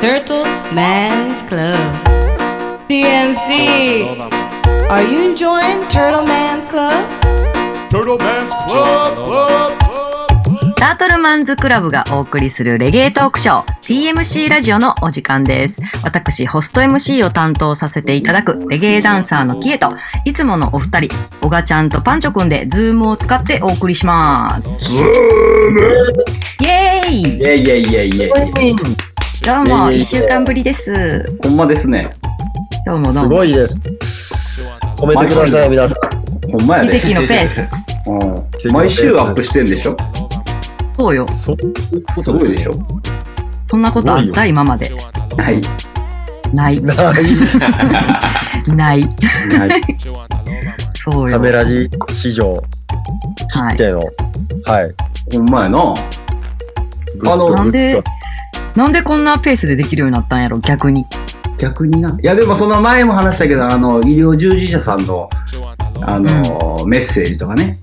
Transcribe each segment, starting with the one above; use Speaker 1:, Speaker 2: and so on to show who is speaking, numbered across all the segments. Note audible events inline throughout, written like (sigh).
Speaker 1: Turtle Man's Club. TMC. Are you enjoying Turtle Man's Club?
Speaker 2: Turtle Man's Club, Club, Club, Club.
Speaker 3: タートルマンズクラブがお送りするレゲエトークショー TMC ラジオのお時間です。私、ホスト MC を担当させていただくレゲエダンサーのキエと、いつものお二人、オガちゃんとパンチョくんでズームを使ってお送りします。ズームイエーイ
Speaker 4: いやいやいやいやいや
Speaker 3: どう
Speaker 4: イエ
Speaker 3: も、
Speaker 4: ーイ
Speaker 3: 一週間ぶりです。
Speaker 4: ほんまですね。
Speaker 3: どうもどう
Speaker 5: す
Speaker 3: も。
Speaker 5: ごいです。褒めてください、皆さん。
Speaker 4: ほんまや
Speaker 3: 奇
Speaker 4: で。
Speaker 3: 跡のペース。
Speaker 4: うん毎週アップしてんでしょ
Speaker 3: そうよ。
Speaker 5: そういうこ
Speaker 4: すごいでしょ
Speaker 3: そんなことあった今まで。
Speaker 4: はい。
Speaker 3: ない。ない。
Speaker 4: はい。
Speaker 3: そう
Speaker 5: カ
Speaker 3: よ。
Speaker 5: メラジ史上
Speaker 3: は
Speaker 5: での、はい。
Speaker 4: ほんまやな。
Speaker 5: グッ
Speaker 4: あの
Speaker 5: ド
Speaker 3: なんで
Speaker 5: グッ
Speaker 3: い。なんでこんなペースでできるようになったんやろ、逆に。
Speaker 4: 逆にな。いやでもその前も話したけど、あの、医療従事者さんの、あの、メッセージとかね、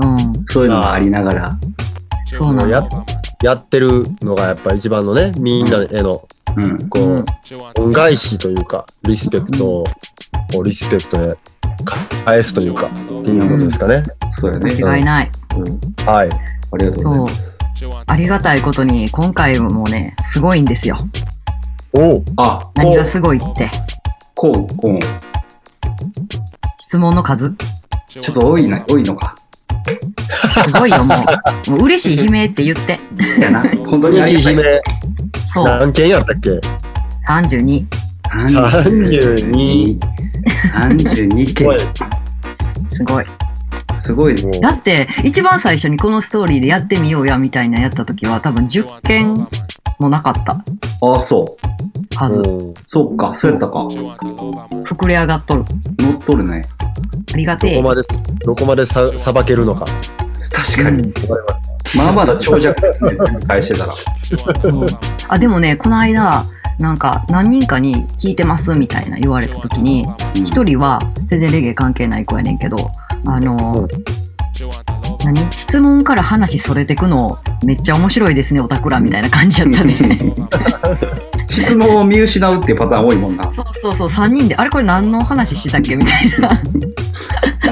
Speaker 3: うん。
Speaker 4: そういうのがありながら。
Speaker 3: そうな
Speaker 5: ド
Speaker 3: ん
Speaker 5: や
Speaker 3: だ。
Speaker 5: っやってるのがやっぱ一番のね、みんなへの、
Speaker 4: うん。
Speaker 5: こう、恩返しというか、リスペクトを、こうリスペクトで返すというか、っていうことですかね。
Speaker 4: そうやね。
Speaker 3: 間違いない。
Speaker 4: うん
Speaker 5: はい。
Speaker 4: ありがとうございます。
Speaker 3: ありがたいことに、今回もね、すごいんですよ。
Speaker 5: おう
Speaker 4: あ、
Speaker 3: 何がすごいって。
Speaker 4: こう、こう、うん
Speaker 3: 質問の数。
Speaker 4: ちょっと多いな、多いのか。
Speaker 3: すごいよ、も
Speaker 5: (laughs)
Speaker 3: う。もう嬉しい悲鳴って言って。
Speaker 4: いやな、本当にあ
Speaker 5: 西
Speaker 4: りがたい
Speaker 5: 姫、
Speaker 3: そう。
Speaker 5: 何件やったっけ
Speaker 3: 32。
Speaker 5: 32
Speaker 4: 32
Speaker 5: おい
Speaker 4: 件。
Speaker 3: すごい。
Speaker 4: すごいね。
Speaker 5: もう
Speaker 3: だって、一番最初にこのストーリーでやってみようや、みたいなやった時は、多分10件もなかった
Speaker 4: あ、そう。
Speaker 3: 数。
Speaker 5: うん
Speaker 4: そうか、そうやったか。乗
Speaker 3: 膨れ上がっとる。
Speaker 4: っとるね。
Speaker 3: ありが
Speaker 5: ど
Speaker 3: てえ
Speaker 5: こ。まで、どこまでさ、さばけるのか。
Speaker 4: 確か
Speaker 3: う
Speaker 4: に。
Speaker 3: ん
Speaker 4: まあまだ長尺ですね、返してたら。
Speaker 3: あ、でもね、この間、なんか何人かに聞いてますみたいな言われた時
Speaker 4: (laughs)
Speaker 3: に、
Speaker 4: うん
Speaker 3: 一人は全然レゲエ関係ない子やねんけど、あの、何質問から話それてくのめっちゃ面白いですねオタクらみたいな感じやった
Speaker 4: (laughs)
Speaker 3: ね
Speaker 4: 質問を見失うっていうパターン多いもんな。
Speaker 3: そうそうそう3人であれこれ何の話してたっけみたいな
Speaker 4: あ、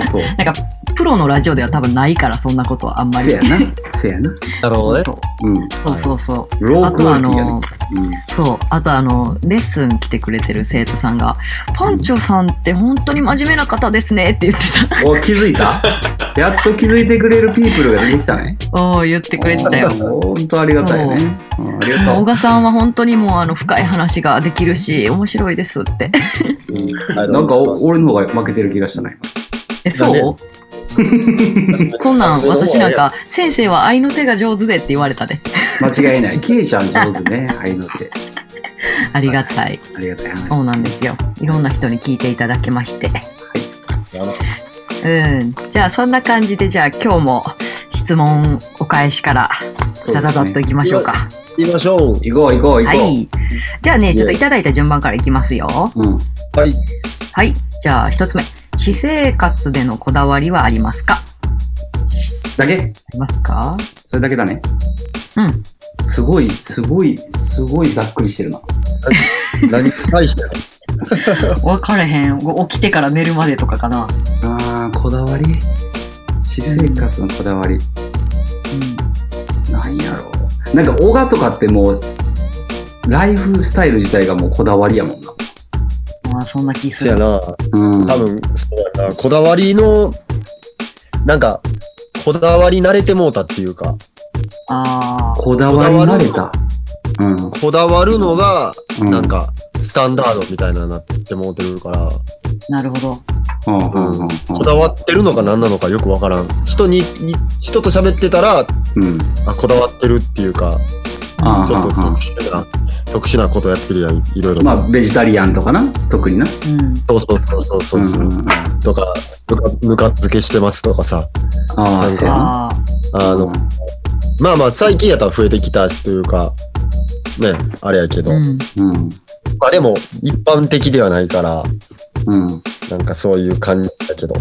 Speaker 4: そう。
Speaker 3: なんかプロのラジオでは多分ないからそんなことはあんまり
Speaker 4: せやな。せやな。
Speaker 5: なるほどね。
Speaker 4: うん。
Speaker 3: そうそうそう
Speaker 4: ロ
Speaker 3: あ
Speaker 4: ーク
Speaker 3: とは
Speaker 4: オ
Speaker 3: あ
Speaker 4: リティやね
Speaker 3: の。そうあとあのレッスン来てくれてる生徒さんが「パンチョさんって本当に真面目な方ですね」って言ってた
Speaker 4: うん。お、気づいたやっと気づいてくれるピープルが出てきたね。
Speaker 3: おお言ってくれてた (laughs) よ
Speaker 4: ほんとありがたいね。うんありがと
Speaker 3: 小
Speaker 4: う。
Speaker 3: 賀さんは本当にもうあの深い話ができるし面白いですって
Speaker 4: うん
Speaker 5: はい
Speaker 4: なんかお俺の方が負けてる気がしたね。
Speaker 3: えそう (laughs) そんなん私なんか先生は愛の手が上手でって言われたで
Speaker 4: 間違いない。ケイちゃん上手ね。ああいうのって。
Speaker 3: ありがたい
Speaker 4: ありがたい話。
Speaker 3: そうなんですよいろんな人に聞いていただきましてうんじゃあそんな感じでじゃあ今日も質問お返しから
Speaker 4: そうですね
Speaker 3: ダダダっといきましょうか
Speaker 5: 行きましょう。
Speaker 4: 行こう行こう行
Speaker 3: は
Speaker 4: こ
Speaker 3: いじゃあねちょっといただいた順番からいきますよ
Speaker 4: う。うん。
Speaker 5: はい。
Speaker 3: はいじゃあ一つ目私生活でのこだわりはありますかあ
Speaker 4: だけ
Speaker 3: りますか
Speaker 4: それだけだね。
Speaker 3: うん
Speaker 4: すごい、すごい、すごいざっくりしてるな。
Speaker 5: 何返して
Speaker 3: 分かれへん起きてから寝るまでとかかな、
Speaker 4: あー、こだわり。私生活のこだわり。なんやろう。なんか、オガとかってもう、ライフスタイル自体がもうこだわりやもんな。
Speaker 3: うん、まあそんな気す
Speaker 5: せや
Speaker 3: る
Speaker 5: な。
Speaker 4: うん。
Speaker 5: 多分、そうやな。こだわりの、なんか、こだわり慣れてもうたっていうか、
Speaker 3: あ
Speaker 4: こだわり慣れた。うん。
Speaker 5: こだわるのが、
Speaker 4: うん
Speaker 5: なんか、スタンダードみたいななってもうてるから、
Speaker 3: あなるほど
Speaker 4: うんうんうんうん
Speaker 5: こだわってるのか何なのかよくわからん。人に、に人と喋ってたら、
Speaker 4: うん。
Speaker 5: あ、こだわってるっていうか、
Speaker 4: あ
Speaker 5: ちょっと特
Speaker 4: あ
Speaker 5: 殊な、特殊なことやってるやん、いろいろと。
Speaker 4: まあ、ベジタリアンとかな、特にな。
Speaker 3: うん
Speaker 5: そうそうそうそうそうう、
Speaker 4: んうんうん。あ
Speaker 5: とか、ぬかぬか漬けしてますとかさ、
Speaker 4: あー、そうやな。
Speaker 3: ああ
Speaker 5: あの、まあまあ最近やったら増えてきたというか、ね、あれやけど、
Speaker 3: うん
Speaker 4: うん。
Speaker 5: まあでも一般的ではないから、
Speaker 4: うん。
Speaker 5: なんかそういう感じだけど、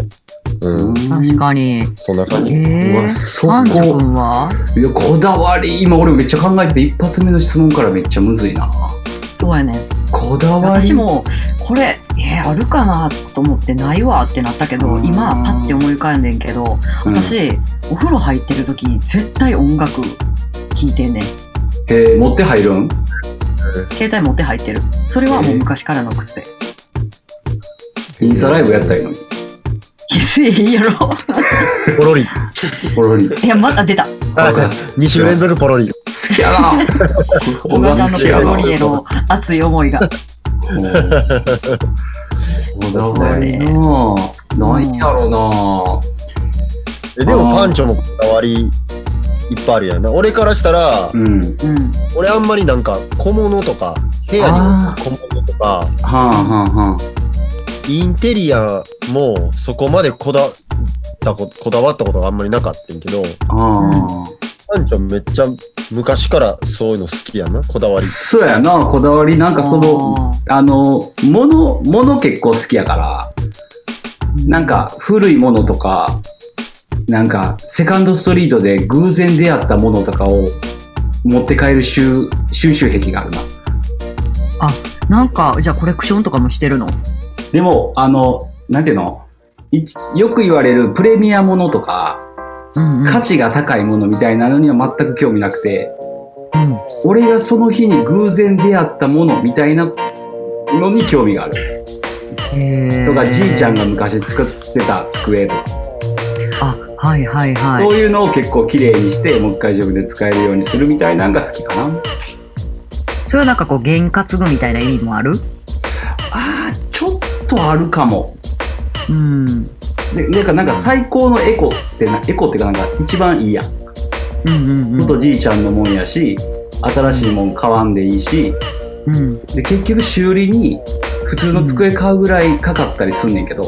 Speaker 5: うん、
Speaker 4: うん。
Speaker 3: 確かに
Speaker 5: そんな感じ。
Speaker 3: え
Speaker 4: うわ
Speaker 3: ー、
Speaker 4: そ
Speaker 3: パンチョ
Speaker 4: こ
Speaker 3: 君はい
Speaker 4: やこだわり今俺めっちゃ考えてて一発目の質問からめっちゃむずいな
Speaker 3: そうやね
Speaker 4: こだわり
Speaker 3: 私もこれ、えーあるかなと思ってないわってなったけど
Speaker 4: うん
Speaker 3: 今パッて思い浮かんでんけど
Speaker 4: うん
Speaker 3: 私、お風呂入ってる時絶対音楽聴いてんねん
Speaker 4: えー持って入るん
Speaker 3: 携帯持って入ってるそれはもう昔からの癖
Speaker 4: インスタライブやったらいいのに
Speaker 3: 気づいへんやろ
Speaker 5: (laughs) ポロリ。
Speaker 4: ポロリ好
Speaker 3: (laughs) いやまた出た
Speaker 4: わかる
Speaker 5: 2週連続ポロ (laughs) リ。
Speaker 4: きやな
Speaker 3: (laughs) 小
Speaker 4: 小田
Speaker 3: 川さ
Speaker 4: さ
Speaker 3: ん
Speaker 4: ん
Speaker 3: のペ
Speaker 4: のペロ
Speaker 3: ロリ
Speaker 4: リ
Speaker 3: への熱い思い (laughs) が
Speaker 4: こだわりなないやろな
Speaker 5: えでもパンチョもこだわりいっぱいあるやんな。俺からしたら、
Speaker 4: うん
Speaker 3: うん
Speaker 5: 俺あんまりなんか小物とか、部屋に
Speaker 4: あ
Speaker 5: 小物とか、
Speaker 4: はあはあは
Speaker 5: インテリアもそこまでこだだここだわったことがあんまりなかったんやけど、
Speaker 4: あああ
Speaker 5: パンチョめっちゃ昔からそういうの好きやな、こだわり。
Speaker 4: そうやなこだわりなんかその
Speaker 3: あー
Speaker 4: あの物物結構好きやからなんか古いものとかなんかセカンドストリートで偶然出会ったものとかを持って帰る収収集癖があるな
Speaker 3: なんかじゃあコレクションとかもしてるの
Speaker 4: でもあのなんていうのいちよく言われるプレミアものとか
Speaker 3: うんうん
Speaker 4: 価値が高いものみたいなのには全く興味なくて
Speaker 3: うん
Speaker 4: 俺がその日に偶然出会ったものみたいなのに興味がある
Speaker 3: へー
Speaker 4: とかじいちゃんが昔作ってた机とか
Speaker 3: あはいはいはい
Speaker 4: そういうのを結構綺麗にしてもう一回自分で使えるようにするみたいなのが好きかな
Speaker 3: それはなんかこう験担ぐみたいな意味もある
Speaker 4: あーちょっとあるかも
Speaker 3: うん
Speaker 4: でなんかなんか最高のエコってなエコっていうかなんか一番いいやん
Speaker 3: うんうんうん
Speaker 4: 元じいちゃんのもんやし新しいもん買わんでいいし
Speaker 3: うん
Speaker 4: で結局修理に普通の机買うぐらいかかったりすんねんけど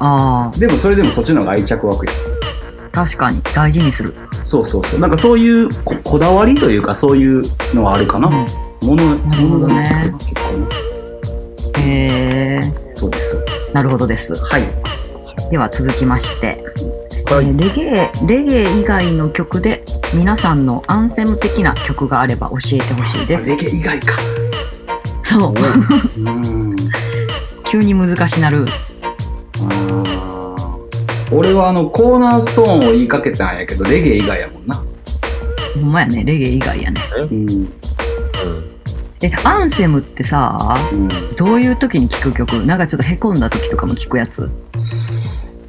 Speaker 3: ああ
Speaker 4: でもそれでもそっちの方が愛着湧くよ
Speaker 3: 確かに大事にする
Speaker 4: そうそうそうなんかそういうここだわりというかそういうのはあるかな、
Speaker 3: うん
Speaker 4: も
Speaker 3: な
Speaker 4: の
Speaker 3: るほ
Speaker 4: もの
Speaker 3: ど
Speaker 4: が好き
Speaker 3: ね
Speaker 4: 結構ね
Speaker 3: へえ
Speaker 4: そうです
Speaker 3: なるほどです
Speaker 4: はい
Speaker 3: では続きまして、
Speaker 5: はい
Speaker 3: えーレゲエレゲエ以外の曲で皆さんのアンセム的な曲があれば教えてほしいで
Speaker 4: レ
Speaker 3: す
Speaker 4: ゲエ以外か
Speaker 3: そう
Speaker 4: うん
Speaker 3: 急に難しなる
Speaker 4: 俺はあのコーナーストーンを言いかけたんやけどレゲエ以外やもんな、
Speaker 3: ほんまやねレゲエ以外やね
Speaker 4: うん
Speaker 5: うん
Speaker 3: えアンセムってさ
Speaker 4: うん、
Speaker 3: どういう時に聴く曲なんかちょっとへこんだ時とかも聴くやつ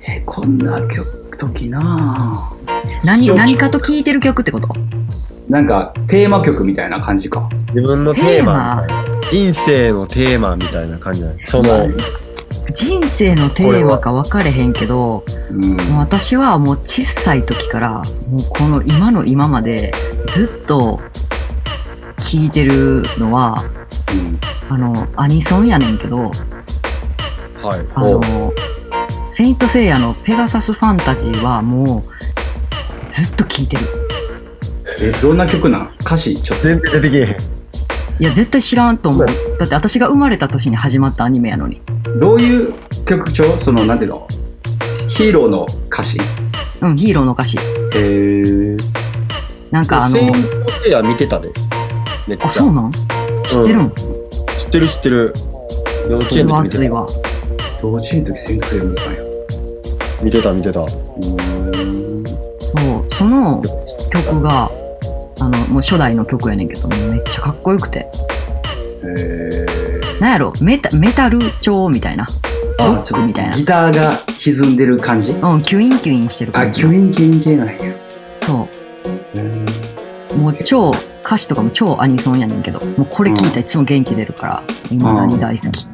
Speaker 4: へこんだ曲時な
Speaker 3: 何何かと聴いてる曲ってこと
Speaker 4: なんかテーマ曲みたいな感じか
Speaker 5: 自分のテーマみたいな。人生のテーマみたいな感じだね。その、
Speaker 3: 人生のテーマか分かれへんけど
Speaker 4: うん
Speaker 3: もう私はもう小さい時からもうこの今の今までずっと聴いてるのはあのアニソンやねんけど
Speaker 5: はい。
Speaker 3: あの「セイント・セイヤ」の「ペガサス・ファンタジー」はもうずっと聴いてる
Speaker 4: えどんな曲なん歌詞ちょっ
Speaker 5: 全然出てけえへん。
Speaker 3: いや絶対知らんと思う
Speaker 5: う
Speaker 3: だって私が生まれた年に始まったアニメやのに
Speaker 4: とどういう曲調そのなんていうのヒーローの歌詞へ
Speaker 3: うんヒーローの歌詞
Speaker 4: え
Speaker 3: なんかあの
Speaker 5: セイントセイヤ見てたで。めっちゃ。
Speaker 3: あそうなん知ってるん
Speaker 5: 知ってる知ってる。幼
Speaker 3: そ
Speaker 5: 稚園
Speaker 3: れ
Speaker 5: の
Speaker 3: は
Speaker 5: 時
Speaker 3: 熱いわ
Speaker 4: 幼稚園の時先生見たんや
Speaker 5: 見てた見てた。見て
Speaker 4: うん
Speaker 3: そうその曲があのもう初代の曲やねんけどもうめっちゃかっこよくて
Speaker 4: へえ
Speaker 3: なんやろメタメタル調みたいなロ
Speaker 4: あ
Speaker 3: ッ
Speaker 4: ちょ
Speaker 3: ク
Speaker 4: っ
Speaker 3: みたい
Speaker 4: とギターが歪んでる感じ
Speaker 3: なうんキュインキュインしてる
Speaker 4: あ
Speaker 3: 感じ
Speaker 4: キュインキュイン系なんや
Speaker 3: そ
Speaker 4: うん
Speaker 3: うもう超歌詞とかも超アニソンやねんけどもうこれ聞いたらいつも元気出るから今何大好き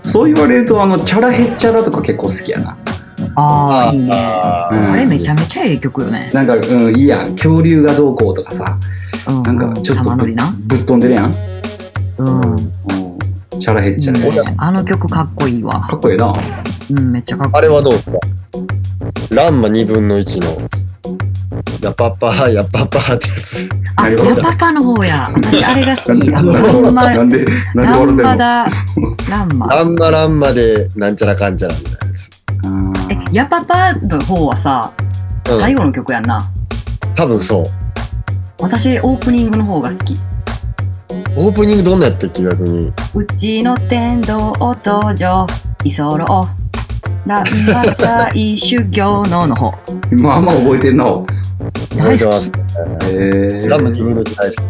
Speaker 4: そう言われるとあのチャラヘッチャラとか結構好きやな
Speaker 3: ああいいね
Speaker 5: た。
Speaker 4: うん
Speaker 3: あれめちゃめちゃええ曲よね
Speaker 4: なんかうんいいやん恐竜がどうこうとかさ
Speaker 3: うん
Speaker 4: なんかちょっと
Speaker 3: 玉乗
Speaker 4: ぶ
Speaker 3: りな
Speaker 4: ぶっ飛んでるやん、
Speaker 3: うん
Speaker 4: うん、チャラヘッチ
Speaker 3: いい
Speaker 4: ャ
Speaker 3: ね
Speaker 4: ラや
Speaker 3: あの曲かっこいいわ
Speaker 4: かっこいいな
Speaker 3: うんめっちゃかっこいい
Speaker 5: あれはどうですかランマ2分の1の、やっぱっぱー、やっぱっぱーってやつ。
Speaker 3: あ、
Speaker 4: なるほ
Speaker 3: ヤ
Speaker 4: ど
Speaker 3: パパの方や。私あれが好き。あ
Speaker 4: (laughs)
Speaker 3: の、ランマ、
Speaker 4: な
Speaker 3: ラ
Speaker 4: んでなん
Speaker 3: ン
Speaker 4: で
Speaker 3: マ
Speaker 4: 笑
Speaker 3: だ、ランマ。
Speaker 5: ランマランマで、なんちゃらかんちゃらみたいなやつ。
Speaker 4: ってんの
Speaker 3: え、ヤパパの方はさ、
Speaker 5: う
Speaker 3: 最
Speaker 5: ん、
Speaker 3: 後の曲やんな。
Speaker 5: 多分そう。
Speaker 3: 私、オープニングの方が好き。
Speaker 5: オープニングどんなやったっけ逆に。
Speaker 3: うちの天道登場、居候。乱発大修行のの方。
Speaker 4: まあまあ覚えてんな。
Speaker 5: 覚え
Speaker 3: 大好
Speaker 5: て
Speaker 4: え
Speaker 5: ます。ラム
Speaker 4: ー、
Speaker 5: にムー大好き。
Speaker 3: き。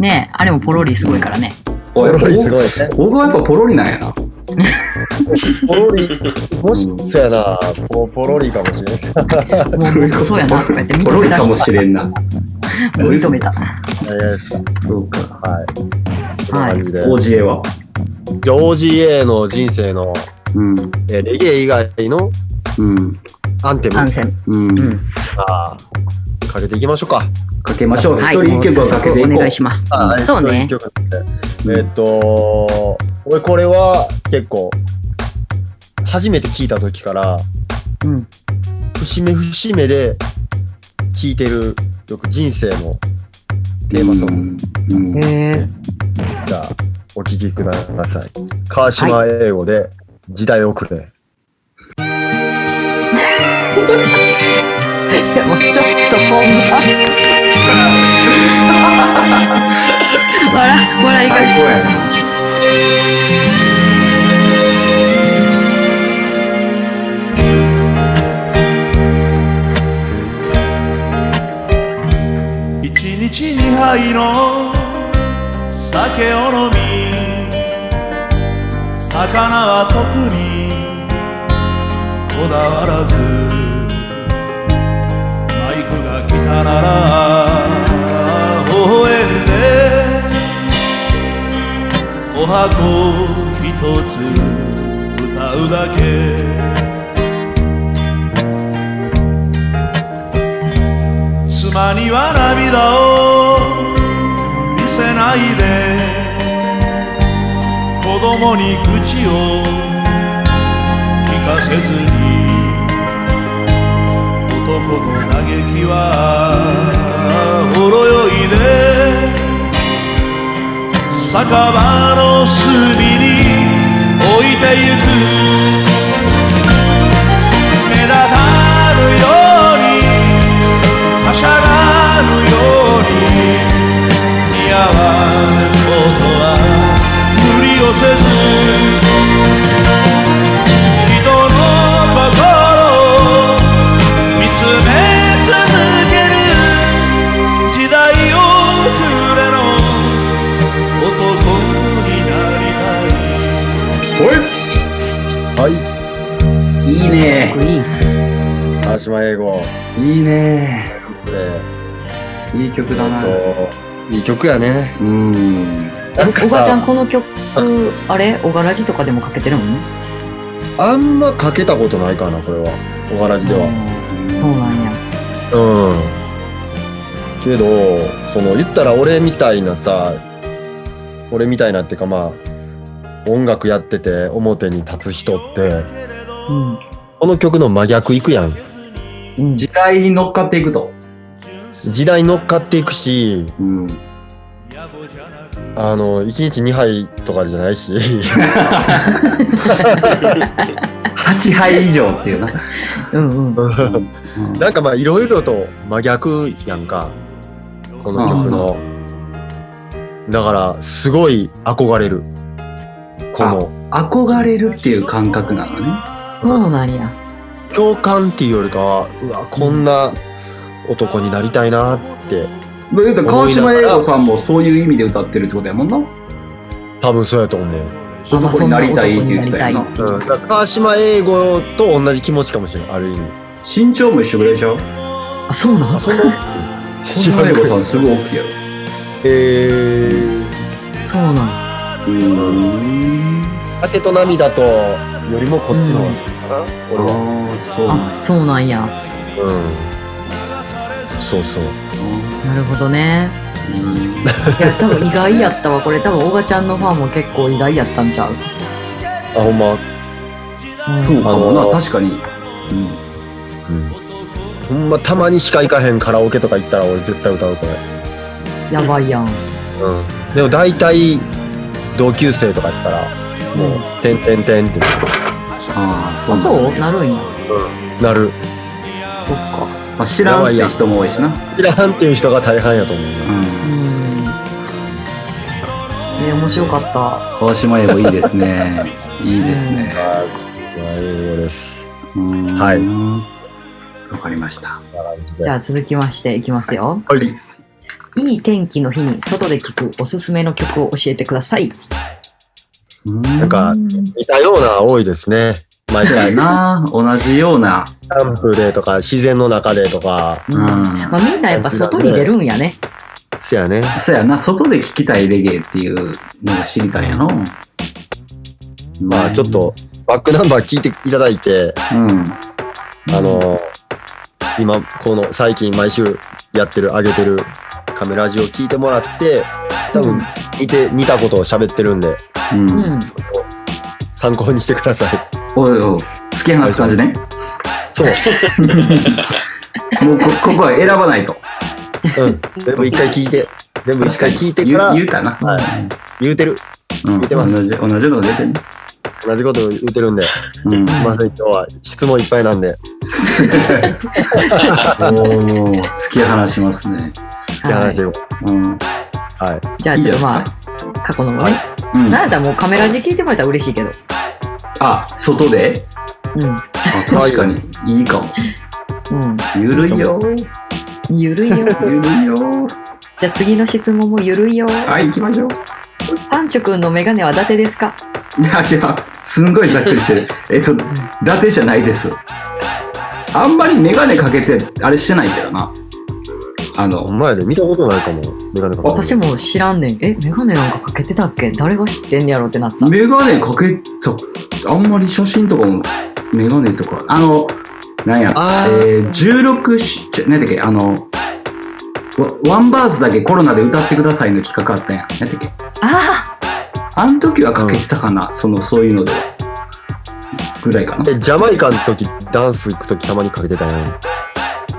Speaker 3: ねえ、あれもポロリすごいからね。
Speaker 5: ポ
Speaker 4: お
Speaker 5: ロリす
Speaker 4: い。
Speaker 5: ごいね。
Speaker 4: 僕はやっぱポロリなんやな。
Speaker 5: ポロリ、 (laughs) もし、そうやな、ポポロリかもしれん。
Speaker 3: もうそうやなとか言って
Speaker 4: ポ
Speaker 3: 認
Speaker 4: ロ
Speaker 3: め
Speaker 4: リ
Speaker 3: た
Speaker 4: かもしれ
Speaker 3: ん。
Speaker 4: んな。
Speaker 3: (laughs) 認めた。
Speaker 4: そうか。
Speaker 5: はい。こんな感じで。
Speaker 4: オージエは。
Speaker 5: ジョージ A の人生の、
Speaker 4: うん。
Speaker 5: えーレゲエ以外の
Speaker 4: うん。
Speaker 5: アンテム
Speaker 3: アンセム。
Speaker 4: うん。
Speaker 3: うん。
Speaker 5: あーかけていきましょうか。
Speaker 4: かけましょう。一
Speaker 3: はい。
Speaker 4: 人一曲はかけていこう。
Speaker 3: お願いします。
Speaker 5: はい
Speaker 3: そうね
Speaker 5: 一。曲えーっと、俺これは結構、初めて聞いた時から、
Speaker 3: うん。
Speaker 5: 節目節目で聴いてる、よく人生のテーマソング。
Speaker 4: うん。うん。
Speaker 3: へえ。
Speaker 5: じゃあ、お聞きください。川島英語で、時代遅れ。
Speaker 3: でもちょっとフォームが。笑、笑いが。
Speaker 4: 最高やな。
Speaker 2: 一日二杯の酒を飲み魚は特にこだわらずマイクが来たなら微笑んでお箱一つ歌うだけ妻には涙を見せないで子供に口を聞かせずに男の嘆きはほろ酔いで酒場の隅に置いてゆく目立たぬようにはしゃがぬように似合わぬことは無理をせず人の心を見つめ続ける時代遅れの男になりたい
Speaker 5: はい。
Speaker 4: いいね。
Speaker 3: いい。
Speaker 5: 川島英語。
Speaker 4: いいね。
Speaker 5: で
Speaker 4: いい曲だな。
Speaker 5: えっと、いい曲やね。
Speaker 4: うん。
Speaker 5: なんか
Speaker 3: おがちゃん、
Speaker 5: さ、
Speaker 3: この曲、あれおがらじとかでもかけてるもんね。
Speaker 5: あんまかけたことないかな、これは。おがらじでは。
Speaker 3: そうなんや。
Speaker 5: うん。けど、その、言ったら俺みたいなさ、俺みたいなっていうかまあ、音楽やってて表に立つ人って、
Speaker 3: うん。
Speaker 5: この曲の真逆いくやん。
Speaker 3: うん。
Speaker 4: 時代に乗っかっていくと。
Speaker 5: 時代に乗っかっていくし、
Speaker 4: うん。
Speaker 5: あの、1日2杯とかじゃないし、
Speaker 4: 8杯以上っていうな。
Speaker 3: うんうん。
Speaker 5: なんかまあいろいろと真逆やんか、この曲の。だから、すごい憧れる。この、
Speaker 4: 憧れるっていう感覚なのね。
Speaker 3: そうなんや。
Speaker 5: 共感っていうよりかは、うわ、こんな男になりたいなって、
Speaker 4: まあ言うたら川島英語さんもそういう意味で歌ってるってことやもんな。
Speaker 5: 多分そうやと思う。
Speaker 3: あまあ
Speaker 4: 男になりたいって言ってたよな。
Speaker 5: うん、だから川島英語と同じ気持ちかもしれない、ある意味。
Speaker 4: 身長も一緒ぐらいちゃう
Speaker 3: あ、そうなん
Speaker 5: あ、そんな
Speaker 4: 川島英語さんすごい大きいやろ。
Speaker 5: えー、
Speaker 3: そうなん。
Speaker 4: うん。
Speaker 5: 酒と涙とよりもこっちの方が好きかな、俺は。
Speaker 4: ああ、そうなん
Speaker 3: あ、
Speaker 4: や。
Speaker 3: そうなんや。
Speaker 5: うん。そうそう。
Speaker 3: なるほどね。いや、多分意外やったわ。これ多分、おがちゃんのファンも結構意外やったんちゃう。
Speaker 5: あ、ほんま。
Speaker 4: うん
Speaker 3: う
Speaker 4: そ
Speaker 3: ん。
Speaker 4: うかも
Speaker 5: あの
Speaker 4: な、
Speaker 5: ー
Speaker 4: 確かに。
Speaker 5: うん。ほんまたまにしか行かへんカラオケとか行ったら俺絶対歌うこれ。
Speaker 3: やばいやん。
Speaker 5: うん。でも大体同級生とかやったら、もう、てんてんてんって
Speaker 4: ああ、そう
Speaker 3: あ、
Speaker 4: なんや
Speaker 3: そうなるんや。
Speaker 5: なる。
Speaker 3: そっか。
Speaker 4: まあ知らんって人も多いしな。
Speaker 5: いらんっていう人が大半やと思うな。
Speaker 3: うん。面白かった。
Speaker 4: 川島英語いいですね。いいですね。
Speaker 5: はい。英語です。
Speaker 4: は
Speaker 5: はい
Speaker 4: い。わかりました。
Speaker 3: じゃあ続きましていきますよ。
Speaker 4: はい。
Speaker 3: いい天気の日に外で聴くおすすめの曲を教えてください。
Speaker 4: な
Speaker 5: なんか似たような多いですね。毎
Speaker 4: だ
Speaker 5: 回
Speaker 4: よな、同じような。
Speaker 5: キャンプでとか自然の中でとか、
Speaker 3: う
Speaker 4: うん
Speaker 3: ん。まあみんなやっぱ外に出るんやね。
Speaker 5: せやね。
Speaker 4: そうやな、外で聞きたいレゲエっていうのが知りたいやの。
Speaker 5: まあちょっ。とバックナンバー聞いていただいて、
Speaker 4: うん。
Speaker 5: あの今この最近毎週やってる上げてるカメラジを聞いてもらって、多分似て似たことを喋ってるんで
Speaker 4: うん。
Speaker 3: う
Speaker 4: うん、
Speaker 3: ん。
Speaker 5: 参考にしてください。 (laughs)
Speaker 4: おいおい、突き放す感じね。
Speaker 5: そう。
Speaker 4: もうこここは選ばないと。
Speaker 5: うん。全部一回聞いて、全部一回聞いてか
Speaker 4: 言う
Speaker 5: ら
Speaker 4: 言うたな。
Speaker 5: は言うてる。
Speaker 4: うん、
Speaker 5: 言うてます
Speaker 4: 同じ、同じのが出てるね。
Speaker 5: 同じこと言うてるんで、す (laughs)
Speaker 4: うん。
Speaker 5: いません今日は質問いっぱいなんで。
Speaker 4: すごいおー突き放しますね。
Speaker 5: って話
Speaker 3: は
Speaker 5: よ。
Speaker 4: うん。
Speaker 5: はい。
Speaker 3: いじゃあ
Speaker 4: いい
Speaker 3: ちょ
Speaker 4: じゃ
Speaker 3: っとまあ
Speaker 4: ないです
Speaker 3: 過去のも
Speaker 5: はい。
Speaker 3: ね
Speaker 4: か。うん
Speaker 3: なんやったらもうカメラ字聞いてもらえたら嬉しいけど。
Speaker 4: あ、外で
Speaker 3: う
Speaker 4: あ確かに、いいかも。
Speaker 3: ん。うん。
Speaker 4: ゆるいよ。
Speaker 3: ゆるいよ。
Speaker 4: (laughs) ゆるいよ。
Speaker 3: じゃあ次の質問もゆるいよ。
Speaker 4: はい、行きましょう。 (laughs)
Speaker 3: パンチョくんのメガネは伊達ですか
Speaker 4: あ、違う。すんごいざっく
Speaker 5: (laughs)
Speaker 4: りしてる。えっと、伊達じゃないです。あんまりメガネかけて、あれしてないけどな。あ
Speaker 5: お
Speaker 4: の、
Speaker 5: 前で見たことないかも。メガネかけてる
Speaker 3: 私。も知らんねん。え、メガネなんかかけてたっけ誰が知ってんねやろってなった。
Speaker 4: メガネかけた、あんまり写真とかも、メガネとか、あの、なんや、
Speaker 5: あー
Speaker 4: えー、16し、ちょなんだっけ、あの、ワワンバースだけコロナで歌ってくださいの企画あったやん。なんだっけ。
Speaker 3: あ
Speaker 4: あの時はかけてたかな、その、そういうのでは。ぐらいかな。
Speaker 5: え、ジャマイカの時、ダンス行く時たまにかけてたやん。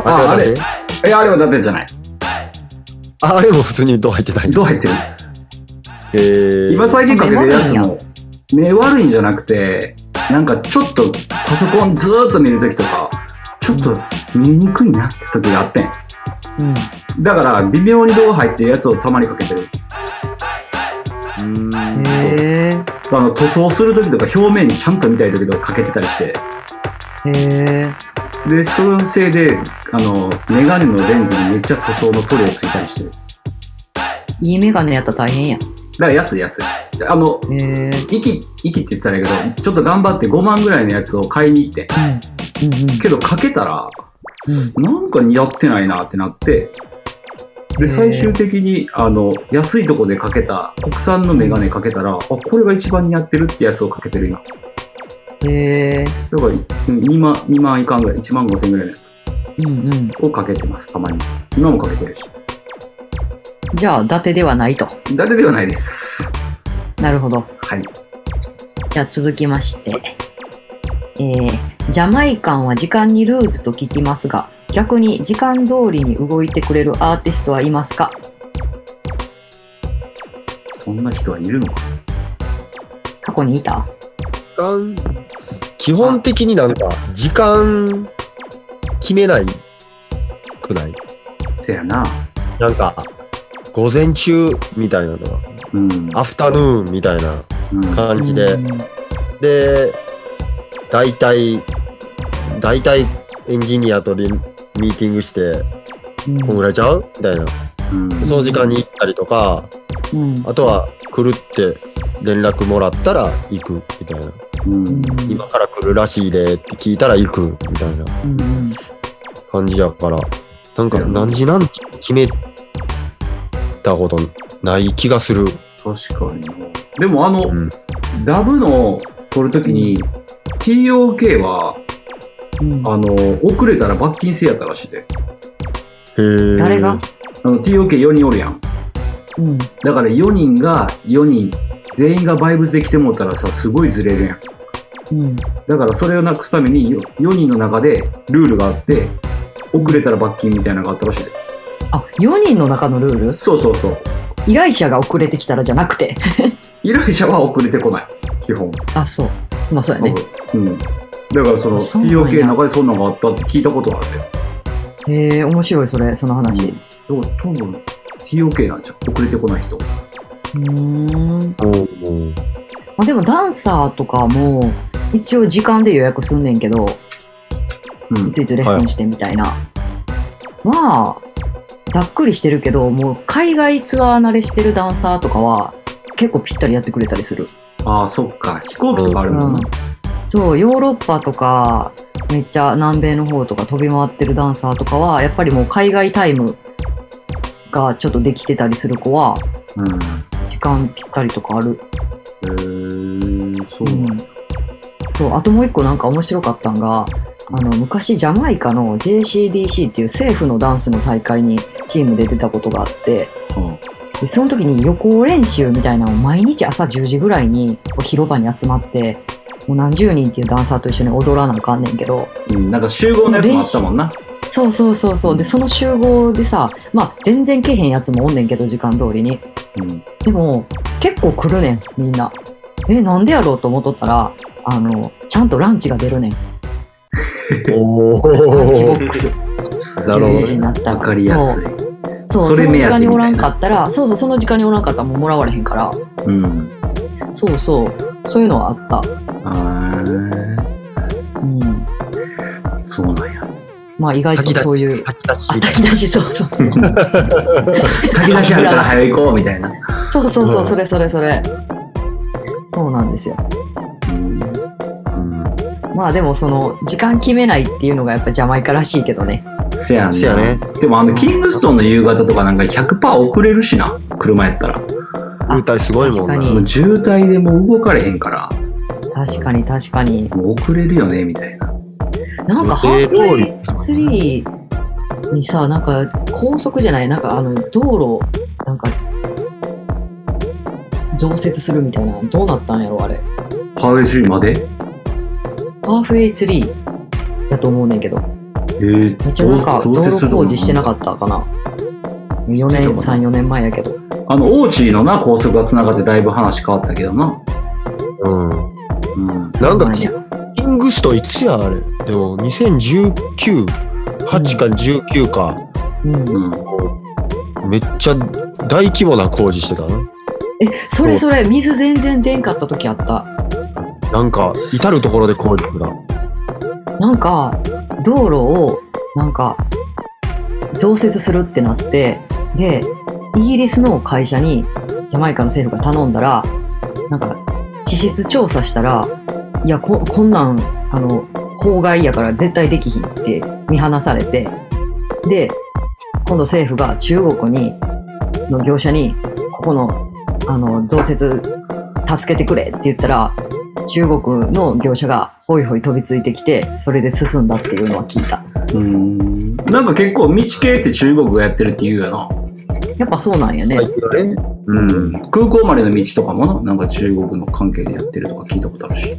Speaker 4: あ
Speaker 5: あれ
Speaker 4: あれえ、あれは伊達じゃない。
Speaker 5: ああれも普通にドア入ってたんや。
Speaker 4: どう入ってる
Speaker 5: えー、
Speaker 4: 今最近かけてるやつも目悪いんじゃなくてなんかちょっとパソコンずーっと見るときとかちょっと見にくいなって時があってん
Speaker 3: あうん。
Speaker 4: だから微妙に動画入ってるやつをたまにかけてる
Speaker 5: うん
Speaker 3: へえ。
Speaker 4: あの塗装するときとか表面ちゃんと見たいときとかかけてたりして
Speaker 3: へえ。
Speaker 4: でそのせいであのメガネのレンズにめっちゃ塗装の塗料ついたりしてるだ
Speaker 3: いいメガネやったら大変や。
Speaker 4: から安い安いあの
Speaker 3: へえ。
Speaker 4: 息息って言ったらやけどちょっと頑張って5万ぐらいのやつを買いに行ってん
Speaker 3: うん。うんうん。
Speaker 4: けどかけたら
Speaker 3: うん
Speaker 4: なんか似合ってないなってなって、
Speaker 3: へー
Speaker 4: で、最終的に、あの、安いとこでかけた、国産のメガネかけたら、あ、これが一番似合ってるってやつをかけてる今。だか
Speaker 3: へえ。
Speaker 4: ら、2万、2万いかんぐらい、1万5千ぐらいのやつ
Speaker 3: うんうん。
Speaker 4: をかけてます、たまに。今もかけてるし。
Speaker 3: じゃあ、伊達ではないと。
Speaker 4: 伊達ではないです。
Speaker 3: なるほど。
Speaker 4: はい。
Speaker 3: じゃあ続きまして。えー、ジャマイカンは時間にルーズと聞きますが、逆に時間通りに動いてくれるアーティストはいますか
Speaker 4: そんな人はいるのか
Speaker 3: 過去にいた
Speaker 5: 時間基本的になんか、時間決めないくない
Speaker 4: せやな。
Speaker 5: なんか、午前中みたいなのが、
Speaker 4: うん。
Speaker 5: アフタヌーンみたいな
Speaker 4: うん、
Speaker 5: 感じで、
Speaker 3: うん
Speaker 5: で、大体、大体エンジニアとリミーティングして、
Speaker 3: うん
Speaker 5: こんぐらいちゃうみたいな。
Speaker 4: うん
Speaker 5: その時間に行ったりとか、
Speaker 3: うん
Speaker 5: あとは来るって連絡もらったら行くみたいな。
Speaker 4: うん。
Speaker 5: 今から来るらしいでって聞いたら行くみたいな
Speaker 3: うんうん
Speaker 5: 感じやから、なんか
Speaker 4: そうやな
Speaker 5: 何時なんて決めたことない気がする。
Speaker 4: 確かにな。でも、あの、
Speaker 5: うん。
Speaker 4: ダブの撮るときに、TOK は、
Speaker 3: うん
Speaker 4: あの、遅れたら罰金制やったらしいで。
Speaker 5: へー
Speaker 3: 誰が
Speaker 4: あの、TOK4 人おるやん。
Speaker 3: うん
Speaker 4: だから4人が、4人、全員がバイブスで来てもうたらさ、すごいずれるやん。
Speaker 3: うん
Speaker 4: だからそれをなくすために、4人の中でルールがあって、遅れたら罰金みたいなのがあったらしいで。
Speaker 3: あ4人の中のルール
Speaker 4: そうそうそう。
Speaker 3: 依頼者が遅れてきたらじゃなくて
Speaker 4: 依頼者は遅れてこない。基本。
Speaker 3: あそうまあそうやね
Speaker 4: うん。だからその、
Speaker 3: そうなんや
Speaker 4: TOK の中でそんなのがあったって聞いたことあるで。
Speaker 3: へえ面白いそれその話
Speaker 4: でも多分、TOK なんじゃん。遅れてこない人。
Speaker 3: うん。
Speaker 5: うん
Speaker 3: あでもダンサーとかも、一応時間で予約すんねんけど、
Speaker 4: うん
Speaker 3: いついつレッスンしてみたいな。まあ、ざっくりしてるけど、もう海外ツアー慣れしてるダンサーとかは、結構ぴったりやってくれたりする。
Speaker 4: ああ、そっか。飛行機とかあるもんな。
Speaker 3: そう、ヨーロッパとか、めっちゃ南米の方とか飛び回ってるダンサーとかは、やっぱりもう海外タイムがちょっとできてたりする子は、
Speaker 4: うん。
Speaker 3: 時間ぴったりとかある。
Speaker 4: へーそう
Speaker 3: う
Speaker 4: なん
Speaker 3: ん。そう、あともう一個なんか面白かったんが、あの、昔ジャマイカの JCDC っていう政府のダンスの大会にチームで出たことがあって、でその時に予行練習みたいなのを毎日朝10時ぐらいにこう広場に集まって、もう何十人っていうダンサーと一緒に踊らなあかんねんけど、
Speaker 4: うん。なんか集合のやつもあったもんな。
Speaker 3: そうそうそうそう。で、その集合でさ、まあ、全然来へんやつもおんねんけど、時間通りに。
Speaker 4: うん。
Speaker 3: でも、結構来るねん、みんな。え、なんでやろうと思っとったら、あの、ちゃんとランチが出るねん。
Speaker 5: お
Speaker 3: ランチボ
Speaker 5: ー
Speaker 3: ックス。
Speaker 5: なるほどね
Speaker 3: 10時になったら
Speaker 4: わかりやすい。
Speaker 3: そう、そ
Speaker 4: それ
Speaker 3: の
Speaker 4: 目
Speaker 3: 時間
Speaker 4: 当てみたいな
Speaker 3: におらんかったら、そうそう、その時間におらんかったらもうもらわれへんから。
Speaker 4: うん。
Speaker 3: そうそう、そういうのはあった。
Speaker 4: あー
Speaker 3: うん。
Speaker 4: そうなんや。
Speaker 3: まあ、意外とそういう。
Speaker 5: 炊き出し
Speaker 3: あ、炊き出し、そうそうそう。
Speaker 4: 炊き出しあるから早行こうみたいな。
Speaker 3: そうそうそうう、
Speaker 5: ん
Speaker 3: それそれそれ。そうなんですよ。
Speaker 4: うん。
Speaker 3: まあでもその時間決めないっていうのがやっぱジャマイカらしいけどね。
Speaker 4: せやん
Speaker 5: せや
Speaker 4: な。
Speaker 5: ね
Speaker 4: でもあの、キングストンの夕方とかなんか100%遅れるしな。車やったら。
Speaker 5: 舞台すごいもん
Speaker 3: 確かに
Speaker 5: な
Speaker 4: もう渋滞でもう動かれへんから、
Speaker 3: 確かに確かに。
Speaker 4: もう遅れるよね、みたいな。
Speaker 3: なんかハ
Speaker 5: 予定
Speaker 3: ーフ
Speaker 5: 通
Speaker 3: ウ
Speaker 5: り
Speaker 3: ェイツリーにさ、なんか高速じゃない、なんかあの道路、なんか増設するみたいな、どうなったんやろあれ。
Speaker 4: ハーフウェイスリーまで
Speaker 3: ハーフウェイツリーやと思うねんけど、
Speaker 4: えー
Speaker 3: めっちゃなんか道路工事してなか
Speaker 4: っ
Speaker 3: ったかな。4年、3、4年前やけど。
Speaker 4: た。あの、オーチーのな、高速が繋がってだいぶ話変わったけどな。
Speaker 5: うん
Speaker 4: うん。
Speaker 5: なん
Speaker 3: そう
Speaker 5: か
Speaker 3: や
Speaker 5: キングストンいつやあれでも2019 8か19か、
Speaker 3: うん。
Speaker 4: うん。
Speaker 5: めっちゃ大規模な工事してたな
Speaker 3: え、それそれ、水全然出んかった時あった。
Speaker 5: なんか至る所で工事してた
Speaker 3: なんか道路をなんか増設するってなってでイギリスの会社にジャマイカの政府が頼んだらなんか地質調査したらいやここんなんあの公害やから絶対できひんって見放されてで今度政府が中国にの業者にここのあの増設助けてくれって言ったら中国の業者がホイホイ飛びついてきてそれで進んだっていうのは聞いた
Speaker 4: うん。なんか結構、道系って中国がやってるって言うよな。
Speaker 3: やっぱそうなんやね、
Speaker 4: うん。空港までの道とかもな、なんか中国の関係でやってるとか聞いたことあるし。
Speaker 3: へ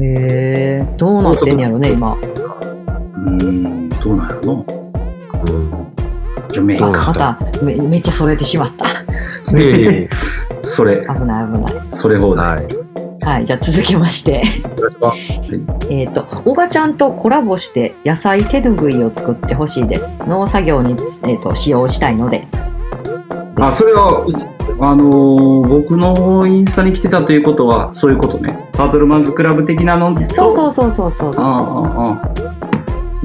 Speaker 3: えどうなってんやろね今
Speaker 4: うん。どうなんやろな。
Speaker 5: うん
Speaker 4: じゃあ、メイ
Speaker 5: どうな
Speaker 3: ま
Speaker 4: か。
Speaker 5: んだ
Speaker 4: (laughs)
Speaker 3: ためめっちゃそれてしまった
Speaker 5: いやいやいや
Speaker 4: それ、
Speaker 3: 危ない危な
Speaker 4: それ放題。
Speaker 5: はい
Speaker 3: いはいじゃあ続きましてえっと、おばちゃんとコラボして野菜手ぬぐいを作ってほしいです。農作業に、えっと使用したいので。
Speaker 4: あ、それは、あのー僕のインスタに来てたということは、そういうことね。タートルマンズクラブ的なのと。
Speaker 3: そうそううそうそうそう
Speaker 4: あ
Speaker 3: そう。
Speaker 4: あ、あ
Speaker 5: あ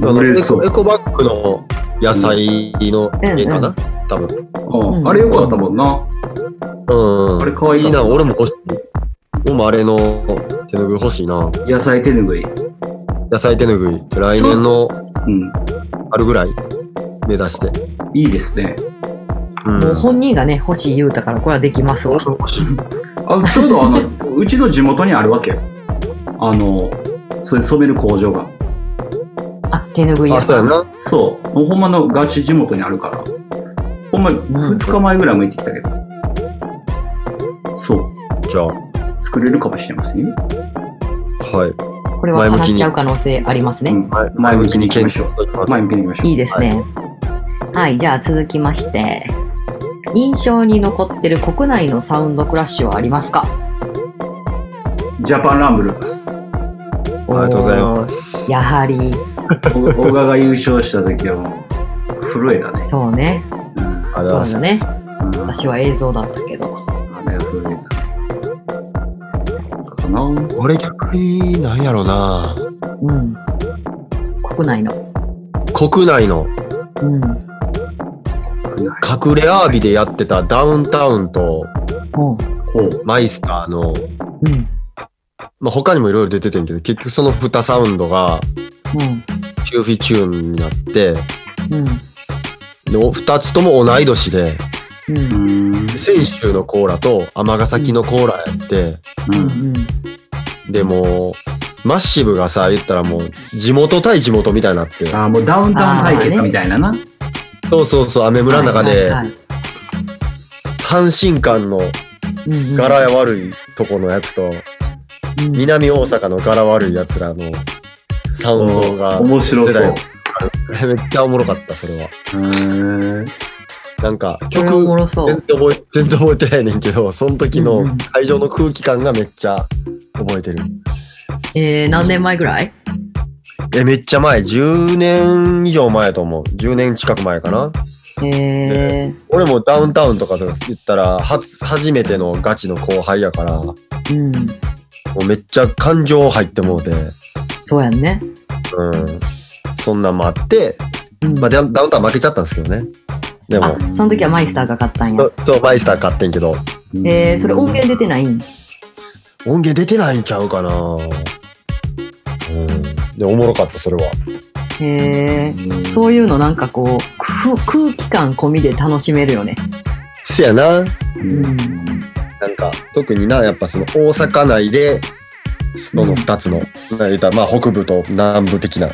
Speaker 4: あ。
Speaker 5: の
Speaker 4: 嬉
Speaker 5: エ
Speaker 4: しそ
Speaker 5: コ
Speaker 4: う
Speaker 5: エコバッグの野菜の絵かな、
Speaker 3: うん
Speaker 5: 多分。
Speaker 4: うん
Speaker 3: うん
Speaker 4: あれよかったもんな。
Speaker 5: うん、
Speaker 4: あれ可愛
Speaker 5: い
Speaker 4: か
Speaker 5: い
Speaker 4: った
Speaker 5: な、俺も欲しい。俺もあれの手ぬぐい欲しいな。
Speaker 4: 野菜手ぬぐい。
Speaker 5: 野菜手ぬぐい。来年の
Speaker 4: うん。
Speaker 5: 春ぐらい目指して。
Speaker 4: いいですね。
Speaker 5: うん
Speaker 3: もう本人がね、欲しい言うたから、これはできますわ。
Speaker 4: あ、ちょうどあの、 (laughs) うちの地元にあるわけよ。あの、そういう染める工場が。
Speaker 3: あ、手ぬぐい
Speaker 5: あ、
Speaker 3: や
Speaker 5: そうやな。
Speaker 4: そう。もうほんまのガチ地元にあるから。ほんま、2日前ぐらいも行ってきたけど。そう。
Speaker 5: じゃあ、
Speaker 4: 作れるかもしれませんよ。
Speaker 5: はい。
Speaker 3: これは叶っちゃう可能性ありますね。
Speaker 4: うん前向きに行きましょう。前向きに行きましょう。
Speaker 3: いいですね。はい、じゃあ続きまして。印象に残ってる国内のサウンドクラッシュはありますか
Speaker 4: ジャパンランブル。
Speaker 3: あり
Speaker 5: ありがとうございます。
Speaker 3: やはり、
Speaker 4: 小川が優勝した時はもう、震えたね。
Speaker 3: そうね。
Speaker 4: うん
Speaker 5: ありがとうご
Speaker 3: そ
Speaker 5: ざいます。
Speaker 3: うだね。
Speaker 4: うん
Speaker 3: 私は映像だったけど。
Speaker 4: あやってるねかな
Speaker 5: 俺逆になんやろな
Speaker 3: うん。国内の。
Speaker 5: 国内の
Speaker 3: うん。
Speaker 5: 隠れアワビでやってたダウンタウンと
Speaker 3: ほう。
Speaker 4: ほう
Speaker 5: マイスターの、
Speaker 3: うん。
Speaker 5: まあ、他にもいろいろ出ててんけど結局その2サウンドが
Speaker 3: うん。
Speaker 5: キューフィチューンになって
Speaker 3: うん。
Speaker 5: で2つとも同い年で
Speaker 3: う。
Speaker 4: うんん
Speaker 5: 泉州のコーラと尼崎のコーラやって
Speaker 4: うん
Speaker 3: うん。
Speaker 5: でもうマッシブがさ言ったらもう地元対地元みたいになって
Speaker 4: あーもうダウンタウン対決みたいなな、
Speaker 5: そうそうそうアメ村の中で
Speaker 3: はいはい
Speaker 5: 阪神間の
Speaker 3: うんうん
Speaker 5: 柄悪いとこのやつと
Speaker 3: うん
Speaker 5: 南大阪の柄悪いやつらのサウンドが
Speaker 4: 面白そう
Speaker 5: 世代めっちゃおもろかったそれは
Speaker 4: へえ
Speaker 5: なんか
Speaker 3: これおも
Speaker 5: 曲
Speaker 3: ろそう。
Speaker 5: 全然覚え全然覚えてないねんけどその時
Speaker 3: う
Speaker 5: の
Speaker 3: んうん
Speaker 5: 会場の空気感がめっちゃ覚えてる
Speaker 3: えー、何年前ぐらい
Speaker 5: えめっちゃ前10年以上前やと思う10年近く前かな
Speaker 3: えー、
Speaker 5: 俺もダウンタウンとかと言ったら初初めてのガチの後輩やからも
Speaker 3: うん。
Speaker 5: うめっちゃ感情入ってもうて
Speaker 3: そうやんね。
Speaker 5: うんそんなんもあって、
Speaker 3: うん
Speaker 5: まあ、ダウンダウンタウン負けちゃったんですけどねでも
Speaker 3: あ、その時はマイスターが勝ったんや
Speaker 5: そ。そうバイスター買ってんけど
Speaker 3: えー、それ音源出てないん
Speaker 5: 音源出てないんちゃうかなうんでおもろかったそれは
Speaker 3: へえ
Speaker 4: うん
Speaker 3: そういうのなんかこう空空気感込みで楽しめるよね。
Speaker 5: せやな
Speaker 4: うん
Speaker 5: なんか特になやっぱその大阪内でその2つの、まあ言うたらまあ北部と南部的な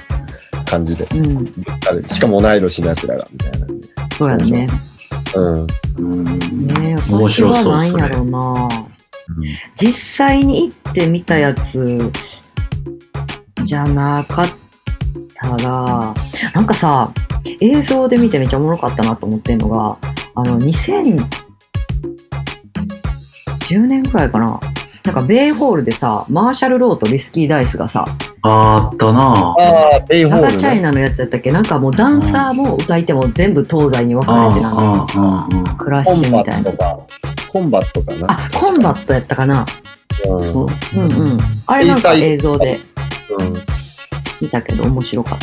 Speaker 5: 感じで
Speaker 3: うん、
Speaker 5: あれしかも同い年のやつらがみたいな
Speaker 3: そうやんね。
Speaker 5: うん
Speaker 4: うん
Speaker 3: ねえ
Speaker 4: 面
Speaker 3: 私
Speaker 4: 白
Speaker 3: は
Speaker 4: そう
Speaker 3: なん
Speaker 4: それ
Speaker 3: やろうな。実際に行ってみたやつじゃなかったら、なんかさ、映像で見てめっちゃおもろかったなと思ってんのが、あの、2010年くらいかな。なんか、ベイホールでさ、マーシャル・ローとリスキー・ダイスがさ、
Speaker 4: あったな
Speaker 5: ああベイホ
Speaker 3: タ
Speaker 5: ー
Speaker 3: ガ
Speaker 5: ル
Speaker 3: チャイ
Speaker 5: ね
Speaker 3: ナのやつやったっけなんかもうダンサーも歌い手も全部東西に分かれてなんか
Speaker 4: あああ
Speaker 3: クラッ
Speaker 5: コ
Speaker 3: シ
Speaker 5: ン
Speaker 3: ュ
Speaker 5: バ
Speaker 3: みたい
Speaker 5: ッ
Speaker 3: な
Speaker 5: ト。かコンバットかな
Speaker 3: あ、コンバットやったかな
Speaker 5: うん
Speaker 4: そう
Speaker 3: うんうん。あれなんか映像で
Speaker 5: うん
Speaker 3: 見たけど面白かっ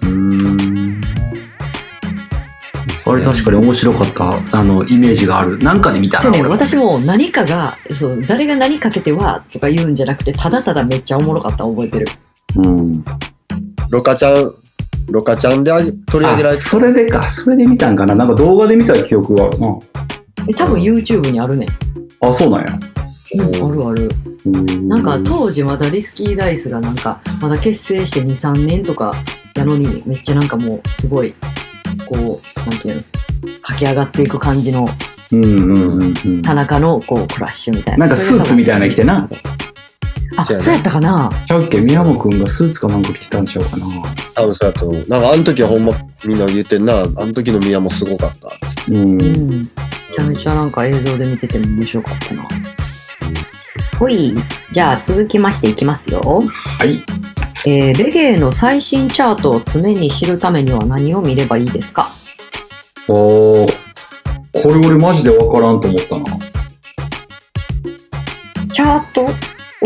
Speaker 3: た。
Speaker 4: うんあれ確かに面白かったあのイメージがあるなんかで見た
Speaker 3: そう
Speaker 4: な
Speaker 3: ね、
Speaker 4: 俺
Speaker 3: 私も何かが、そう、誰が何かけてはとか言うんじゃなくて、ただただめっちゃおもろかったの覚えてる。
Speaker 4: うん
Speaker 5: ロカちゃんロカちゃんであげ取り上げら
Speaker 4: あ
Speaker 5: れて
Speaker 4: それでかそれで見たんかななんか動画で見た記憶があるな
Speaker 3: え多分 YouTube にあるね。
Speaker 4: あそうなんや
Speaker 3: うん、あるある。
Speaker 4: うん
Speaker 3: なんか当時まだリスキーダイスがなんか、まだ結成して2、3年とかやのに、めっちゃなんかもうすごい、こう、なんていうの、駆け上がっていく感じの、
Speaker 4: うんうんうんうん
Speaker 3: 田中のこう、クラッシュみたいな。
Speaker 4: なんかスーツみたいなの着てな。
Speaker 3: あ、そうやったかな
Speaker 4: ちゃうっけ宮本くんがスーツかなんか着てたんちゃうかな
Speaker 5: 多分そうやと思うなんかあの時はほんまみんな言ってんなあの時の宮もすごかった
Speaker 4: うん
Speaker 3: うん。めちゃめちゃなんか映像で見てても面白かったな。ほい。じゃあ続きましていきますよ。
Speaker 4: はい
Speaker 3: えーレゲエの最新チャートを常に知るためには何を見ればいいですか
Speaker 4: おーこれ俺マジでわからんと思ったな
Speaker 3: チャート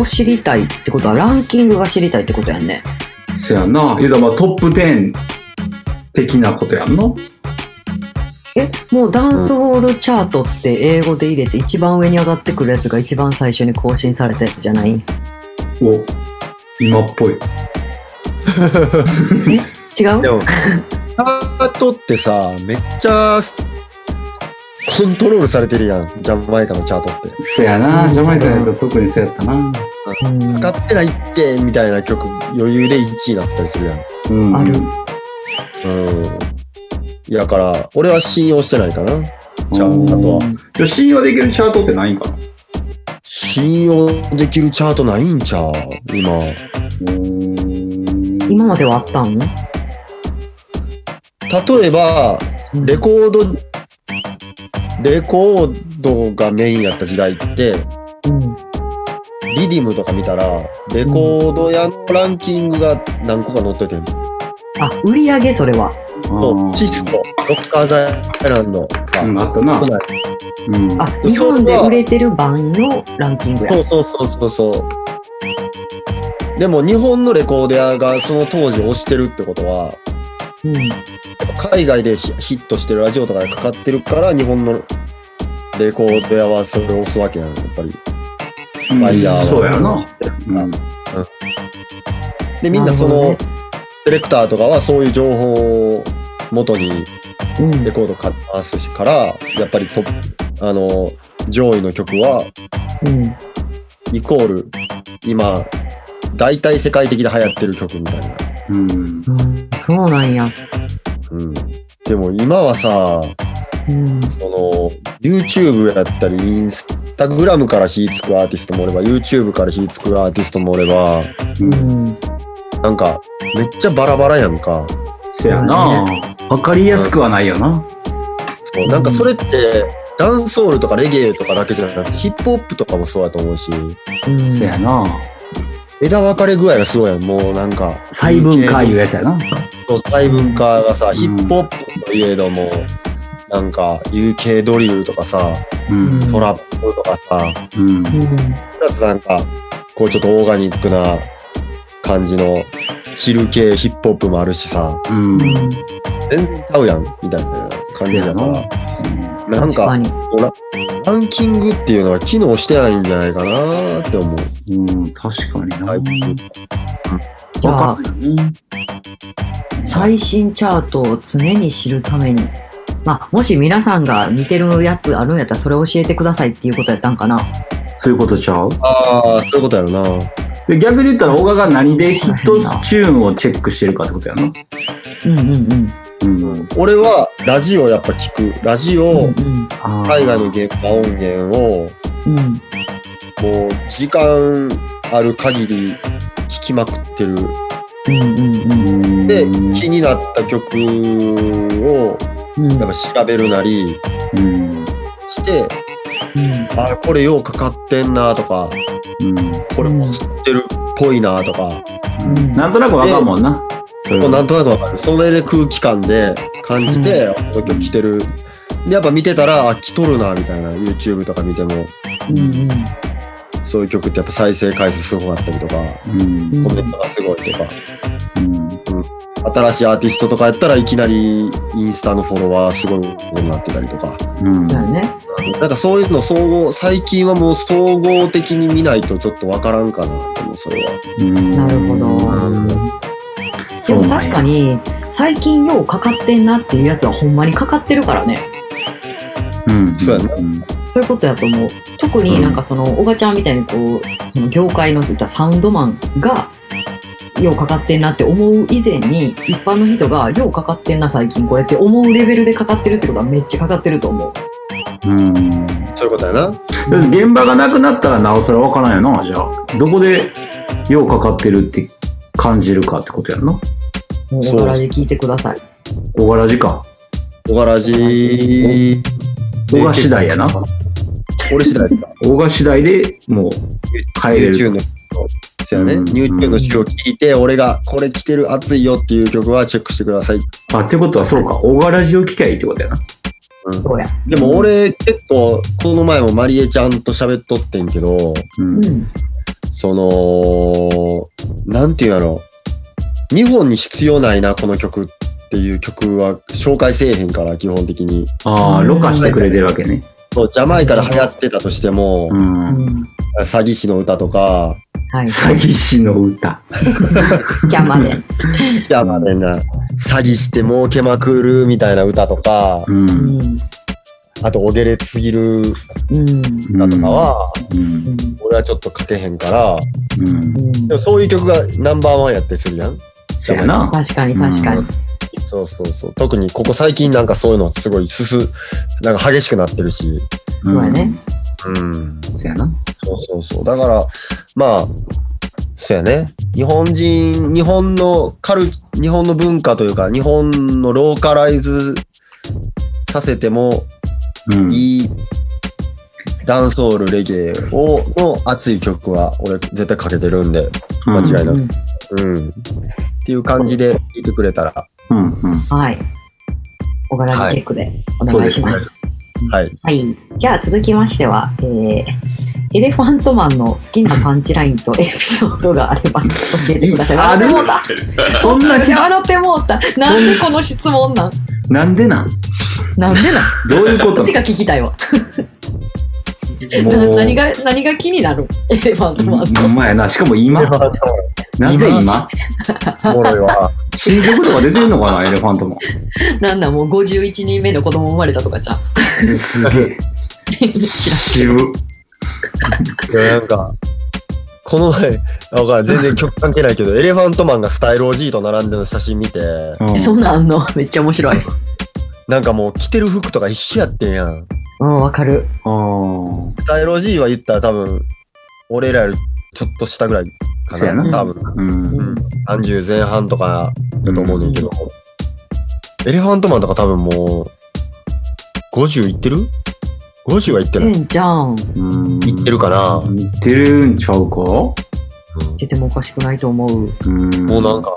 Speaker 3: を知りたいってことはランキングが知りたいってことやんね。
Speaker 4: せやな言うたらまあトップ10的なことやんな
Speaker 3: え、もうダンスホールチャートって英語で入れて一番上に上がってくるやつが一番最初に更新されたやつじゃない違
Speaker 4: お今っぽい
Speaker 5: でも、
Speaker 3: う
Speaker 5: チャートってさ、めっちゃコントロールされてるやん、ジャマイカのチャートって。
Speaker 4: せやなジャマイカのやつは特にそうやったな
Speaker 3: うん
Speaker 5: かかってないってみたいな曲、余裕で1位になってたりするやん。
Speaker 4: うん
Speaker 3: ある
Speaker 5: うん。やから、俺は信用してないかな、チャートは。
Speaker 4: じゃあ信用できるチャートってないんかな
Speaker 5: 信用できるチャートないんちゃう今。
Speaker 3: 今まではあったん
Speaker 5: 例えば、レコード、レコードがメインやった時代って、
Speaker 3: うん。
Speaker 5: リディムとか見たら、レコード屋のランキングが何個か載っててん
Speaker 3: あ、売り上げそれは。
Speaker 5: そうシスコ、ロッカーズアイランドが、
Speaker 4: うん、あったな。
Speaker 5: 都内
Speaker 4: うん。
Speaker 3: あ、日本で売れてる版のランキングや。
Speaker 5: そうそうそうそうそう。でも日本のレコーディアがその当時推してるってことは、
Speaker 3: うん
Speaker 5: 海外でヒヒットしてるラジオとかでかかってるから、日本のレコーディアはそれを押すわけやん、やっぱり。
Speaker 4: うん
Speaker 5: ファイヤーは
Speaker 4: そうやな。うん。
Speaker 5: で、みんなそ
Speaker 3: なるほど
Speaker 5: の、
Speaker 3: ね
Speaker 5: ディレクターとかはそういう情報を元に
Speaker 3: うん
Speaker 5: レコード買ってますしから、やっぱりトップあの、上位の曲は、
Speaker 3: うん
Speaker 5: イコール、今、大体世界的で流行ってる曲みたいな。
Speaker 4: うん。
Speaker 3: うんそうなんや。
Speaker 5: うん。でも今はさ、
Speaker 3: うん
Speaker 5: その YouTube やったりインスタグラムから火つくアーティストもおれば YouTube から火つくアーティストもおれば
Speaker 3: うん
Speaker 5: なんかめっちゃバラバラやんか
Speaker 4: せやな。わかりやすくはないよな。
Speaker 5: そうなんかそれってダンソールとかレゲエとかだけじゃなくてヒップホップとかもそうやと思うし
Speaker 3: うん
Speaker 4: せやな。
Speaker 5: 枝分かれ具合がすごいやんもうなんか
Speaker 4: 細分化いうやつやな。
Speaker 5: そう細分化がさ、ヒップホップといえどもなんか UK ドリルとかさ
Speaker 4: うん。
Speaker 5: トラップとかさ
Speaker 4: うん。
Speaker 5: ちょっとなんか、こうちょっとオーガニックな感じの、チル系ヒップホップもあるしさ、
Speaker 4: うん。
Speaker 3: うん
Speaker 5: 全然ちゃうやん、みたいな感じだから。なん
Speaker 3: 確か
Speaker 5: か、
Speaker 3: に
Speaker 5: ランキングっていうのは機能してないんじゃないかなって思う。
Speaker 4: うん。確かにな。
Speaker 5: はい
Speaker 3: じゃあ
Speaker 4: わかるよね
Speaker 3: 最新チャートを常に知るために、まあ、もし皆さんが見てるやつあるんやったらそれ教えてくださいっていうことやったんかな。
Speaker 4: そういうことちゃう
Speaker 5: ああ、そういうことやろな。
Speaker 4: で逆に言ったら、小川が何でヒットチューンをチェックしてるかってことやな。
Speaker 3: うんうんうん。
Speaker 4: うん。
Speaker 5: 俺はラジオやっぱ聞く。ラジオ、
Speaker 3: うんうん
Speaker 5: 海外の現場音源を、
Speaker 3: うん
Speaker 5: もう時間ある限り聞きまくってる
Speaker 3: うんうん
Speaker 4: の
Speaker 5: で、
Speaker 4: うん。
Speaker 5: 気になった曲を
Speaker 3: うんうん
Speaker 5: やっぱ調べるなり
Speaker 4: うん。
Speaker 5: して、
Speaker 3: うん
Speaker 5: あーこれようかかってんなとか、これも知ってるっぽいなとか、
Speaker 4: うん。なんとなくわかるもんな。それ
Speaker 5: もうなんとなくわかる。それで空気感で感じて、この曲来てる。で、やっぱ見てたら、あ、来とるなみたいな、YouTube とか見ても、
Speaker 3: うん
Speaker 5: そういう曲ってやっぱ再生回数すごかったりとか、
Speaker 4: うん。
Speaker 5: コメントがすごいとか、
Speaker 4: うん。
Speaker 5: 新しいアーティストとかやったらいきなりインスタのフォロワーすごいことになってたりとか、
Speaker 4: うん。
Speaker 3: そうやね。
Speaker 5: なんかそういうの総合、最近はもう総合的に見ないとちょっとわからんかな、でもそれは。
Speaker 3: な
Speaker 4: な
Speaker 3: るほど。でも確かに最近ようかかってんなっていうやつはほんまにかかってるからね。
Speaker 4: うん。
Speaker 5: そうやな
Speaker 4: うん。
Speaker 3: そういうことやと思う。特になんかその、小川ちゃんみたいにこう、その業界のそういったサウンドマンが、ようかかってんなって思う以前に、一般の人が、ようかかってんな最近こうやって思うレベルでかかってるってことはめっちゃかかってると思う。
Speaker 4: うん。
Speaker 5: そういうことやな。
Speaker 4: だって現場がなくなったらなおさらわからんよなじゃあどこでようかかってるって感じるかってことやんな
Speaker 3: もう
Speaker 5: そう
Speaker 3: 小柄で聞いてください。
Speaker 4: 小柄時間
Speaker 5: 小柄じ
Speaker 4: 小柄次第やな
Speaker 5: 俺次第 (laughs) だ。
Speaker 4: 小柄次第でもう帰れ
Speaker 5: YouTube
Speaker 4: る
Speaker 5: の。そうやね。
Speaker 4: うん
Speaker 5: YouTube の詩を聞いて、俺がこれ来てる熱いよっていう曲はチェックしてください。
Speaker 4: あってことはそうか小柄ジを聞きゃいいってことやな
Speaker 3: そうや。
Speaker 5: でも俺結構、この前もマリエちゃんと喋っとってんけど、
Speaker 4: うん
Speaker 3: うん。
Speaker 5: その、なんていうんやろ。日本に必要ないな、この曲っていう曲は紹介せえへんから、基本的に。
Speaker 4: ああろ過してくれてるわけね
Speaker 5: そう、ジャマイカで流行ってたとしても
Speaker 4: う、
Speaker 3: うんん。
Speaker 5: 詐欺師の歌とか、
Speaker 4: (laughs)
Speaker 3: はい。
Speaker 4: 詐欺師の歌
Speaker 3: キャンまで。
Speaker 5: いや、まあ、みんな、詐欺して儲けまくるみたいな歌とか、
Speaker 4: うん
Speaker 3: う
Speaker 4: うん
Speaker 3: ん。
Speaker 5: あと、おげれすぎる
Speaker 3: うん。
Speaker 5: 歌とかは、
Speaker 4: うん
Speaker 5: 俺はちょっと書けへんから、
Speaker 4: うん
Speaker 3: うん
Speaker 5: でもそういう曲がナンバーワンやったりするやん。
Speaker 4: そやな
Speaker 3: 確かに確かに。
Speaker 5: そうそうそう。特にここ最近なんかそういうのすごいすす、なんか激しくなってるし。
Speaker 4: うん
Speaker 3: そうやね
Speaker 5: うん。
Speaker 4: そやな
Speaker 5: そうそうそう。だから、まあ、そうやね。日本人、日本のカル、日本の文化というか、日本のローカライズさせても
Speaker 4: うん
Speaker 5: いいダンソールレゲエをの熱い曲は俺絶対かけてるんで、間違いな
Speaker 3: う
Speaker 5: く。
Speaker 3: ん
Speaker 5: うん。っていう感じで聞いてくれたら
Speaker 4: うんうん
Speaker 3: はい。小柄にチェックでお願いします。
Speaker 5: はい。
Speaker 3: はい。じゃあ続きましては、えー、エレファントマンの好きなパンチラインとエピソードがあれば教えてください。
Speaker 4: ある
Speaker 3: 笑ってもうた
Speaker 4: そんな日
Speaker 3: 笑ってもうた。なんでこの質問なん
Speaker 4: なんでなん
Speaker 3: なんでなん
Speaker 4: どういうこ
Speaker 3: ことっちが聞きたいわ。な
Speaker 4: もう
Speaker 3: 何が、何が気になるエレファントマンと。
Speaker 4: ほんまやなしかも今
Speaker 5: エレファント
Speaker 4: なぜ今
Speaker 5: マンおもろいわ。
Speaker 4: 新曲とか出てんのかなエレファントも
Speaker 3: なんなんもう51人目の子供生まれたとかじゃん。
Speaker 4: すげえ渋
Speaker 5: いやなんか、この前、あわからん全然曲関係ないけど、エレファントマンがスタイルおじいと並んでる写真見て、
Speaker 4: うん
Speaker 3: そんなんあんのめっちゃ面白い。
Speaker 5: なんかもう着てる服とか一緒やってんやん。
Speaker 3: うん、わかる。
Speaker 4: あー
Speaker 5: スタイルおじいは言ったら多分、俺らよりちょっと下ぐらいか
Speaker 4: そうや
Speaker 5: な。
Speaker 4: な
Speaker 5: 多分、
Speaker 4: うん
Speaker 3: うん
Speaker 5: 30前半とかだと思うねんけど、エレファントマンとか多分もう、50いってる ?50 はいって
Speaker 3: て
Speaker 5: ない。
Speaker 3: んちゃん。
Speaker 4: うん
Speaker 5: いってるかな。
Speaker 4: いってるんちゃうか
Speaker 3: 出てもおかしくないと思う。
Speaker 4: うん
Speaker 5: もうなんか、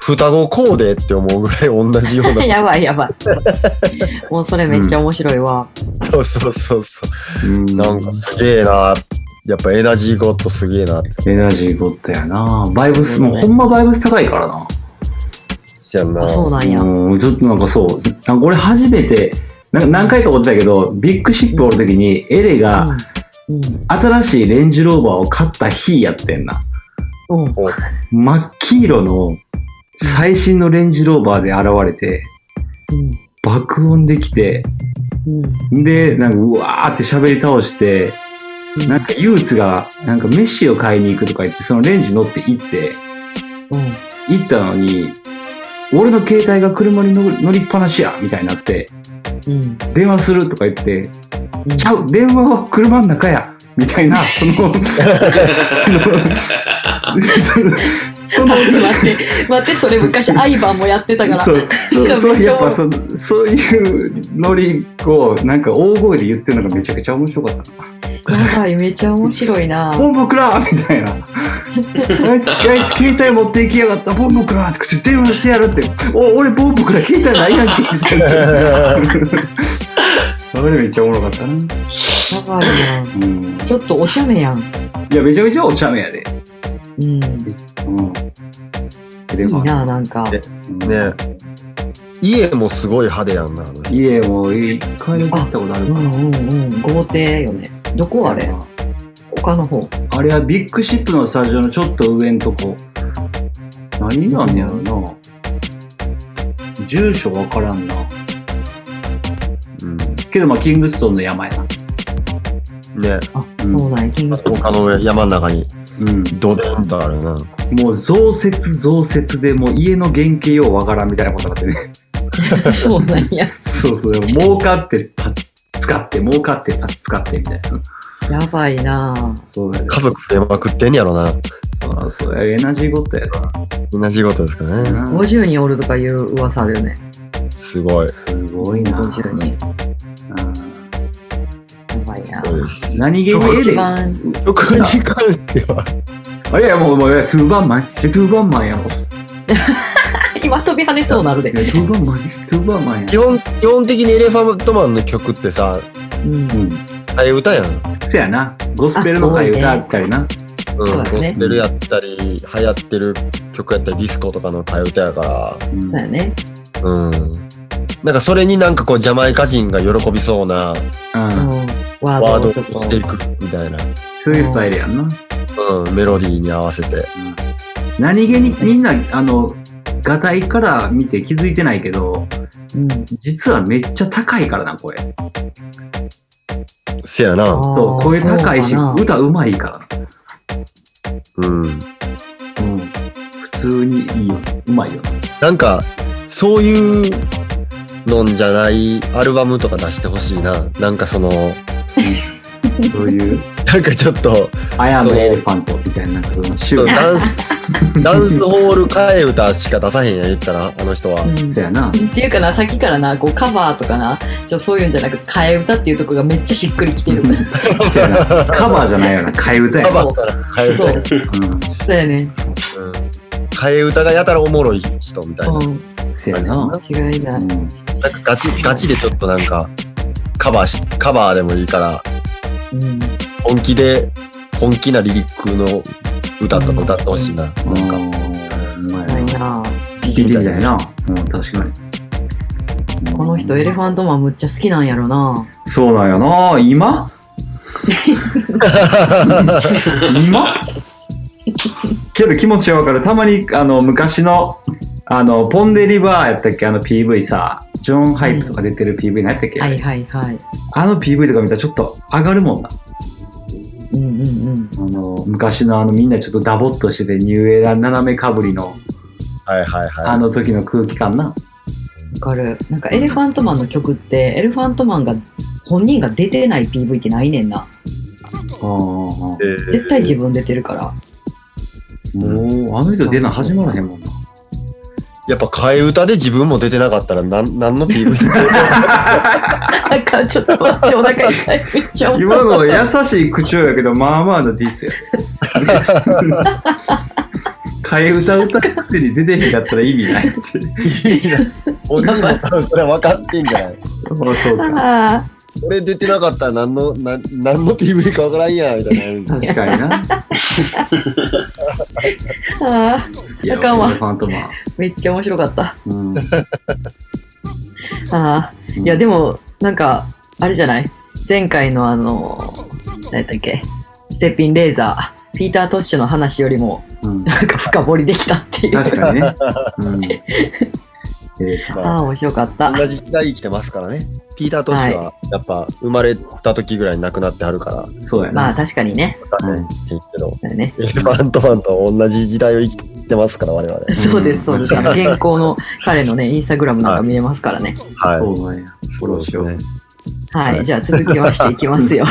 Speaker 5: 双子こうでって思うぐらい同じよ (laughs) うな。
Speaker 3: やばいやばい。もうそれめっちゃ面白いわ。
Speaker 5: そうそうそうそう。
Speaker 4: うん
Speaker 5: なんかすげえな。やっぱエナジーゴッドすげえなって。
Speaker 4: エナジーゴッドやなバイブスもうほんまバイブス高いからな
Speaker 5: やんな。
Speaker 3: あそうなんや。
Speaker 4: うんずっとなんかそうなんか俺初めてなんか何回かおってたけどビッグシップおる時にエレが
Speaker 3: うん。
Speaker 4: 新しいレンジローバーを買った日やってんな
Speaker 3: うん。うん。
Speaker 4: 真っ黄色の最新のレンジローバーで現れて爆音できて
Speaker 3: うん。うん。
Speaker 4: でなんかうわーって喋り倒してなんか憂鬱がなんか飯を買いに行くとか言ってそのレンジ乗って行って
Speaker 3: うん。
Speaker 4: 行ったのに俺の携帯が車に乗る乗りっぱなしやみたいになって
Speaker 3: うん。
Speaker 4: 電話するとか言って
Speaker 3: うん
Speaker 4: ちゃう電話は車の中やみたいなその
Speaker 3: (laughs)
Speaker 4: そのその
Speaker 3: 待って、待って、それ昔、アイバンもやってたから。
Speaker 4: そうそうそう
Speaker 3: めっちゃ
Speaker 4: やっぱそのそういうノリをなんか大声で言ってるのがめちゃくちゃ面白かった
Speaker 3: やばい、めっちゃ面白いな
Speaker 4: 「。本部くら!」みたいな「あいつあいつ携帯持っていきやがった本部くら!」って電話してやるって「お俺本部くら携帯ないやんけ」 (laughs) みたいなそれめっちゃおもろかったな、
Speaker 3: やばいな。
Speaker 4: うん、
Speaker 3: ちょっとおしゃれやん。
Speaker 4: いやめちゃめちゃおちゃめやで、
Speaker 3: うん。い
Speaker 4: うん、で
Speaker 3: い
Speaker 4: も
Speaker 3: な、なんか。
Speaker 4: うん
Speaker 5: (laughs) ね家もすごい派手やんな。あの
Speaker 4: 家も一回行ったことある
Speaker 3: う
Speaker 4: か
Speaker 3: ん
Speaker 4: な
Speaker 3: うんうん。豪邸よね。どこあれ丘の方。
Speaker 4: あれはビッグシップのスタジオのちょっと上んとこ。何なんやろな。住所わからんな。
Speaker 5: うん
Speaker 4: けどまあ、キングストンの山やな。
Speaker 5: ね
Speaker 3: あ、
Speaker 4: うん
Speaker 3: そうなんや。キングストン。
Speaker 5: 丘の上、山の中に
Speaker 4: うん。
Speaker 5: ドデンとあるな。
Speaker 4: もう増設増設で、もう家の原型ようわからんみたいなことがあってね。
Speaker 3: そうなんや。
Speaker 4: (laughs) そうそう。儲かってた、使って、儲かってた、使ってみたいな。
Speaker 3: やばいな。
Speaker 4: そうやで。
Speaker 5: 家族増えまくってんやろな。
Speaker 4: そうやそうや。エナジーゴッドや
Speaker 5: 同じことですかね。
Speaker 4: な。
Speaker 3: 50人おるとかいう噂あるよね。
Speaker 5: すごい。
Speaker 4: すごいな。
Speaker 3: 50人。やばいな。
Speaker 5: そうです
Speaker 4: うん何気にエ
Speaker 3: 一
Speaker 4: レ
Speaker 3: 番
Speaker 5: 曲に関しては、
Speaker 4: あれやもうもういやトゥーバンマンえトゥーバンマンやろ
Speaker 3: 今飛び跳ねそうなるで
Speaker 4: い。やトゥーバンマントゥーバンマンや
Speaker 5: 基本、基本的にエレファントマンの曲ってさ、
Speaker 3: うん。
Speaker 4: うん
Speaker 5: 替え歌やん。
Speaker 4: せやなゴスペルの替え歌あったりな
Speaker 5: う
Speaker 3: そ
Speaker 5: ん。
Speaker 3: う
Speaker 5: ゴ
Speaker 3: だね
Speaker 5: スペルやったり、流行ってる曲やったり、ディスコとかの替え歌やから。
Speaker 4: うん
Speaker 3: そうやね。
Speaker 5: うん。なんかそれになんかこうジャマイカ人が喜びそうな
Speaker 4: うん
Speaker 3: うんワ
Speaker 5: ワー
Speaker 3: ー
Speaker 5: ド
Speaker 3: ド
Speaker 5: を
Speaker 3: とか
Speaker 5: していくみたいな、
Speaker 4: そういうスタイルやんな
Speaker 5: うん、メロディーに合わせて。
Speaker 4: 何気にみんなあの画体から見て気づいてないけど
Speaker 3: うん。
Speaker 4: 実はめっちゃ高いからな声
Speaker 5: せやな。
Speaker 4: そう声高いし
Speaker 3: そうかな
Speaker 4: 歌うまいか
Speaker 5: うん。
Speaker 4: らうん普通にいいようまいよ
Speaker 5: なんか、そういうのんじゃないアルバムとか出してほしいな。なんかその、
Speaker 4: そういう
Speaker 5: なんかちょっと、
Speaker 4: 「アヤムエレファント」みたいなそのシュー
Speaker 5: ダンス、 (laughs) ダンスホール替え歌しか出さへんやん、言ったら、あの人は。
Speaker 3: うん
Speaker 4: そうやな
Speaker 3: っていうかな、さっきからな、こうカバーとかな、ちょそういうんじゃなく、替え歌っていうとこがめっちゃしっくりきてる。
Speaker 4: そうやなカバーじゃないよな替え歌や
Speaker 5: カ
Speaker 4: な
Speaker 5: バーから替え
Speaker 3: そう、
Speaker 4: うん
Speaker 3: そうやね。
Speaker 5: 歌。うん替え歌がやたらおもろい人みたいな。
Speaker 3: うん、
Speaker 4: せやな
Speaker 3: 違いない。
Speaker 4: うん
Speaker 5: なんかガチ、ガチでちょっとなんか、カバーし、カバーでもいいから、
Speaker 6: うん
Speaker 5: 本気で、本気なリリックの歌とか歌ってほしいな。なんか、
Speaker 4: なん
Speaker 3: ない
Speaker 4: か、
Speaker 3: な
Speaker 4: 聞いてみたいな。うん、確かに。
Speaker 3: この人エレファントマンむっちゃ好きなんやろな
Speaker 4: そうなんやな
Speaker 3: (laughs)
Speaker 4: 今今けど気持ちはわかるたまにあの昔のあのポンデリバーやったっけあの PV さジョン・ハイプとか出てる PV 何やったっけ、
Speaker 3: はいはいはい
Speaker 4: あの PV とか見たらちょっと上がるもんな
Speaker 3: うんうんうん
Speaker 4: あの昔のあのみんなちょっとダボっとしててニューエラ斜めかぶりの
Speaker 5: はいはいはい。
Speaker 4: あの時の空気感な
Speaker 3: わかるなんかエレファントマンの曲ってエレファントマンが本人が出てない PV ってないねんな
Speaker 4: も
Speaker 5: えー
Speaker 3: 絶対自分出てるから
Speaker 4: うあの人出な始まらへんもんな
Speaker 5: やっぱ替え歌で自分も出てなかったらなんなんの PV
Speaker 3: なんかちょっと待ってお腹痛いめっちゃ思う
Speaker 4: 今の優しい口調やけどまあまあのディ
Speaker 3: (laughs)
Speaker 4: スや替え歌歌くせに出てへんかったら意味ないって
Speaker 5: 俺もそれ分かってんじゃない
Speaker 4: そうそうか
Speaker 3: あ
Speaker 5: 俺出てなかったら何の何何の PV か分からんやみたいなるんじゃん
Speaker 4: 確かにな
Speaker 3: ーあー
Speaker 4: いや
Speaker 3: あかんわ
Speaker 4: ファントマン
Speaker 3: めっちゃ面白かった
Speaker 4: うん
Speaker 3: あーいやでもなんかあれじゃない前回のあの何だっけステッピンレーザーピーター・トッシュの話よりも
Speaker 4: うん
Speaker 3: なんか深掘りできたっていう
Speaker 4: 確かにね、うんええさ
Speaker 3: ああ面白かった
Speaker 5: 同じ時代生きてますからねピーター・トッシュはやっぱ生まれた時ぐらいに亡くなってはるから
Speaker 4: そうやな、
Speaker 3: まあ確かにね
Speaker 4: うん
Speaker 5: いいけど
Speaker 3: だよね
Speaker 5: エレファントマンと同じ時代を生きてますから我々
Speaker 3: そうです、そうです。あの現行の彼のね、インスタグラムなんか見れますからね。
Speaker 5: はい
Speaker 4: そうなんやフォローしよう
Speaker 5: そうで
Speaker 3: はい、
Speaker 5: はい
Speaker 3: じゃあ続きましていきますよ。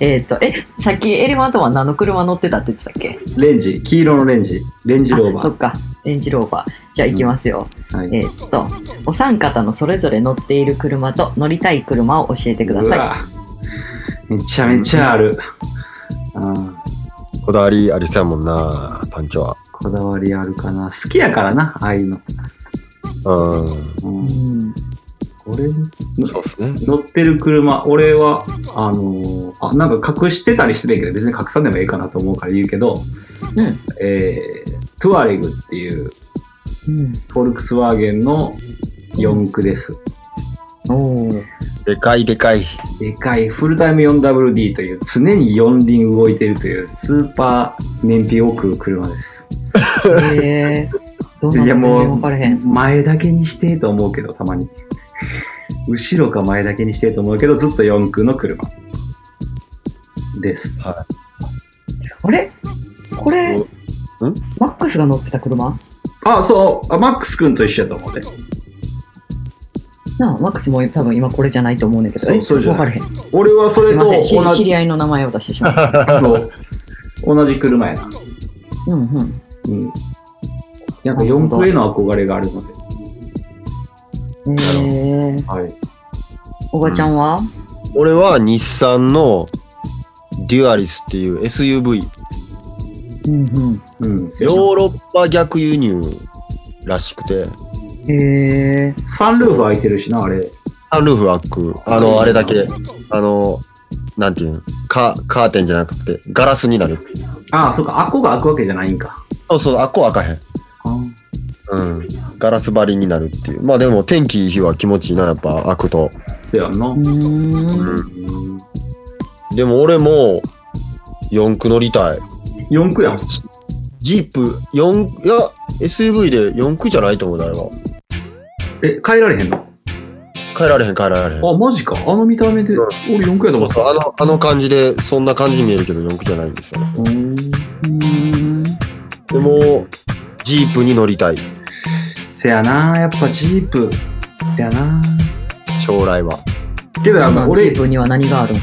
Speaker 3: えっと、え、さっきエレファントマン何の車乗ってたって言ってたっけ
Speaker 4: レンジ黄色のレンジレンジローバ
Speaker 3: あそっか、レンジローバー。じゃあいきますよ。
Speaker 4: ー、はい
Speaker 3: えっと、お三方のそれぞれ乗っている車と乗りたい車を教えてくだ
Speaker 4: う
Speaker 3: さ
Speaker 4: わめちゃめちゃある、うん
Speaker 5: こだわりありそうやもんなパンチョは
Speaker 4: こだわりあるかな好きやからなああいうの、
Speaker 5: う
Speaker 3: い。う
Speaker 4: うん、
Speaker 3: ん、
Speaker 4: 俺
Speaker 5: んそうですね
Speaker 4: 乗ってる車俺はあのーあなんか隠してたりしてないけど別に隠さんでもええかなと思うから言うけど、
Speaker 3: うん
Speaker 4: えートゥアレグっていう
Speaker 3: うん
Speaker 4: フォルクスワーゲンの四駆です、
Speaker 3: おー
Speaker 5: でかいでかい
Speaker 4: でかいフルタイム 4WD という常に4輪動いてるというスーパー燃費を食う車です (laughs)
Speaker 3: えー、どうなのか全然分からへん。
Speaker 4: 前だけにしてと思うけどたまに後ろか前だけにしてと思うけどずっと四駆の車です
Speaker 3: あれこれ、
Speaker 5: おん
Speaker 3: マックスが乗ってた車
Speaker 4: あそうあマックス君と一緒やと思うね
Speaker 3: なあマックスも多分今これじゃないと思うねんだけど
Speaker 4: そう
Speaker 3: え
Speaker 4: そうじゃ
Speaker 3: 分
Speaker 4: ない
Speaker 3: からへんす
Speaker 4: 俺はそれ
Speaker 3: い
Speaker 4: と
Speaker 3: ません知り
Speaker 4: 同
Speaker 3: 知
Speaker 4: じ
Speaker 3: り合いの名前を出してしまった
Speaker 4: そう同じ車やな
Speaker 3: うんうん
Speaker 4: うんやっぱ四駆への憧れがあるので
Speaker 3: えー、
Speaker 4: はい
Speaker 3: おばちゃんは、
Speaker 5: 俺は日産のデュアリスっていう SUV
Speaker 3: うん、うん
Speaker 4: うん
Speaker 5: ヨーロッパ逆輸入らしくて
Speaker 3: へえ
Speaker 4: サンルーフ開いてるしなあれ
Speaker 5: サンルーフは開くあ
Speaker 4: うん
Speaker 5: のあれだけあのなんていうのカカーテンじゃなくてガラスになる
Speaker 4: ああそうかあっこが開くわけじゃないんか
Speaker 5: そうそうあっこは開かへんうんガラス張りになるっていうまあでも天気いい日は気持ちいいなやっぱ開くと
Speaker 4: そうやんな、
Speaker 3: うーん
Speaker 4: うん
Speaker 5: でも俺も四駆乗りたい
Speaker 4: 四駆やん
Speaker 5: ジープ四いや SUV で四駆じゃないと思うだろ
Speaker 4: え変えられへんの
Speaker 5: 変えられへん変えられへん
Speaker 4: あマジかあの見た目で
Speaker 5: うん
Speaker 4: 俺四駆やと思って
Speaker 5: そう
Speaker 4: た
Speaker 5: あのあの感じでそんな感じに見えるけど四駆じゃないんですよね
Speaker 4: うん
Speaker 3: うーん
Speaker 5: でもジープに乗りたい
Speaker 4: せやなやっぱジープやな
Speaker 5: 将来は
Speaker 4: けどあ
Speaker 3: 今
Speaker 4: の
Speaker 3: ジ
Speaker 4: 俺
Speaker 3: ープには何があるん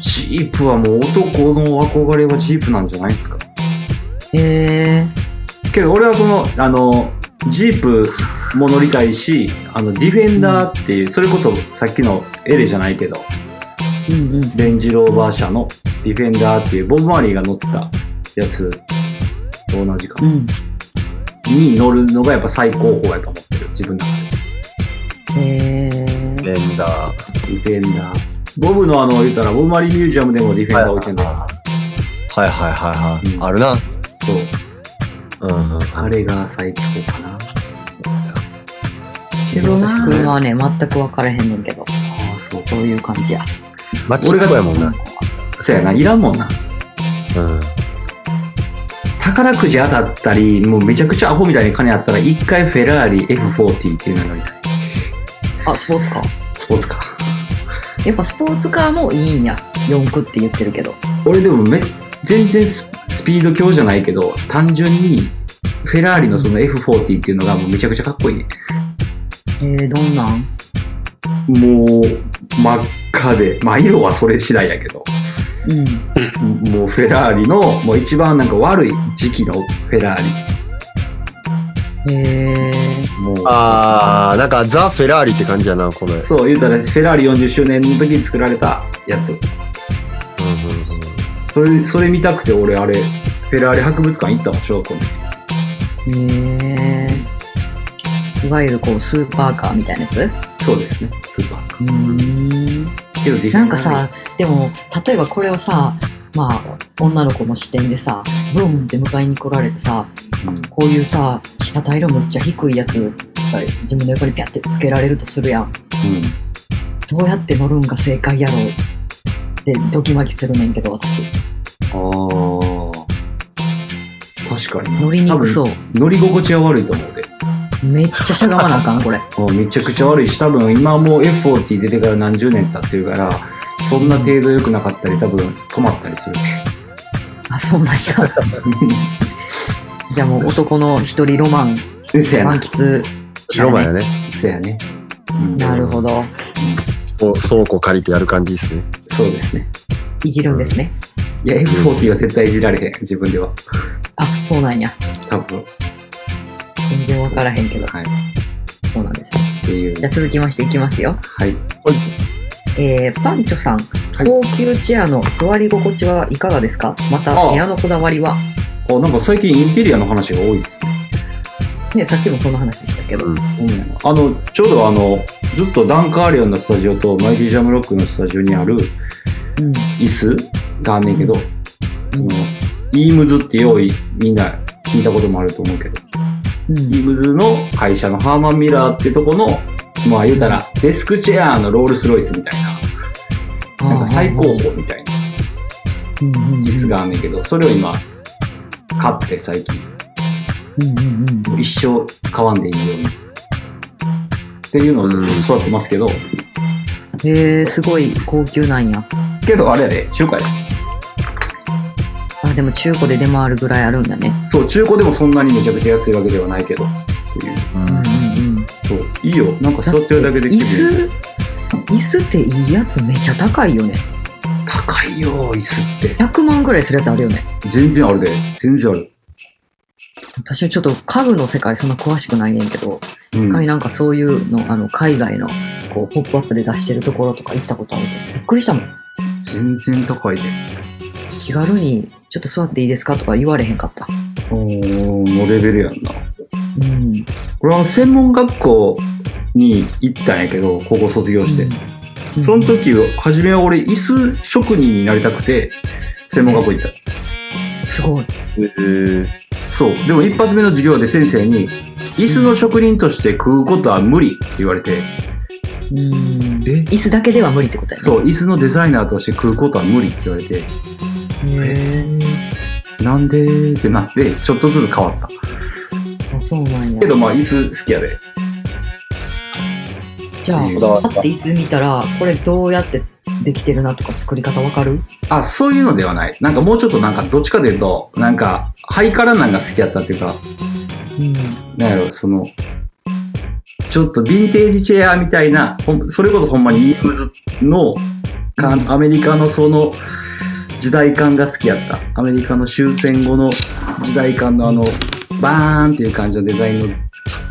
Speaker 4: ジープはもう男の憧れはジープなんじゃないですか
Speaker 3: へえ
Speaker 4: けど俺はそのあのジープも乗りたいしあのディフェンダーっていうそれこそさっきのエレじゃないけど
Speaker 3: うんうん
Speaker 4: レンジローバー社のディフェンダーっていうボブ・マーリーが乗ってたやつと同じか
Speaker 3: うん
Speaker 4: に乗るのがやっぱ最高峰やと思ってる自分の中で
Speaker 3: へー
Speaker 5: ディフェンダー。
Speaker 4: ディフェンダー。ボブのあの、言うたら、ボブマリーミュージアムでもディフェンダー置いてんだから。
Speaker 5: はいはいはいはい。
Speaker 4: うん
Speaker 5: あるな。
Speaker 4: そう。
Speaker 5: うんうん。
Speaker 4: あれが最強かな。けど
Speaker 3: 私
Speaker 4: な
Speaker 3: これはね全く分からへんねんけど
Speaker 4: ああ、そうそ
Speaker 3: そういう感じや
Speaker 5: マッチっ子やもんな。
Speaker 4: う。そうやな、いらんもんな。
Speaker 5: うん。
Speaker 4: 宝くじ当たったり、もうめちゃくちゃアホみたいに金あったら、一回フェラーリ F40 っていうのがみたい。
Speaker 3: あスポーツカー
Speaker 4: スポーツカー。
Speaker 3: やっぱスポーツカーもいいんや四駆って言ってるけど
Speaker 4: 俺でもめ全然ススピード強じゃないけど単純にフェラーリのその F40 っていうのがもうめちゃくちゃかっこいいね
Speaker 3: えー、どんなん
Speaker 4: もう真っ赤でまあ色はそれ次第やけど
Speaker 3: うん
Speaker 4: もうフェラーリのもう一番なんか悪い時期のフェラーリ
Speaker 3: へえ
Speaker 4: もう
Speaker 5: あー、なんかザ・フェラーリって感じやな、これ。うんうん
Speaker 4: そう言うたらフェラーリ40周年の時に作られたやつ
Speaker 5: うん。
Speaker 4: それそれ見たくて俺あれフェラーリ博物館行ったもん小学校の時
Speaker 3: へえいわゆるこうスーパーカーみたいなやつ
Speaker 4: そうですねスーパー
Speaker 3: うん
Speaker 4: けどディフェンダー
Speaker 3: なんかさでも例えばこれをさまあ女の子の視点でさブーンって迎えに来られてさ
Speaker 4: うん
Speaker 3: こういうさ車体のむっちゃ低いやつ
Speaker 4: はい
Speaker 3: 自分の横にピャってつけられるとするやん
Speaker 4: うん
Speaker 3: どうやって乗るんが正解やろうってドキマキするねんけど私
Speaker 4: あー確かにな
Speaker 3: 乗りにくそう
Speaker 4: 乗り心地は悪いと思うで
Speaker 3: めっちゃしゃがまなあかんこれ
Speaker 4: もうめちゃくちゃ悪いし多分今もう F40 出てから何十年経ってるからそんな程度良くなかったり多分止まった
Speaker 3: (laughs)
Speaker 4: りする (laughs)
Speaker 3: あそうなんやじゃあもう男の一人ロマン
Speaker 4: せや
Speaker 3: 満
Speaker 4: な
Speaker 3: 喫
Speaker 5: 白馬やね。
Speaker 4: せやね、うん
Speaker 3: なるほど
Speaker 5: お倉庫借りてやる感じですね。
Speaker 4: そうですね
Speaker 3: いじるんですね
Speaker 4: いや F40 は絶対いじられへん自分では
Speaker 3: あそうなんや
Speaker 4: 多分
Speaker 3: 全然分からへんけど
Speaker 4: はい
Speaker 3: そうなんですね
Speaker 4: っていう
Speaker 3: じゃあ続きましていきますよ
Speaker 4: はい
Speaker 3: えー、パンチョさん、
Speaker 4: い
Speaker 3: 高級チェアの座り心地はいかがですかまた
Speaker 4: ああ
Speaker 3: 部屋のこだわりは
Speaker 4: あなんか最近インテリアの話が多いですね
Speaker 3: ねさっきもその話したけど、
Speaker 5: うん
Speaker 4: あのちょうどあのずっとダンカーリオンのスタジオとマイティジャムロックのスタジオにある
Speaker 3: うん
Speaker 4: 椅子があんねんけど、そのイームズって用意みんな聞いたこともあると思うけど、
Speaker 3: うん
Speaker 4: イームズの会社のハーマンミラーってとこのまあ言うたらデスクチェアのロールスロイスみたいななんか最高峰みたいな
Speaker 3: うんうんうん
Speaker 4: 椅子があんねんけどそれを今買って最近
Speaker 3: うんうんうん
Speaker 4: もう一生買わんでいいようにっていうのを座ってますけど、
Speaker 3: へえすごい高級なんや
Speaker 4: けどあれやで中華や
Speaker 3: あでも中古で出回るぐらいあるんだね
Speaker 4: そう中古でもそんなにめちゃくちゃ安いわけではないけどっていう
Speaker 3: うんうんうん
Speaker 4: そういいよなんか座ってるだけで
Speaker 3: 椅
Speaker 4: 気分
Speaker 3: 子椅子っていいやつめちゃ高いよね
Speaker 4: 高いよ椅子って
Speaker 3: 100万ぐらいするやつあるよね
Speaker 4: 全然あるで全然ある、
Speaker 3: 私はちょっと家具の世界そんな詳しくないねんけど
Speaker 4: うん
Speaker 3: 一回なんかそういうの、あの、海外の、こう、ポップアップで出してるところとか行ったことあるけど、びっくりしたもん。
Speaker 4: 全然高いで
Speaker 3: 気軽に、ちょっと座っていいですかとか言われへんかった。
Speaker 4: おーのレベルやんな
Speaker 3: うん。
Speaker 4: 俺は専門学校に行ったんやけど高校卒業して、
Speaker 3: うん
Speaker 4: その時初めは俺椅子職人になりたくて専門学校行った、
Speaker 3: すごい。
Speaker 5: えー、
Speaker 4: そうでも一発目の授業で先生に「椅子の職人として食うことは無理」って言われて
Speaker 3: うん。
Speaker 4: え
Speaker 3: 椅子だけでは無理ってことやね。
Speaker 4: そう椅子のデザイナーとして食うことは無理って言われて
Speaker 3: へ
Speaker 4: なんでーってなってちょっとずつ変わった
Speaker 3: ーあ、そうなんや。
Speaker 4: けどまあ椅子好きやで
Speaker 3: じゃあ、
Speaker 5: こだわっ
Speaker 3: 立って椅子見たら、これどうやってできてるなとか作り方わかる
Speaker 4: あ、そういうのではない。なんかもうちょっとなんかどっちかというと、なんかハイカラなんが好きやったっていうか、
Speaker 3: うん。
Speaker 4: なんやろ、その、ちょっとヴィンテージチェアみたいな、ほんそれこそほんまにイームズのかアメリカのその時代感が好きやった。アメリカの終戦後の時代感のあの、バーンっていう感じのデザインの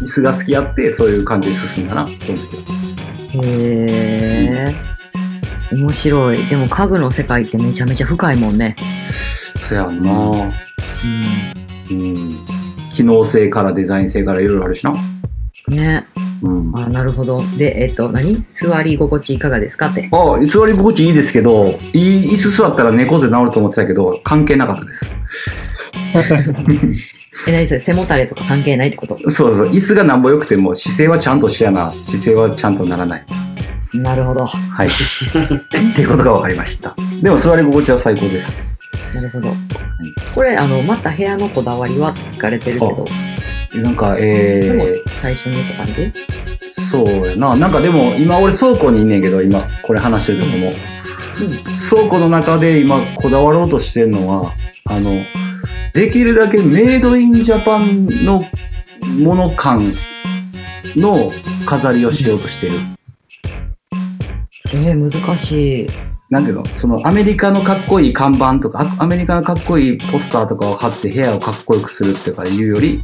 Speaker 4: 椅子が好きやって、そういう感じで進んだな、その時は
Speaker 3: へー面白い。でも家具の世界ってめちゃめちゃ深いもんね。
Speaker 4: そやんな
Speaker 3: うん。
Speaker 4: うん。機能性からデザイン性からいろいろあるしな。
Speaker 3: ね
Speaker 4: うん、あ
Speaker 3: あなるほど。で、えっと、何座り心地いかがですかって。
Speaker 4: 座り心地いいですけどいい椅子座ったら猫背治ると思ってたけど関係なかったです
Speaker 3: え、何それ背もたれとか関係ないってこと
Speaker 4: そうそう椅子がなんぼ良くても姿勢はちゃんとしやな姿勢はちゃんとならない
Speaker 3: なるほど。
Speaker 4: はいっていうことが分かりましたでも座り心地は最高です
Speaker 3: なるほど。これ、あの、また部屋のこだわりはって聞かれてるけど、
Speaker 4: なんかえ
Speaker 3: でも
Speaker 4: ー、
Speaker 3: 最初に言った感じ
Speaker 4: そうやななんかでも今俺倉庫にいんねんけど今これ話してるとこも、倉庫の中で今こだわろうとしてるのはあのできるだけメイドインジャパンのもの感の飾りをしようとしてる、
Speaker 3: えー、難しい。
Speaker 4: なんていうのそのアメリカのかっこいい看板とかあアメリカのかっこいいポスターとかを貼って部屋をかっこよくするっていうかいうより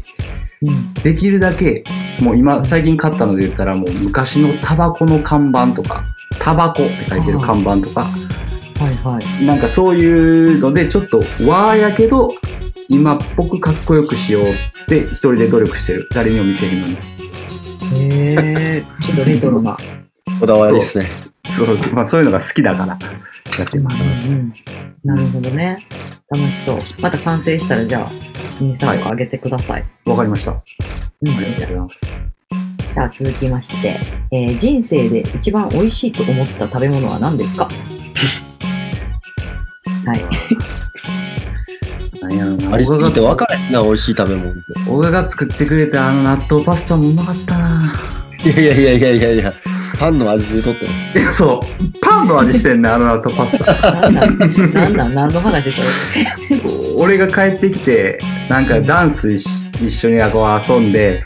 Speaker 3: うん。
Speaker 4: できるだけもう今最近買ったので言ったらもう昔のタバコの看板とかタバコって書いてる看板とか
Speaker 3: はいはい。
Speaker 4: なんかそういうのでちょっと和やけど今っぽくかっこよくしようって一人で努力してる誰にも見せへんのに
Speaker 3: へえー、ちょっとレトロな。
Speaker 5: こだわりですね。
Speaker 4: そうそう、まあ、そういうのが好きだからやってます
Speaker 3: うん、なるほどね。楽しそう。また完成したら、じゃあ、インスタとか上げてください。
Speaker 4: わかりましたあ
Speaker 3: う
Speaker 4: りがとうんございます
Speaker 3: じゃあ続きまして、えー人生で一番美味しいと思った食べ物は何ですかはい。
Speaker 4: 何やろうな
Speaker 5: ありす
Speaker 4: 僕
Speaker 5: ぎて
Speaker 4: が
Speaker 5: 分からへんな、美味しい食べ物っ
Speaker 4: 小川が作ってくれたあの納豆パスタもうまかったな
Speaker 5: て。いやいやいやいやいやいや、パンの味でとって。
Speaker 4: いやそうパンの味してんねあの納豆パス
Speaker 3: な
Speaker 4: タ
Speaker 3: んなん、なんなん、何の話それ。
Speaker 4: 俺が帰ってきてなんかダンス一緒一緒にこう遊んで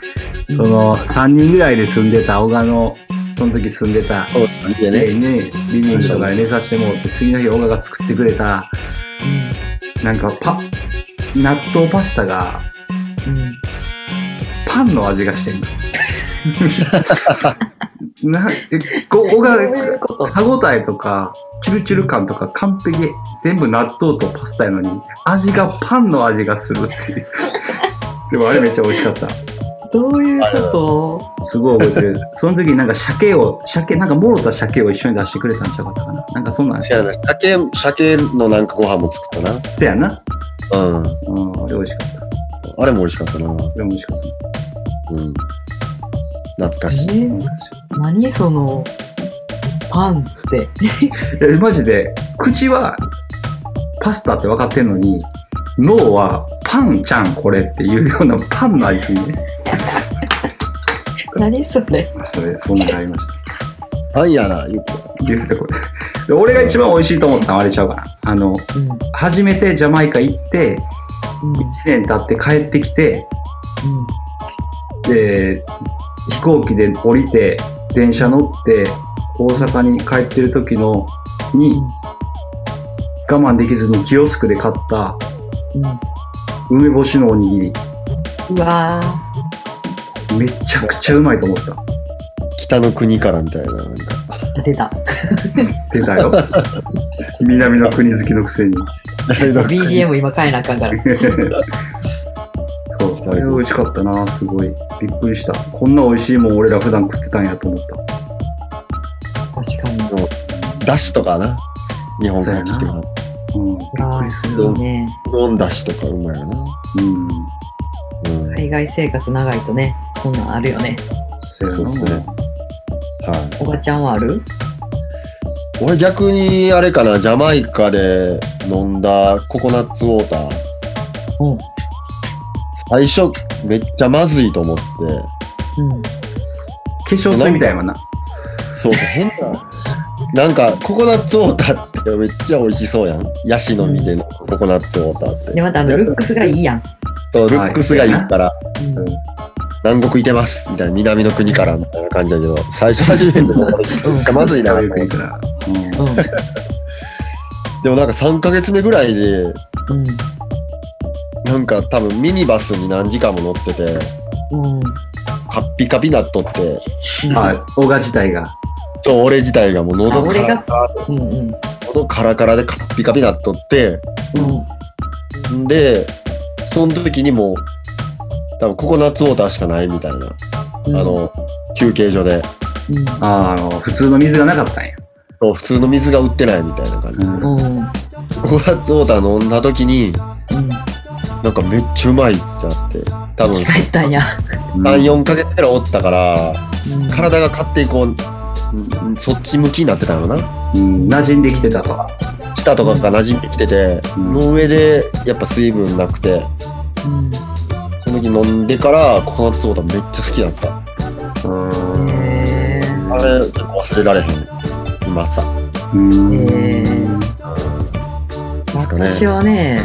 Speaker 4: その3人ぐらいで住んでた小川のその時住んでた
Speaker 5: そうなんで
Speaker 4: 家
Speaker 5: ね。
Speaker 4: にねリビングとかで寝させてもらって次の日小川が作ってくれたなんかパ納豆パスタが
Speaker 3: うん。うん。
Speaker 4: パンの味がしてんの。なえこ小
Speaker 3: どういう
Speaker 4: 川
Speaker 3: こと
Speaker 4: 歯ごたえとかチュルチュル感とか完璧全部納豆とパスタやのに味がパンの味がするっていう (laughs) でもあれめっちゃ美味しかった
Speaker 3: どういうこ
Speaker 4: すごい覚えてるその時になんか鮭を鮭なんかもろた鮭を一緒に出してくれたんちゃうかったかななんかそんなん
Speaker 5: せやな鮭、鮭のなんかご飯も作った
Speaker 4: せやな
Speaker 5: な。うん。
Speaker 4: うんあれ美味しかったあ
Speaker 5: あれも美味しかったな。うん。
Speaker 4: れ美味しかった
Speaker 5: 懐か
Speaker 3: と
Speaker 5: しい。
Speaker 3: え何その、パンって。
Speaker 4: いやマジで口はパスタって分かってんのに脳はパンちゃんこれっていうようなパンの味するね
Speaker 3: 何それ。
Speaker 4: それそんなのありました
Speaker 5: パンやな、言うて
Speaker 4: ですねこれで俺が一番美味しいと思ったのはあれちゃうかなあの
Speaker 3: うん。うん。
Speaker 4: 初めてジャマイカ行って1年経って帰ってきてで飛行機で降りて電車乗って大阪に帰ってる時のに我慢できずにキオスクで買った
Speaker 3: うん。
Speaker 4: 梅干しのおにぎり
Speaker 3: うん。うわー
Speaker 4: めちゃくちゃうまいと思った
Speaker 5: 北の国からみたいな。なんか
Speaker 3: 出た。
Speaker 4: 出たよ南の国好きのくせに
Speaker 3: BGM 今変えなあかんから。
Speaker 4: そうあれ美味しかったなすごいびっくりしたこんな美味しいもん俺ら普段食ってたんやと思った
Speaker 3: 確かに。
Speaker 5: だしとかな。日本から来てから。
Speaker 4: うん、びっくりする
Speaker 3: い
Speaker 4: よ
Speaker 3: い。ね。
Speaker 5: 飲んだしとかうまいよな。
Speaker 4: うん。
Speaker 5: うん。はい。
Speaker 3: 海外生活長いとね、そんなんあるよね。
Speaker 4: そう
Speaker 5: そうっすね
Speaker 3: おばちゃんはある
Speaker 5: 俺逆にあれかな、ジャマイカで飲んだココナッツウォーター。
Speaker 3: うん。うん。
Speaker 5: 最初めっちゃまずいと思って。
Speaker 4: 化粧水みたいやもんな。
Speaker 5: そう
Speaker 3: (laughs)
Speaker 5: か、変な。なんか、ココナッツウォーターってめっちゃ美味しそうやん。ヤシの実でのココナッツウォーターって。
Speaker 3: で、またあの、ルックスがいいやん。
Speaker 5: そう、ルックスがいいから、
Speaker 3: うん。
Speaker 5: 南国いてます、みたいな、南の国から、みたいな感じだけど、最初初めての、なんかまずいな。
Speaker 4: よくいく
Speaker 5: で
Speaker 4: ら。
Speaker 5: もなんか3ヶ月目ぐらいで、
Speaker 3: うん。
Speaker 5: なんか多分ミニバスに何時間も乗ってて、
Speaker 3: うん。
Speaker 5: カッピカピなっとって、
Speaker 3: うん。
Speaker 4: はい。オガ自体が。
Speaker 5: ちょ、俺自体がもう
Speaker 3: あ
Speaker 5: 喉
Speaker 3: 俺
Speaker 5: カ
Speaker 3: が
Speaker 5: ラカラ、
Speaker 3: うんうん。うん。
Speaker 5: 喉カラカラでカッピカピなっとって、んで、その時にもう、多分ココナッツウォーターしかないみたいな。
Speaker 3: うん
Speaker 5: あ、の、休憩所で
Speaker 4: あーあの、普通の水がなかったんや。
Speaker 5: そう普通の水が売ってないみたいな感じ
Speaker 4: う
Speaker 5: で
Speaker 4: ん
Speaker 3: おー
Speaker 5: 五月オーダー飲んだ時に
Speaker 3: うん。
Speaker 5: なんかめっちゃうまいってなって多分
Speaker 3: 帰ったんや。
Speaker 5: 34ヶ月ぐらいおったから
Speaker 3: うん
Speaker 5: 体が勝手にこうんそっち向きになってたのかな
Speaker 4: うん、馴染んできてたと。
Speaker 5: 舌とかが馴染んできてて、
Speaker 4: うん
Speaker 5: の上でやっぱ水分なくて
Speaker 3: うん
Speaker 5: その時飲んでからココナッツウォーターめっちゃ好きだった
Speaker 3: へー
Speaker 5: あれ結構忘れられへんうまさ
Speaker 4: うん
Speaker 3: へー
Speaker 5: すかね
Speaker 3: 私はね、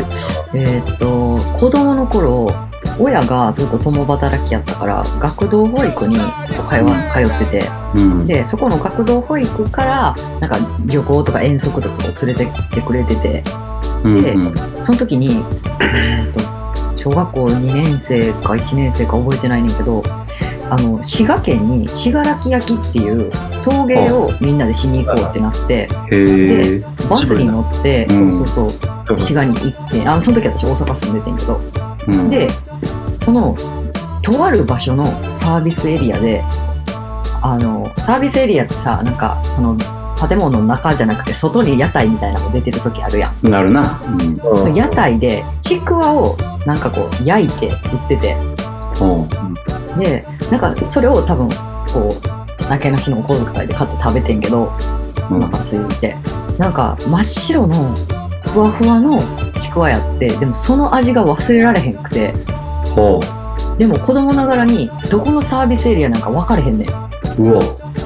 Speaker 3: えーっと、子供の頃、親がずっと共働きやったから、学童保育に通わ通ってて、
Speaker 4: うん
Speaker 3: で、そこの学童保育から、なんか旅行とか遠足とかを連れてってくれてて、
Speaker 4: うん
Speaker 3: でその時に、えーっと小学校2年生か1年生か覚えてないねんけどあの滋賀県に信楽焼っていう陶芸をみんなでしに行こうってなって
Speaker 4: へえ。
Speaker 3: バスに乗って、
Speaker 4: うん
Speaker 3: そうそうそう滋賀に行ってあその時私大阪住んでてんけど
Speaker 4: うん、
Speaker 3: でそのとある場所のサービスエリアであのサービスエリアってさなんかその建物の中じゃなくて外に屋台みたいなの出てる時あるやん。
Speaker 4: なるな。うん
Speaker 5: うん
Speaker 3: 屋台でちくわをなんかこう焼いて売ってて
Speaker 4: おう
Speaker 3: でなんかそれを多分こうなけなしのお小遣いで買って食べてんけど
Speaker 4: う
Speaker 3: お
Speaker 4: ん
Speaker 3: 腹空いてなんか真っ白のふわふわのちくわやってでもその味が忘れられへんくて
Speaker 4: おう
Speaker 3: でも子供ながらにどこのサービスエリアなんか分かれへんねん
Speaker 4: うわ、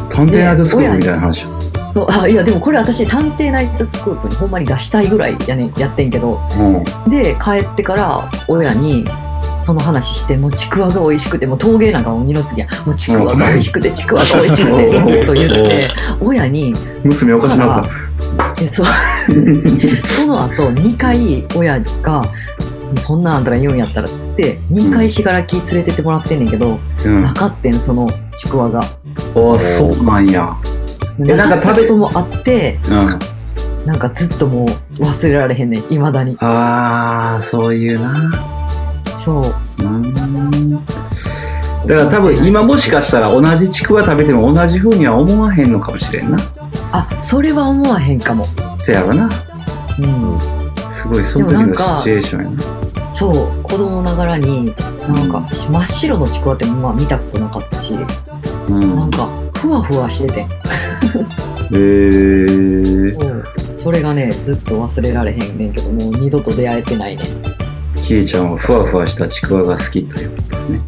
Speaker 4: 探偵ナイトスクールみたいな話。
Speaker 3: そうあいやでもこれ私「探偵ナイトスクープ」にほんまに出したいぐらいやねんやってんけど
Speaker 4: うん
Speaker 3: で帰ってから親にその話してもうちくわが美味しくてもう陶芸なんかも二の次やもうちくわが美味しくてちくわが美味しく
Speaker 4: (laughs)
Speaker 3: てずっと言って親に
Speaker 4: 娘おかしなかっ
Speaker 3: えそうその後2回親が「もうそんなんあんたが言うんやったら」っつって2回信楽連れてってもらってんねんけど、
Speaker 4: た。うん
Speaker 3: なかってんそのちくわが。
Speaker 4: ああ、そうなんや。え
Speaker 3: な
Speaker 4: なん
Speaker 3: かっ
Speaker 4: か
Speaker 3: た
Speaker 4: 食べ
Speaker 3: こともあって
Speaker 4: うん。
Speaker 3: なんかずっともう忘れられへんねんいまだに
Speaker 4: ああ、そういうな。
Speaker 3: そう
Speaker 4: うん。だから多分今もしかしたら同じちくわ食べても同じ風には思わへんのかもしれんな。
Speaker 3: あそれは思わへんかも
Speaker 4: せやろな。
Speaker 3: うん
Speaker 4: すごい、その時
Speaker 3: でもなん
Speaker 4: の
Speaker 3: か
Speaker 4: シチュエーションやな。
Speaker 3: そう子供ながらになんか真っ白のちくわってまあ見たことなかったし、
Speaker 4: うん
Speaker 3: なんかふわふわしてて
Speaker 4: へー
Speaker 3: それがねずっと忘れられへんねんけどもう二度と出会えてないね
Speaker 4: キエちゃんはふわふわしたちくわが好きということですね。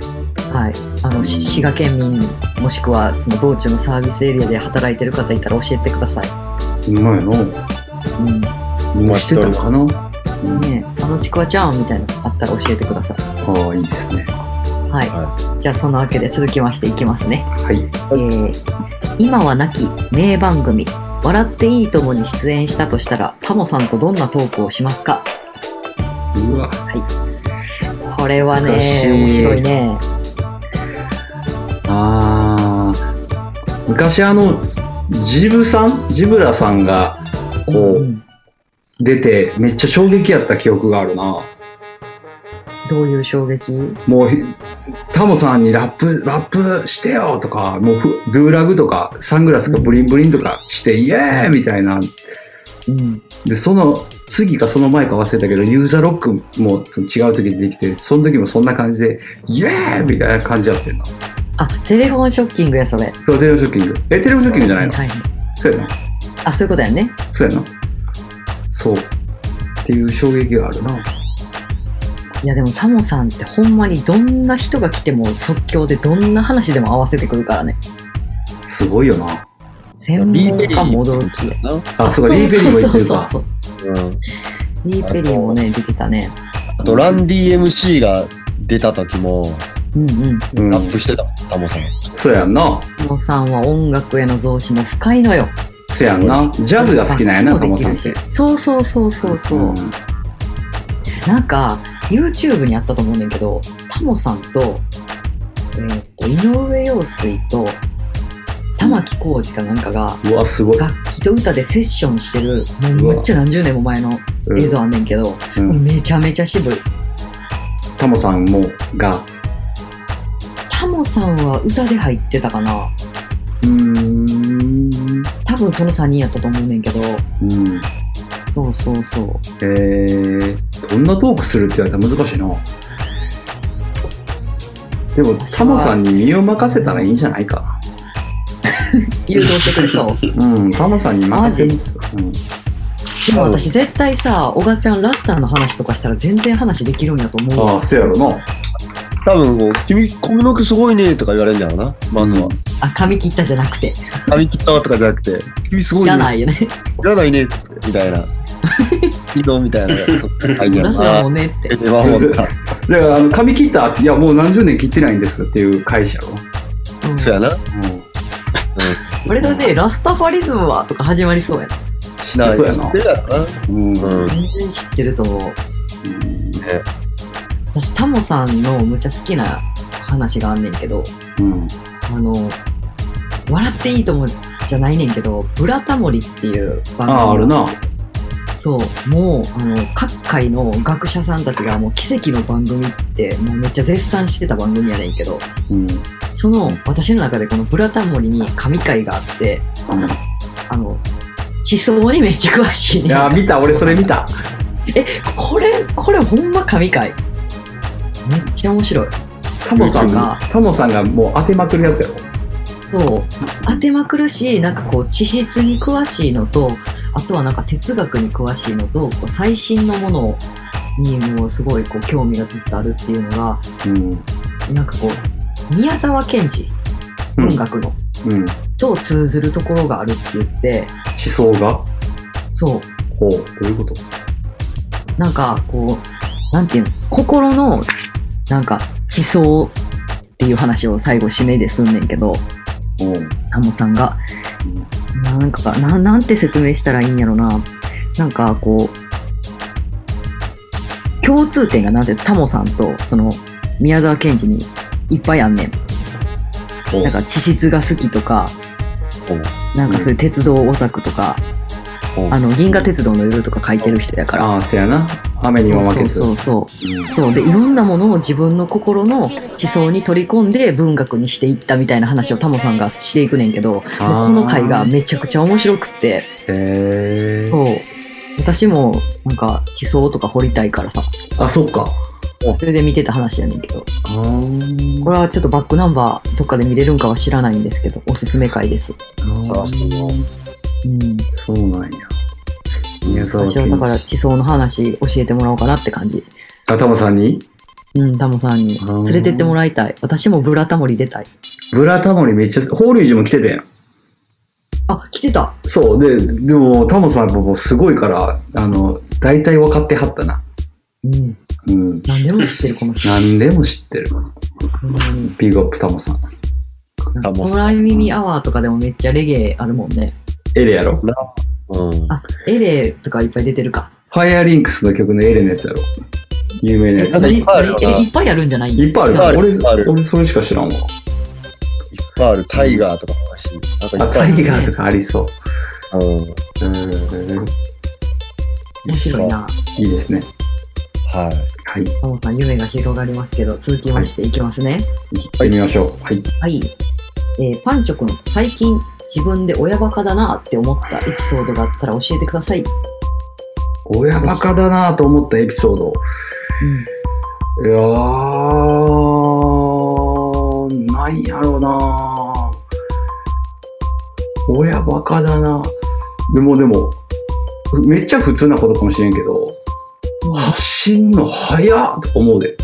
Speaker 3: はいあのし滋賀県民もしくはその道中のサービスエリアで働いてる方いたら教えてください、
Speaker 4: うまいの。
Speaker 3: うん
Speaker 4: もうしてたのかな。うん
Speaker 3: ねえ、あのちくわちゃんみたいなのあったら教えてください
Speaker 4: ああ、いいですね。
Speaker 3: はい、
Speaker 5: は
Speaker 3: じゃあそんなわけで続きましていきますね
Speaker 4: はい。
Speaker 3: えー今は亡き名番組「笑っていいとも」に出演したとしたらタモさんとどんなトークをしますか
Speaker 4: うわ。
Speaker 3: これは
Speaker 4: 難し
Speaker 3: ね
Speaker 4: い
Speaker 3: 面白いね
Speaker 4: ああ。昔あの、ジブさんジブラさんが、こう、
Speaker 3: ん
Speaker 4: 出て、めっちゃ衝撃やった記憶があるな。
Speaker 3: どういう衝撃
Speaker 4: もう、タモさんにラップ、ラップしてよとか、もうふ、ドゥーラグとか、サングラスがブリンブリンとかして、イエーイみたいな
Speaker 3: うん
Speaker 4: でその次かその前か忘れたけどユーザーロックもその違う時にできてその時もそんな感じでイエーイみたいな感じやってんの
Speaker 3: あテレフォンショッキングやそれ
Speaker 4: そうテレビショッキングえテレビショッキングじゃないの
Speaker 3: はい
Speaker 4: そうやな
Speaker 3: あそういうことやね
Speaker 4: そうやなそうっていう衝撃があるない
Speaker 3: やでもタモさんってほんまにどんな人が来ても即興でどんな話でも合わせてくるからね
Speaker 4: すごいよな
Speaker 3: 専門家も驚きや
Speaker 4: あそうかリー・ペリーも言ってるか
Speaker 3: そうそうそう
Speaker 5: うん
Speaker 3: そうリー・ペリーもね出てたね
Speaker 5: あとランディ MC が出た時も
Speaker 3: うんうん
Speaker 4: うん
Speaker 5: ラップしてたもんタモさん
Speaker 4: そうやんな
Speaker 3: タモさんは音楽への増資も深いのよ
Speaker 4: そうやんなジャズが好きなんやなと思って
Speaker 3: そうそうそうそうそう、なんか YouTube にあったと思うねんけどタモさんと,、えーと井上陽水と玉置浩二かなんかが
Speaker 4: うわすごい、
Speaker 3: 楽器と歌でセッションしてるもうめっちゃ何十年も前の
Speaker 4: うん
Speaker 3: 映像あんねんけど、
Speaker 4: うん
Speaker 3: めちゃめちゃ渋い
Speaker 4: タモさんもが
Speaker 3: タモモさんは歌で入ってたかな
Speaker 4: うーん。
Speaker 3: 多分その3人やったと思うねんけど
Speaker 4: うん。
Speaker 3: そうそうそう
Speaker 4: えー、どんなトークするって言われたら難しいな。でも、タモさんに身を任せたらいいんじゃないか
Speaker 3: 誘導してくれそう
Speaker 4: な。うん、タモさんに任せます。うん
Speaker 3: でも私絶対さ小賀ちゃんラスターの話とかしたら全然話できるんやと思う
Speaker 4: あ
Speaker 3: わ
Speaker 4: あ、そうやろな。
Speaker 5: 多分こう「君髪の毛すごいね」とか言われるんだろうなまずは
Speaker 3: あ髪切ったじゃなくて
Speaker 5: 「髪切ったわ」とかじゃなくて「君すごい
Speaker 3: じ
Speaker 5: ね」
Speaker 3: ゃないよね
Speaker 5: いらないね」みたい (laughs) な「移動」みたいな感じや
Speaker 3: ラ
Speaker 5: な
Speaker 3: スターもねって
Speaker 5: えワンワンだ
Speaker 4: (laughs) だから、あの、髪切った後、いや、もう何十年切ってないんですっていう会社やろ。
Speaker 3: うん
Speaker 5: そうやな
Speaker 4: うん。
Speaker 3: これだねラスタファリズムはとか始まりそうやな
Speaker 4: 知ってそうやな。
Speaker 5: でだな
Speaker 4: うん。
Speaker 5: うん
Speaker 3: 全然知ってると思う
Speaker 5: ね
Speaker 3: 私タモさんのむっちゃ好きな話があんねんけど
Speaker 4: うん。
Speaker 3: あの「笑っていいとも」じゃないねんけど「ブラタモリ」っていう番
Speaker 4: ああ、あるな。
Speaker 3: そうもうあの各界の学者さんたちがもう奇跡の番組ってもうめっちゃ絶賛してた番組やねんけど
Speaker 4: うん。
Speaker 3: その私の中でこの「ブラタモリ」に神回があってあの思想にめっちゃ詳しいねん
Speaker 4: いや、見た、俺それ見た。
Speaker 3: えこれこれほんま神回めっちゃ面白い
Speaker 4: タモさんが
Speaker 3: YouTube、
Speaker 4: タモさんがもう当てまくるやつやろ。
Speaker 3: そう当てまくるしなんかこう地質に詳しいのとあとはなんか哲学に詳しいのとこう最新のものにもうすごいこう興味がずっとあるっていうのが
Speaker 4: うん。
Speaker 3: なんかこう宮沢賢治
Speaker 4: うん
Speaker 3: 文学の、
Speaker 4: うん。思
Speaker 3: と通ずるところがあるって言って
Speaker 4: 想が
Speaker 3: そう
Speaker 4: ほう、どういうこと
Speaker 3: なんかこうなんていうの心のなんか地層っていう話を最後締めですんねんけど
Speaker 4: うん。
Speaker 3: タモさんがなんかななんて説明したらいいんやろななんかこう共通点がなぜタモさんとその宮沢賢治にいっぱいあんねん
Speaker 5: お
Speaker 3: なんか地質が好きとかなんかそういう鉄道オタクとか
Speaker 5: お
Speaker 3: あの銀河鉄道の夜とか書いてる人やから
Speaker 4: ああ、せやな。雨にも負
Speaker 3: そ
Speaker 4: け
Speaker 3: う
Speaker 4: ず。
Speaker 3: そうそうそうでいろんなものを自分の心の地層に取り込んで文学にしていったみたいな話をタモさんがしていくねんけどもう
Speaker 4: あー
Speaker 3: この回がめちゃくちゃ面白くって
Speaker 4: へえ。
Speaker 3: そう。私も、なんか、地層とか掘りたいからさ、
Speaker 4: あ、そっか。
Speaker 3: それで見てた話やねんけど、
Speaker 4: あー
Speaker 3: これはちょっとバックナンバーとかで見れるんかは知らないんですけど、おすすめ回です。
Speaker 5: あそう
Speaker 3: うん。
Speaker 4: そうなんや。宮沢
Speaker 3: 私はだから
Speaker 4: 賢治。
Speaker 3: 地層の話教えてもらおうかなって感じ。
Speaker 4: あ、タモさんに
Speaker 3: うん、タモさんに
Speaker 4: あー
Speaker 3: 連れてってもらいたい。私もブラタモリ出たい。
Speaker 4: ブラタモリめっちゃ、法隆寺も来てたやん。
Speaker 3: あ、来てた。
Speaker 4: そう。で、でも、タモさんやっぱもうすごいから、あの、大体分かってはったな。
Speaker 3: うん。
Speaker 4: うん。
Speaker 3: 何でも知ってる、この人。
Speaker 4: 何でも知ってる。
Speaker 3: ほんまに
Speaker 4: ビッグアップタモさん。
Speaker 5: タモさん
Speaker 3: 空耳アワーとかでもめっちゃレゲエあるもんね。
Speaker 4: エレやろ
Speaker 5: うん
Speaker 3: あ、エレとかいっぱい出てるか。
Speaker 4: ファイアリンクスの曲のエレのやつやろ有名なや
Speaker 3: え
Speaker 4: つ。
Speaker 5: なんかいっぱいあるよない
Speaker 3: っぱいあるんじゃない
Speaker 4: いっぱい
Speaker 5: いっぱい
Speaker 4: あ
Speaker 5: あ
Speaker 4: る。
Speaker 5: る
Speaker 4: 俺
Speaker 5: いっぱいある、
Speaker 4: 俺それしか知らんわ。
Speaker 5: ファールタイガーとかもあるしなんかい
Speaker 4: あ、
Speaker 5: っぱ
Speaker 4: タ
Speaker 5: い
Speaker 4: イガーとかありそう。
Speaker 5: あるうん
Speaker 4: うん
Speaker 3: 面白いな。
Speaker 4: いいですね。
Speaker 5: はい
Speaker 4: はい。
Speaker 3: タモさん、夢が広がりますけど、続きましていきますね。
Speaker 4: 行ってみましょう。はい。
Speaker 3: はい。えーパンチョくん、最近自分で親バカだなって思ったエピソードがあったら教えてください。
Speaker 4: 親バカだなと思ったエピソード。
Speaker 3: うん。
Speaker 4: いやー、ないやろうな親バカだなでもでも、めっちゃ普通なことかもしれんけど、走んの早っと思うで。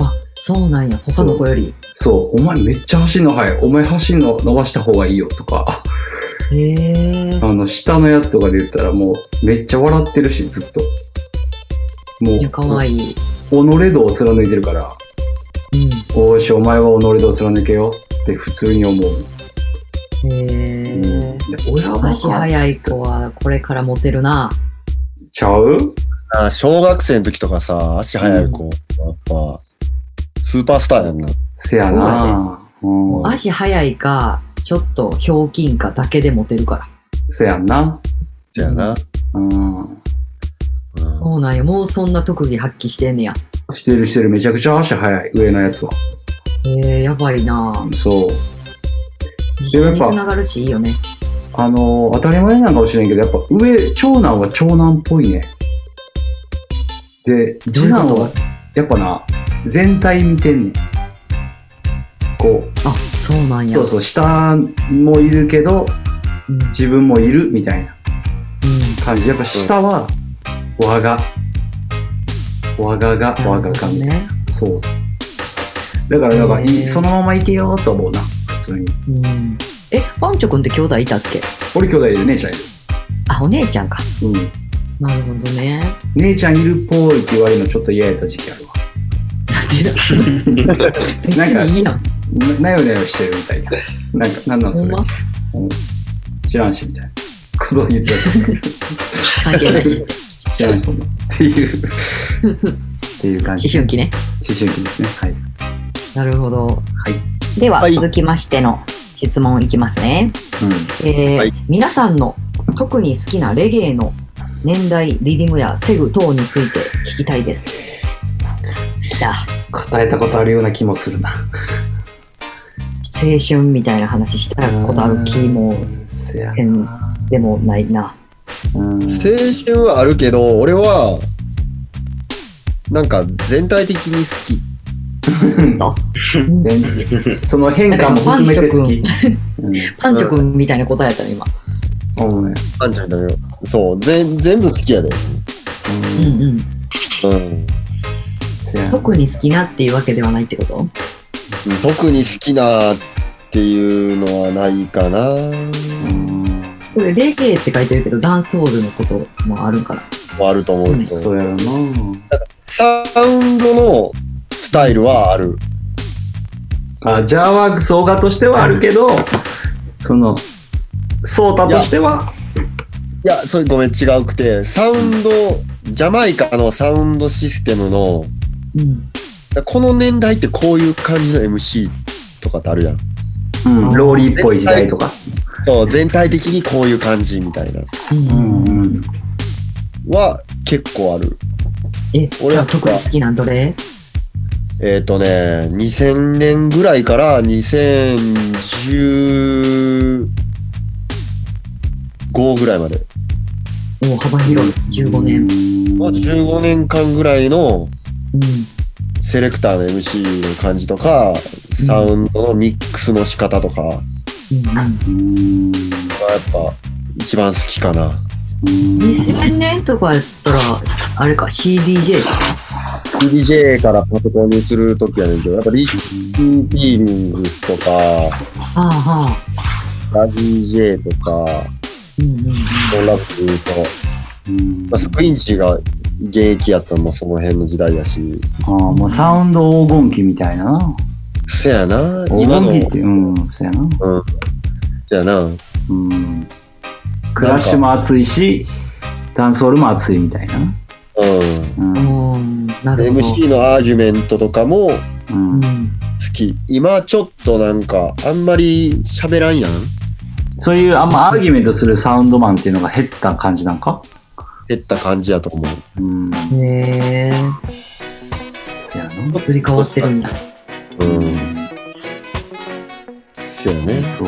Speaker 3: あ、そうなんや。他の子より。
Speaker 4: そう、お前めっちゃ走んの早い。お前走んの伸ばした方がいいよとか、 (laughs)
Speaker 3: へえ。
Speaker 4: あの、下のやつとかで言ったらもう、めっちゃ笑ってるし、ずっと。も
Speaker 3: いや、かわ
Speaker 4: う、
Speaker 3: いい。
Speaker 4: 己度を貫いてるから、おーし、お前は己度を貫けよって普通に思う。
Speaker 3: うん。へ
Speaker 4: うん
Speaker 3: え。
Speaker 4: 親バ
Speaker 3: 足
Speaker 4: カ
Speaker 3: 早い子はこれからモテるな。
Speaker 4: ちゃう
Speaker 5: あ小学生の時とかさ足速い子やっぱスーパースターやんな
Speaker 4: せやなうん
Speaker 3: 足早いか、ちょっとひょうきんかだけでモテるから。
Speaker 4: せやんな
Speaker 5: じゃあな
Speaker 4: うん
Speaker 5: うん
Speaker 3: そうなんや。もうそんな特技発揮してんねや。
Speaker 4: してるしてるめちゃくちゃ足早い上のやつは
Speaker 3: えー、やばいな
Speaker 4: そう。
Speaker 3: 自信に
Speaker 4: やっ
Speaker 3: つ
Speaker 4: ぱ
Speaker 3: ながるしいいよね
Speaker 4: あのー当たり前なのかもしれんけど、やっぱ上、長男は長男っぽいね。
Speaker 3: どういうこと
Speaker 4: で、次男は、やっぱな、全体見てんねん。こ
Speaker 3: あそうなん
Speaker 4: う、
Speaker 3: や
Speaker 4: そうそう、下もいるけ
Speaker 3: うんう
Speaker 4: ど、
Speaker 3: ん
Speaker 4: 自分もいるみたいな感じ。やっぱ下は、我が。我がが、我がが、ね、
Speaker 3: ね
Speaker 4: そう。だから、だから、
Speaker 3: へー
Speaker 4: そのままいけようと思うな、普通に。
Speaker 3: うんえパンチョくんって兄弟いたっけ
Speaker 4: 俺兄弟いる、姉ちゃんい
Speaker 3: あお姉ちゃんか
Speaker 4: る。うん。
Speaker 3: なるほどね
Speaker 4: 姉ちゃんいるっぽいって言われるのちょっと嫌やった時期あるわ。
Speaker 3: なんでだ別にいいやん
Speaker 4: ななよなよしてるみたいな。なんか、なんなん
Speaker 3: ほ
Speaker 4: そ
Speaker 3: ん
Speaker 4: れ
Speaker 3: ま。
Speaker 4: 知らんし、みたいな。ことを言ってた (laughs) し。
Speaker 3: 関係ない
Speaker 4: (laughs)
Speaker 3: し
Speaker 4: 知らんし、そんな。って (laughs) いう、っていう感
Speaker 3: 思
Speaker 4: じ。
Speaker 3: 春期ね
Speaker 4: 思春期ですね。はい。
Speaker 3: なるほど、はいでは、
Speaker 5: はい
Speaker 3: 続きましての質問いきますね、えー
Speaker 5: はい
Speaker 3: 皆さんの特に好きなレゲエの年代リディムやセグ等について聞きたいです来た
Speaker 4: うん。答えたことあるような気もするな。
Speaker 3: 青春みたいな話したことある気も
Speaker 4: せや
Speaker 3: せんでもないな
Speaker 4: うん。
Speaker 5: 青春はあるけど俺はなんか全体的に好き
Speaker 4: 全その変化も含めて好き。うん。
Speaker 3: パンチョ君みたいな答えやったの今、
Speaker 4: 思うね。
Speaker 5: あんちゃんだよそう全全部好きやで
Speaker 3: うんう
Speaker 4: うん。
Speaker 3: ん、
Speaker 5: うん
Speaker 4: せやな。
Speaker 3: 特に好きなっていうわけではないってこと
Speaker 5: 特に好きなっていうのはないかな
Speaker 4: うん。
Speaker 3: これレゲエって書いてるけどダンスホールのこともあるんから
Speaker 5: はあると思うけ
Speaker 4: そ
Speaker 5: ど
Speaker 4: うやろな。
Speaker 5: サウンドのスタイルはある
Speaker 4: あ、ジャーワークスオガとしてはあるけど、その、ソータとしては、
Speaker 5: いやそれごめん違うくてサウンドジャマイカのサウンドシステムの
Speaker 3: うん
Speaker 5: この年代ってこういう感じの MC とかってあるやん
Speaker 4: うん、ローリーっぽい時代とか。
Speaker 5: そう全体的にこういう感じみたいな
Speaker 3: うん
Speaker 4: うん。
Speaker 5: は結構ある
Speaker 3: え、
Speaker 5: 俺
Speaker 3: 俺
Speaker 5: は
Speaker 3: は特に好きなどれ
Speaker 5: えっ、とね、2000年ぐらいから2015ぐらいまで。
Speaker 3: もう幅広い。15年。
Speaker 4: 年
Speaker 5: 15年間ぐらいの
Speaker 3: うん。
Speaker 5: セレクターの MC の感じとか、サウンドのミックスの仕方とかがやっ
Speaker 4: うん。
Speaker 5: ぱ一番好きかな。
Speaker 3: 2000年とかやったら、あれか、CDJ か。
Speaker 5: DJ からパソコンにするときやねんけど、やっぱリッキー・ピーリングスとか、
Speaker 3: はあはあ。
Speaker 5: ラ DJ とか、
Speaker 3: うんうんうん。
Speaker 5: 音楽で言うと、まあ、スクインチが現役やったのもその辺の時代やし。
Speaker 4: ああ、もうサウンド黄金期みたいな。
Speaker 5: せやな。
Speaker 4: 黄
Speaker 5: 今の。
Speaker 4: 金期って、うん、そうやな。
Speaker 5: せやな。
Speaker 4: うん。クラッシュも熱いし、ダンスホールも熱いみたいな。
Speaker 5: うん。
Speaker 4: うん。
Speaker 3: おーなるほど。
Speaker 5: MC のアーギュメントとかも好
Speaker 4: うん
Speaker 3: うん。
Speaker 5: き。今ちょっとなんか、あんまり喋らんやん。
Speaker 4: そういう、あんまアーギュメントするサウンドマンっていうのが減った感じなんか
Speaker 5: 減った感じやと思う。
Speaker 4: うん。
Speaker 3: へえ。
Speaker 4: そうやな。
Speaker 3: 移り変わってるんや。
Speaker 5: うん。せやね。
Speaker 4: そうか。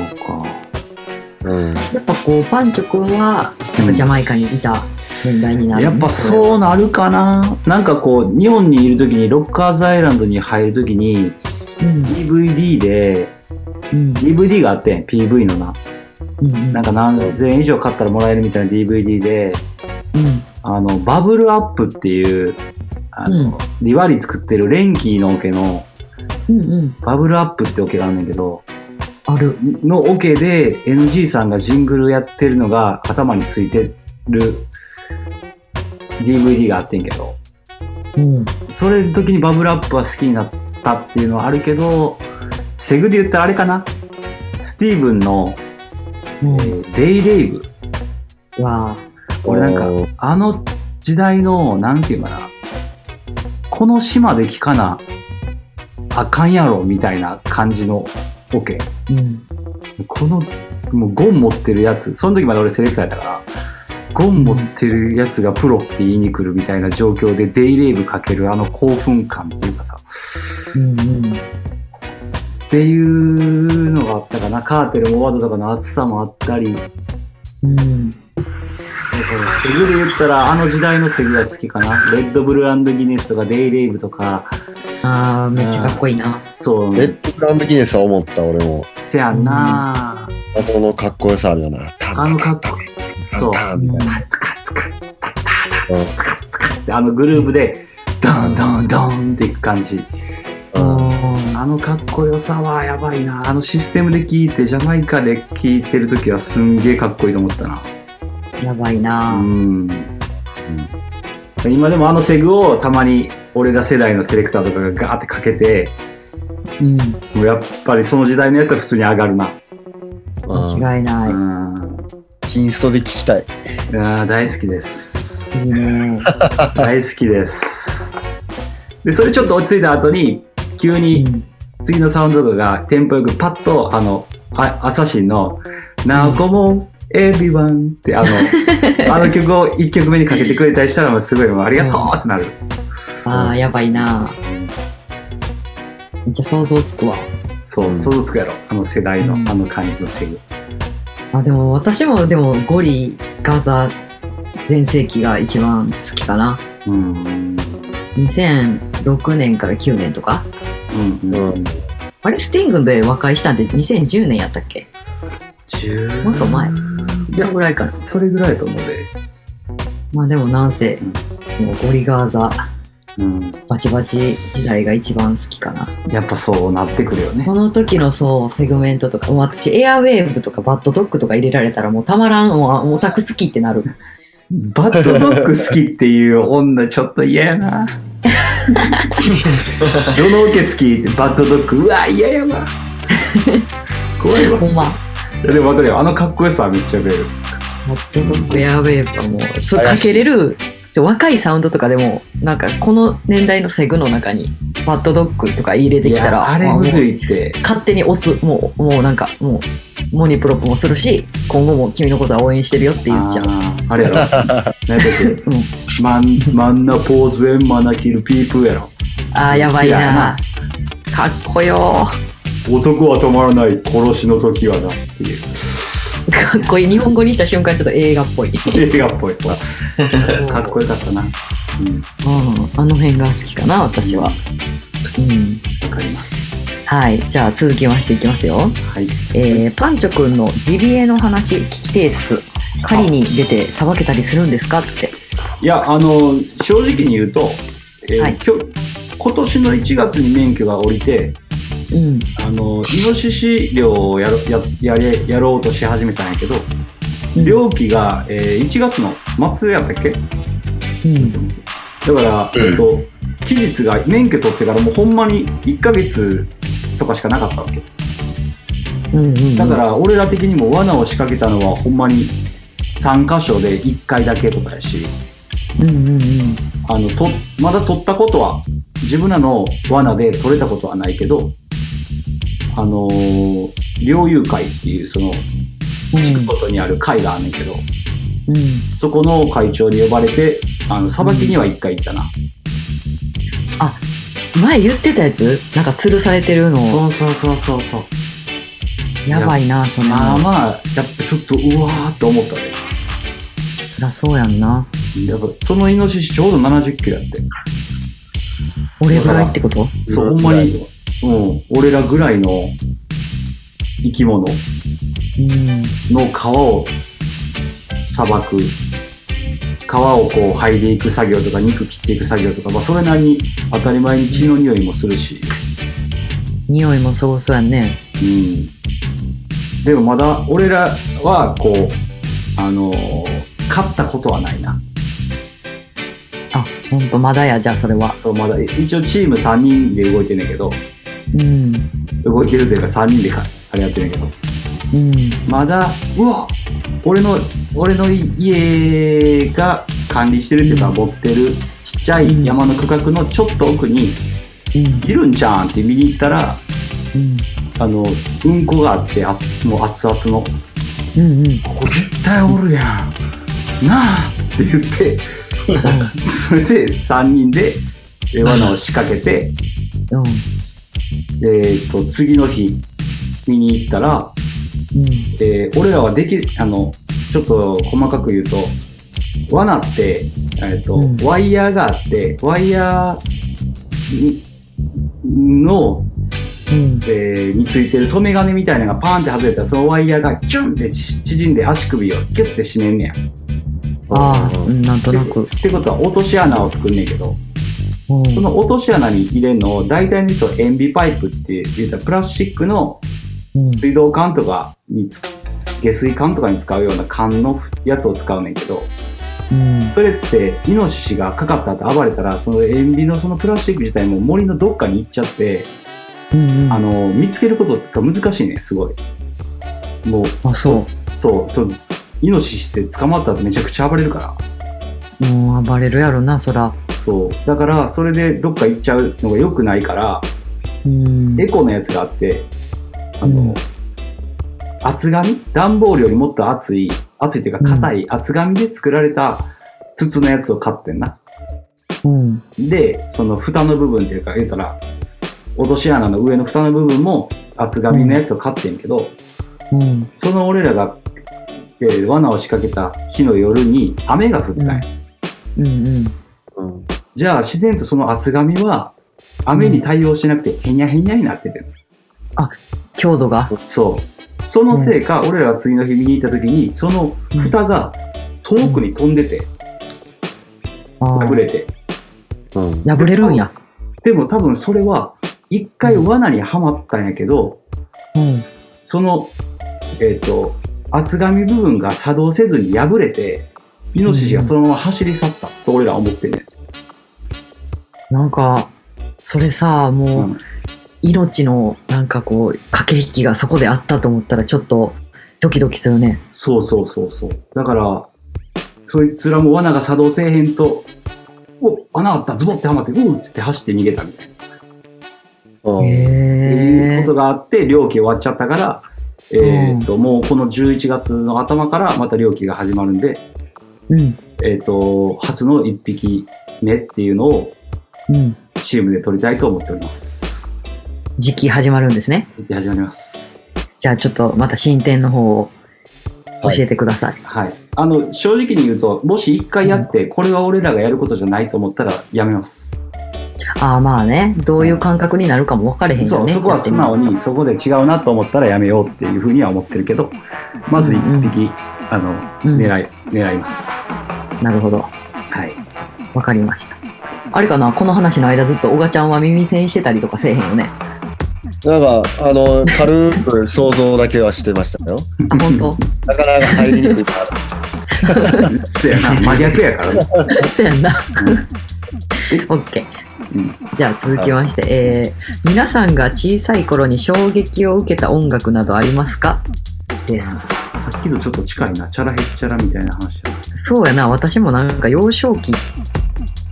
Speaker 5: うん。
Speaker 3: やっぱこう、パンチョ君は、やっぱジャマイカにいた年代になる。
Speaker 4: やっぱそうなるかななんかこう日本にいる時にロッカーズアイランドに入る時に
Speaker 3: う。うん。
Speaker 4: DVD で
Speaker 3: うん。
Speaker 4: DVD があってん PV のな
Speaker 3: うんうん。
Speaker 4: なんか何千円以上買ったらもらえるみたいな DVD で
Speaker 3: うん。
Speaker 4: あのバブルアップっていうあの、
Speaker 3: うん
Speaker 4: リワリ作ってるレンキーのオケの
Speaker 3: うんうん。
Speaker 4: バブルアップってオケがあんねんけど
Speaker 3: ある。
Speaker 4: のオケで NG さんがジングルやってるのが頭についてる DVD があってんけど
Speaker 3: うん。
Speaker 4: それの時にバブルアップは好きになったっていうのはあるけど、セグで言ったらあれかなスティーブンの、
Speaker 3: うん
Speaker 4: え。ーデイレイブ。
Speaker 3: わあ。
Speaker 4: 俺なんか
Speaker 5: うん、
Speaker 4: あの時代の、なんていうかな、この島で聞かな、あかんやろ、みたいな感じのオケ。
Speaker 3: うん。
Speaker 4: この、もうゴン持ってるやつ、その時まで俺セレクターやったから、ゴン持ってるやつがプロって言いに来るみたいな状況でデイレイブかけるあの興奮感っていうかさ、
Speaker 3: うんうん。
Speaker 4: っていうのがあったかな。カーテルもワードとかの厚さもあったり。だか
Speaker 3: うん。
Speaker 4: らセグで言ったら、あの時代のセグが好きかな。レッドブルギネスとか、デイレイブとか、
Speaker 3: ああ、めっちゃかっこいいな。
Speaker 4: そう、
Speaker 5: レッドブランドギネスは思った俺も
Speaker 4: せやんな、
Speaker 5: あそのかっこよさあるよな
Speaker 4: あのかっこそう。
Speaker 5: タンみたいな
Speaker 4: ツカツカタタタツカツカってあのグループでドンドンドンっていく感じ
Speaker 5: うん
Speaker 4: あのかっこよさはやばいなあのシステムで聴いてジャマイカで聴いてる時はすんげえかっこいいと思ったな
Speaker 3: やばいな
Speaker 4: う。ん今でもあのセグをたまに俺ら世代のセレクターとかがガーってかけて
Speaker 3: うん。
Speaker 4: もうやっぱりその時代のやつは普通に上がるな、
Speaker 5: うん
Speaker 3: 間違いな
Speaker 4: うん
Speaker 5: インストで聞きたい
Speaker 4: あー大好きです
Speaker 3: い。いいね。
Speaker 4: 大好きです。で、それちょっと落ち着いた後に、急に次のサウンドとかがテンポよくパッと、あの、あアサシンの、なおこも、エビワンっ
Speaker 3: (laughs)
Speaker 4: てあの、あの曲を1曲目にかけてくれたりしたら、もうすごい、もうありがとうってなる。
Speaker 3: ああ、やばいな。めっちゃ想像つくわ。
Speaker 4: そう、想像つくやろ。あの世代の、
Speaker 3: うん
Speaker 4: あの感じのセグ。
Speaker 3: あでも私もでもゴリガザ全盛期が一番好きかな
Speaker 4: うん。うん
Speaker 3: 2006年から9年とか
Speaker 4: うん
Speaker 5: うん
Speaker 4: うん。
Speaker 3: あれスティングで和解したんって2010年やったっけ
Speaker 4: 10
Speaker 3: もっと前
Speaker 4: い
Speaker 3: それ
Speaker 4: や、
Speaker 3: ぐらいから
Speaker 4: それぐらいやと思うで。
Speaker 3: まあでもなんせもうゴリガーザ
Speaker 4: うん。
Speaker 3: バチバチ時代が一番好きかな
Speaker 4: やっぱそうなってくるよね
Speaker 3: こ。の時のそうセグメントとかもう私エアウェーブとかバッドドッグとか入れられたらもうたまらんわもうオタク好きってなる
Speaker 4: バッドドッグ好きっていう女ちょっと嫌や (laughs) な。どのオケ好きってバッドドッグうわ嫌やわ。怖いわ。
Speaker 3: ほんま
Speaker 4: いやでも分かるよあのかっこよさはめっちゃ出る。
Speaker 3: ホットドッグエアウェーブはもう、それかけれる、若いサウンドとかでも、なんかこの年代のセグの中に、バッドドッグとか入れて
Speaker 4: い
Speaker 3: きたら、
Speaker 4: やあれ
Speaker 3: まもう
Speaker 4: むずいって。
Speaker 3: 勝手に押す、もう、もうなんか、もう、モニプロップもするし、今後も君のことは応援してるよって言っちゃう。
Speaker 4: あーあ (laughs) れやろ。何やったっけマンマンナポーズウェンマナキルピープーやろ。
Speaker 3: ああ、やばい
Speaker 4: いや
Speaker 3: な。かっこよ
Speaker 4: 男は止まらない殺しの時はなっていう。
Speaker 3: ー。かっこいい。日本語にした瞬間、ちょっと映画っぽい。
Speaker 4: 映画っぽい (laughs) さ。かっこよかったな。うん。
Speaker 3: うん、あの辺が好きかな、私は。うん。
Speaker 4: わかります。
Speaker 3: はい。じゃあ、続きましていきますよ。
Speaker 4: はい。
Speaker 3: えーパンチョくんのジビエの話聞きてーす狩りに出てさばけたりするんですかって
Speaker 4: いや、あの、正直に言うと、えー
Speaker 3: はい
Speaker 4: きょ今年の1月に免許が下りて、
Speaker 3: うん
Speaker 4: あの、イノシシ漁をやろややれやろうとし始めたんやけど、漁期が、えー1月の末やったっけだ
Speaker 3: うん
Speaker 4: から、えっと、期日が免許取ってからもうほんまに1ヶ月とかしかなかったわけ。
Speaker 3: うんうん
Speaker 4: だから、俺ら的にも罠を仕掛けたのはほんまに3箇所で1回だけとかやし、
Speaker 3: うんうんうん
Speaker 4: あのとまだ取ったことは自分らの罠で取れたことはないけどあのー猟友会っていうその地区ごとにある会があんねんけど、
Speaker 3: うん
Speaker 4: そこの会長に呼ばれてあのさばきには一回行ったな、
Speaker 3: 前言ってたやつなんか吊るされてるの
Speaker 4: うそうそうそうそう
Speaker 3: やばいなそれ
Speaker 4: まあ
Speaker 3: な
Speaker 4: まあやっぱちょっとうわーって思ったね
Speaker 3: そりゃそうやんな
Speaker 4: やっぱそのイノシシちょうど70キロやって
Speaker 3: 俺ぐらいってこと
Speaker 4: そうほんまに、うん、俺らぐらいの生き物
Speaker 3: うん
Speaker 4: の皮をさばく皮をこう剥いでいく作業とか肉切っていく作業とか、まあ、それなりに当たり前に血の匂いもするし、
Speaker 3: 匂いもすごそうやんね
Speaker 4: うん、でもまだ俺らはこうあのー勝ったことはないな
Speaker 3: あほんとまだやじゃあそれは
Speaker 4: そうまだ一応チーム3人で動いてんねんけど
Speaker 3: うん
Speaker 4: 動いてるというか3人でかあれやってんねんけど
Speaker 3: うん
Speaker 4: まだうわ俺の俺の家が管理してるっていうか持ってるちっちゃい山の区画のちょっと奥に
Speaker 3: うん
Speaker 4: いるんじゃんって見に行ったら
Speaker 3: うん
Speaker 4: あのうんこがあってあもう熱々の
Speaker 3: うんうん
Speaker 4: ここ絶対おるやんなあって言ってそれで3人でえ罠を仕掛けて
Speaker 3: うん
Speaker 4: えーっと、次の日、見に行ったら、えー俺らはでき、あの、ちょっと細かく言うと、罠って、えーっと、
Speaker 3: うん
Speaker 4: ワイヤーがあって、ワイヤーにの、
Speaker 3: うん。
Speaker 4: えーについてる留め金みたいなのがパーンって外れたら、そのワイヤーがキュンってち縮んで足首をキュッて締めんねや。
Speaker 3: ああ、うん、なんとなく。
Speaker 4: ってことは落とし穴を作んねんけど、
Speaker 3: うん。
Speaker 4: その落とし穴に入れるのを大体の人は塩ビパイプって言ったらプラスチックの
Speaker 3: うん
Speaker 4: 水道管とかにつ下水管とかに使うような管のやつを使うねんけど
Speaker 3: うん。
Speaker 4: それってイノシシがかかった後暴れたらその塩ビのそのプラスチック自体も森のどっかに行っちゃって、
Speaker 3: うん。うん
Speaker 4: あの見つけることが難しいねんすごい。も
Speaker 3: あ、そう
Speaker 4: そうそうイノシシって捕まった後めちゃくちゃ暴れるから。
Speaker 3: う。もう暴れるやろな、そら。
Speaker 4: そうだからそれでどっか行っちゃうのが良くないから
Speaker 3: うん。
Speaker 4: エコのやつがあってあの、
Speaker 3: うん
Speaker 4: 厚紙段ボールよりもっと厚い厚いっていうか硬い厚紙で作られた筒のやつを買ってんな
Speaker 3: うん。
Speaker 4: でその蓋の部分っていうか言うたら落とし穴の上の蓋の部分も厚紙のやつを買ってんけど、
Speaker 3: うん。
Speaker 4: その俺らが、えー罠を仕掛けた日の夜に雨が降ったんや、
Speaker 3: うん。うん。
Speaker 5: うん
Speaker 4: じゃあ自然とその厚紙は雨に対応しなくてへにゃへにゃになってて
Speaker 3: 強度が。
Speaker 4: そう。そのせいか、俺らが次の日見に行った時に、その蓋が遠くに飛んでて、
Speaker 3: あ
Speaker 4: 破
Speaker 3: ー
Speaker 4: れて。
Speaker 5: うん
Speaker 3: 破れるんや。
Speaker 4: でも多分それは、一回罠にはまったんやけど、
Speaker 3: うん。
Speaker 4: その、えっ、と、厚紙部分が作動せずに破れて、イノシシがそのまま走り去ったと俺らは思ってんねん。
Speaker 3: なんか、それさ、もう、
Speaker 4: うん
Speaker 3: 命の、なんかこう、駆け引きがそこであったと思ったら、ちょっと、ドキドキするね。
Speaker 4: そうそうそうそう。だから、そいつらも罠が作動せえへんと、お穴あった、ズボってはまって、うんっつって走って逃げたみたいな。
Speaker 5: うん
Speaker 4: ってい
Speaker 3: へ
Speaker 4: うことがあって、漁期終わっちゃったから、えーともうこの11月の頭からまた漁期が始まるんで、
Speaker 3: うん。
Speaker 4: えー、と初の1匹目っていうのを
Speaker 3: うん。
Speaker 4: チームで取りたいと思っております。
Speaker 3: 時期始まるんですね。
Speaker 4: で始まります。
Speaker 3: じゃあ、ちょっと、また進展の方を教えてください。
Speaker 4: はい、あの正直に言うともし1回やって、これは俺らがやることじゃないと思ったらやめます。
Speaker 3: ああ、まあね。どういう感覚になるかも分かれへん
Speaker 4: そ
Speaker 3: よ
Speaker 4: う
Speaker 3: ね。
Speaker 4: そこは素直にそこで違うなと思ったらやめようっていうふうには思ってるけどまず1匹、あの
Speaker 3: うん
Speaker 4: 狙い狙います。
Speaker 3: なるほど。
Speaker 4: はい
Speaker 3: わかりました。あれかなこの話の間ずっと、小賀ちゃんは耳栓してたりとかせえへんよね。
Speaker 5: なんか、あの、軽く想像だけはしてましたよ。
Speaker 3: あ、本 (laughs)
Speaker 4: (laughs)
Speaker 3: 当
Speaker 5: なかなか入りにくいな。
Speaker 4: そや
Speaker 3: (laughs)
Speaker 4: な、真逆やからね。
Speaker 3: そうやんな。 (laughs) オッケー。
Speaker 4: うん
Speaker 3: じゃあ続きまして、えー皆さんが小さい頃に衝撃を受けた音楽などありますかです。
Speaker 4: さっきとちょっと近いな、チャラヘッチャラみたいな話だな。
Speaker 3: そうやな、私もなんか幼少期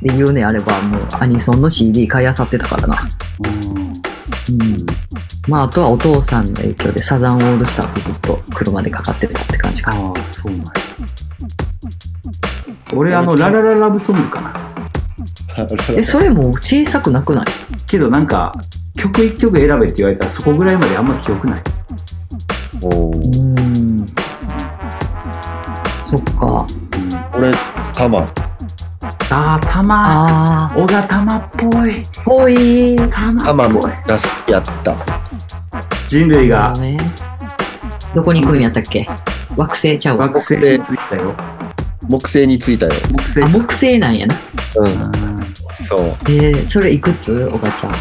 Speaker 3: で言うねあれば、もうアニソンの CD 買い漁ってたからな。うん。まあ、あとはお父さんの影響でサザンオールスターズずっと車でかかってたって感じかな。
Speaker 4: ああ、そうなんや。俺、あの、ララララブソングかな。
Speaker 5: (laughs)
Speaker 3: え、それも小さくなくない
Speaker 4: けどなんか、曲一曲選べって言われたらそこぐらいまであんま記憶ない。
Speaker 5: おー
Speaker 3: うん。そっか。
Speaker 5: これ、たま。
Speaker 4: ああ、たま。
Speaker 3: あ
Speaker 4: 小がたまっぽい。
Speaker 3: ー、ぽい。
Speaker 4: た
Speaker 5: た
Speaker 4: ま
Speaker 5: ま
Speaker 4: っ
Speaker 5: も
Speaker 4: ぽい。
Speaker 5: 出すやった。
Speaker 4: 人類が
Speaker 3: ね。どこに行くんやったっけ惑星ちゃうわ。
Speaker 4: 惑星についたよ。
Speaker 5: 木星についたよ。
Speaker 4: 木星。
Speaker 3: あ、木星なんやな。
Speaker 5: うん。
Speaker 4: うん
Speaker 5: そう。
Speaker 3: えー、それいくつおばちゃん。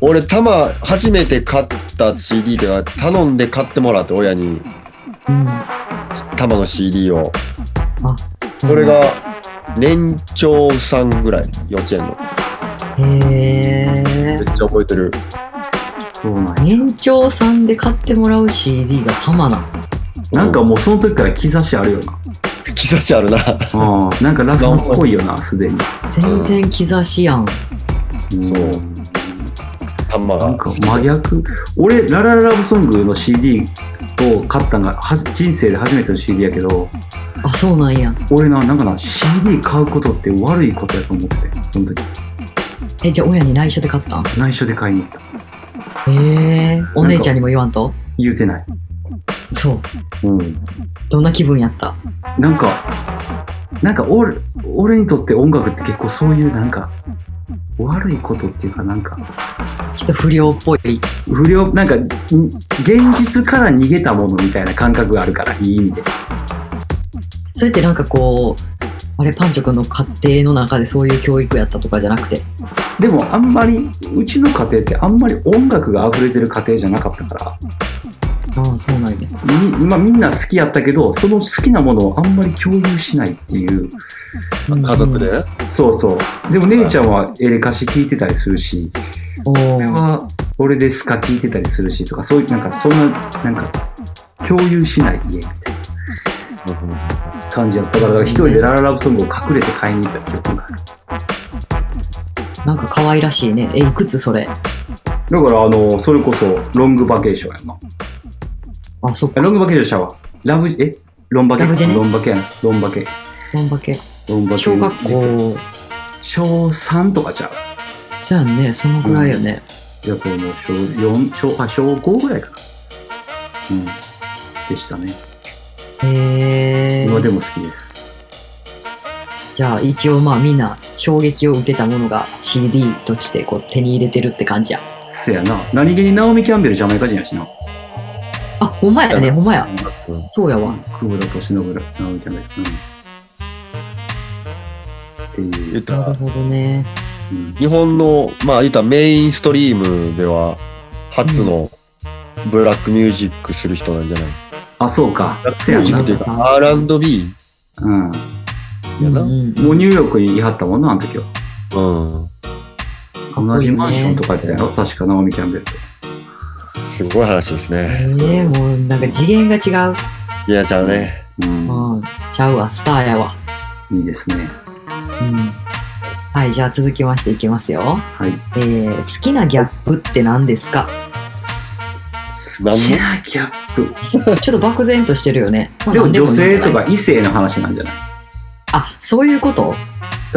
Speaker 5: 俺、たま、初めて買った CD では、頼んで買ってもらって、親に、
Speaker 3: うん。
Speaker 5: たまの CD を。
Speaker 3: そ
Speaker 5: それ。が、年長さんぐらい、幼稚園の。
Speaker 3: へ
Speaker 5: めっ
Speaker 3: ー。
Speaker 5: ちゃ覚えてる。
Speaker 4: そうなんや。
Speaker 3: 年長さんで買ってもらう CD がたまな。
Speaker 4: なんかもうその時から兆しあるよな。
Speaker 5: 兆しあるな。 (laughs)
Speaker 4: ああ、なんかラストっぽいよな、すでに。
Speaker 3: 全然兆しやん。
Speaker 5: そうたま
Speaker 4: なん
Speaker 5: が。
Speaker 4: か真逆俺ララララブソングの CD を買ったんがは人生で初めての CD やけど
Speaker 3: あ、そうなんや。
Speaker 4: 俺ななんかな CD 買うことって悪いことやと思っててその時
Speaker 3: え、じゃあ親に内緒で買ったん
Speaker 4: 内緒で買いに行った
Speaker 3: ええお姉ちゃんにも言わんと
Speaker 4: 言うてない。
Speaker 3: そう。
Speaker 4: うん。
Speaker 3: どんな気分やった
Speaker 4: なんか、なんか俺、俺にとって音楽って結構そういうなんか、悪いことっていうかなんか、
Speaker 3: ちょっと不良っぽい。
Speaker 4: 不良、なんか、ん現実から逃げたものみたいな感覚があるから、いい意味で。
Speaker 3: それってなんかこう、あれ、パンチョ君の家庭の中でそういう教育やったとかじゃなくて。
Speaker 4: でもあんまり、うちの家庭ってあんまり音楽が溢れてる家庭じゃなかったから、
Speaker 3: ああ、そうなんや。
Speaker 4: み,、まあ、みんな好きやったけどその好きなものをあんまり共有しないっていう
Speaker 5: 家族で。
Speaker 4: そうそうでも姉ちゃんはエレカシ聴いてたりするし
Speaker 3: おお
Speaker 4: 俺。は俺でスカ聴いてたりするしとかそういうなんかそんななんか共有しない家みたいな感じやったから一人でラララブソングを隠れて買いに行った記憶がある
Speaker 3: なんか可愛らしいね。え、いくつそれ
Speaker 4: だからあのそれこそロングバケーションやな
Speaker 3: あ、そっか。
Speaker 4: ロングバケーションちゃうわラブえロンバケ
Speaker 3: ラブジェネ
Speaker 4: ロンバケやなロンバケ
Speaker 3: ロンバケ。
Speaker 4: ロンバケ
Speaker 3: 小学校、
Speaker 4: 小3とかちゃう
Speaker 3: そうやんね。そのぐらいよね。
Speaker 4: だと思う小4小あ小5ぐらいかなうんでしたね
Speaker 3: へえ
Speaker 4: 今でも好きです
Speaker 3: じゃあ一応まあみんな衝撃を受けたものが CD としてこう手に入れてるって感じや。
Speaker 4: せやな何気にナオミ・キャンベルジャマイカ人やしな
Speaker 3: あ、ほんまやね、ほんまや。そうやわ。
Speaker 4: 久保田利伸ナオミ・キャンベルうんってい
Speaker 5: 言
Speaker 4: う
Speaker 5: っ、た
Speaker 3: なる
Speaker 5: ら
Speaker 3: ほどね。
Speaker 4: うん
Speaker 5: 日本のまあ言ったらメインストリームでは初のブラックミュージックする人なんじゃない、
Speaker 4: あそうか
Speaker 5: ブラック
Speaker 4: せ
Speaker 5: ミュ
Speaker 4: や
Speaker 5: ージック
Speaker 4: な
Speaker 5: っていうか R&B
Speaker 4: うん
Speaker 5: やな、
Speaker 3: う
Speaker 5: うんん
Speaker 3: うん
Speaker 4: もうニューヨークにいはったもんなあの時は
Speaker 3: っこいいね
Speaker 4: 同じマンションとかやったよ確かナオミ・キャンベルと
Speaker 5: すごい話ですね。
Speaker 3: ねえもうなんか次元が違う。
Speaker 5: いやちゃんね。
Speaker 4: うん
Speaker 3: うん。ちゃうわ、スターやわ。
Speaker 4: いいですね
Speaker 3: うん。はい、じゃあ続きましていきますよ。
Speaker 4: はい
Speaker 3: えー、好きなギャップって何ですか
Speaker 5: なん
Speaker 4: いやギャップ
Speaker 3: ちょっと漠然としてるよね。まあ
Speaker 4: でも女性。
Speaker 3: なんいいん
Speaker 4: と
Speaker 3: じゃない
Speaker 4: か異性の話なんじゃない
Speaker 3: あ、そういうこと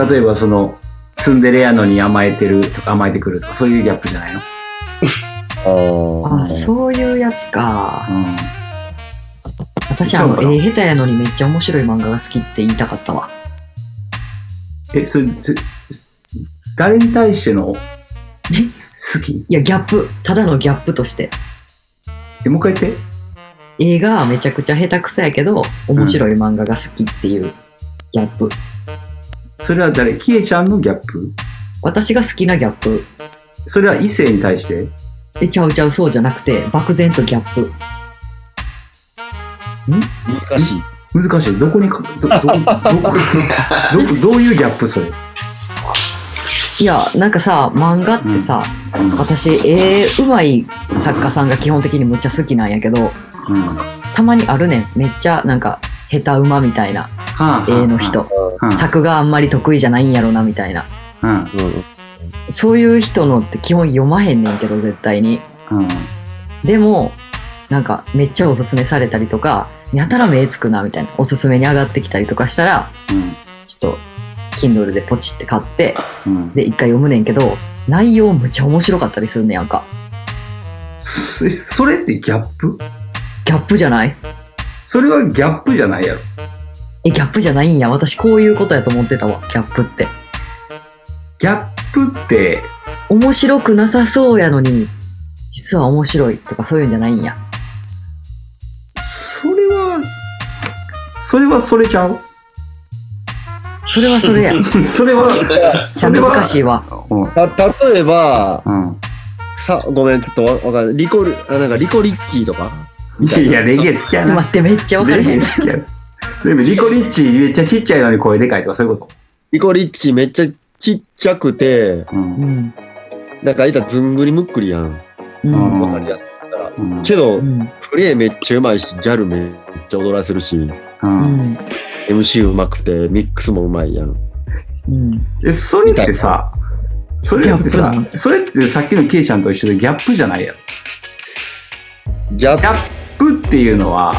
Speaker 4: 例えばそのツンデレやのに甘えてるとか甘えてくるとかそういうギャップじゃないの、
Speaker 5: あ
Speaker 3: あ、
Speaker 5: あ。
Speaker 3: そういうやつか。
Speaker 4: うん、
Speaker 3: 私あの
Speaker 4: ちゃうかな
Speaker 3: 絵下手やのにめっちゃ面白い漫画が好きって言いたかったわ
Speaker 4: えそれつ誰に対しての好き
Speaker 3: いやギャップただのギャップとして
Speaker 4: えもう一回言って
Speaker 3: 絵がめちゃくちゃ下手くそやけど面白い漫画が好きっていうギャップ、
Speaker 4: それは誰キエちゃんのギャップ
Speaker 3: 私が好きなギャップ
Speaker 4: それは異性に対して
Speaker 3: えちゃうちゃうそうじゃなくて漠然とギャップ
Speaker 5: 難しい。
Speaker 4: 難しいどこにかどどどどどどういうギャップそれ、
Speaker 3: いやなんかさ漫画ってさ、
Speaker 4: うん
Speaker 3: 私絵うまい作家さんが基本的にむっちゃ好きなんやけど
Speaker 4: うんは
Speaker 3: たまにあるねんめっちゃなんか下手馬みたいな
Speaker 4: あはあ
Speaker 3: 絵の人
Speaker 4: うんうん
Speaker 3: 作があんまり得意じゃないんやろなみたいな
Speaker 4: うん
Speaker 5: う
Speaker 3: そういう人のって基本読まへんねんけど絶対に
Speaker 4: うん
Speaker 3: でもなんかめっちゃおすすめされたりとかやたら目つくなみたいなおすすめに上がってきたりとかしたらちょっと Kindle でポチって買って
Speaker 4: うんうん
Speaker 3: で一回読むねんけど内容むっちゃ面白かったりするねんやんか
Speaker 4: そそれってギャップ
Speaker 3: ギャップじゃない
Speaker 4: それはギャップじゃないやろ
Speaker 3: えギャップじゃないんや私こういうことやと思ってたわギャップって
Speaker 4: ギャップって
Speaker 3: 面白くなさそうやのに実は面白いとかそういうんじゃないんや
Speaker 4: それは、それはそれちゃう
Speaker 3: それはそれやめっ
Speaker 4: (laughs) それは、
Speaker 3: ちゃ難しいわ
Speaker 4: うん。
Speaker 5: んた例えば
Speaker 4: うん
Speaker 5: さごめんちょっとわわかんないリコルあなんかリコリッキーとか
Speaker 4: いやいや、レゲエ好きや
Speaker 3: 待
Speaker 4: な。
Speaker 3: ってめっちゃ分かれ
Speaker 4: レゲ
Speaker 3: へ
Speaker 4: エ
Speaker 3: ん
Speaker 4: 好きやな。でも、リコリッチ、めっちゃちっちゃいのに声でかいとか、そういうこ
Speaker 5: リコリッチめっちゃちっちゃくて
Speaker 4: と。うん。
Speaker 3: うん
Speaker 5: なんかいたらずんぐりむっくりやん
Speaker 3: うん
Speaker 5: わかりやすいから
Speaker 4: うん。
Speaker 5: けど、
Speaker 3: うん
Speaker 5: プレイめっちゃうまいしギャルめっちゃ踊らせるし
Speaker 4: う
Speaker 3: うんん
Speaker 5: MC うまくてミックスもうまいやん
Speaker 3: うん
Speaker 4: え、それってさ、それってさ
Speaker 3: ギャップ、
Speaker 4: それってさっきのケイちゃんと一緒でギャップじゃないやろ。
Speaker 5: ギャッ
Speaker 4: ギャップっていうのは、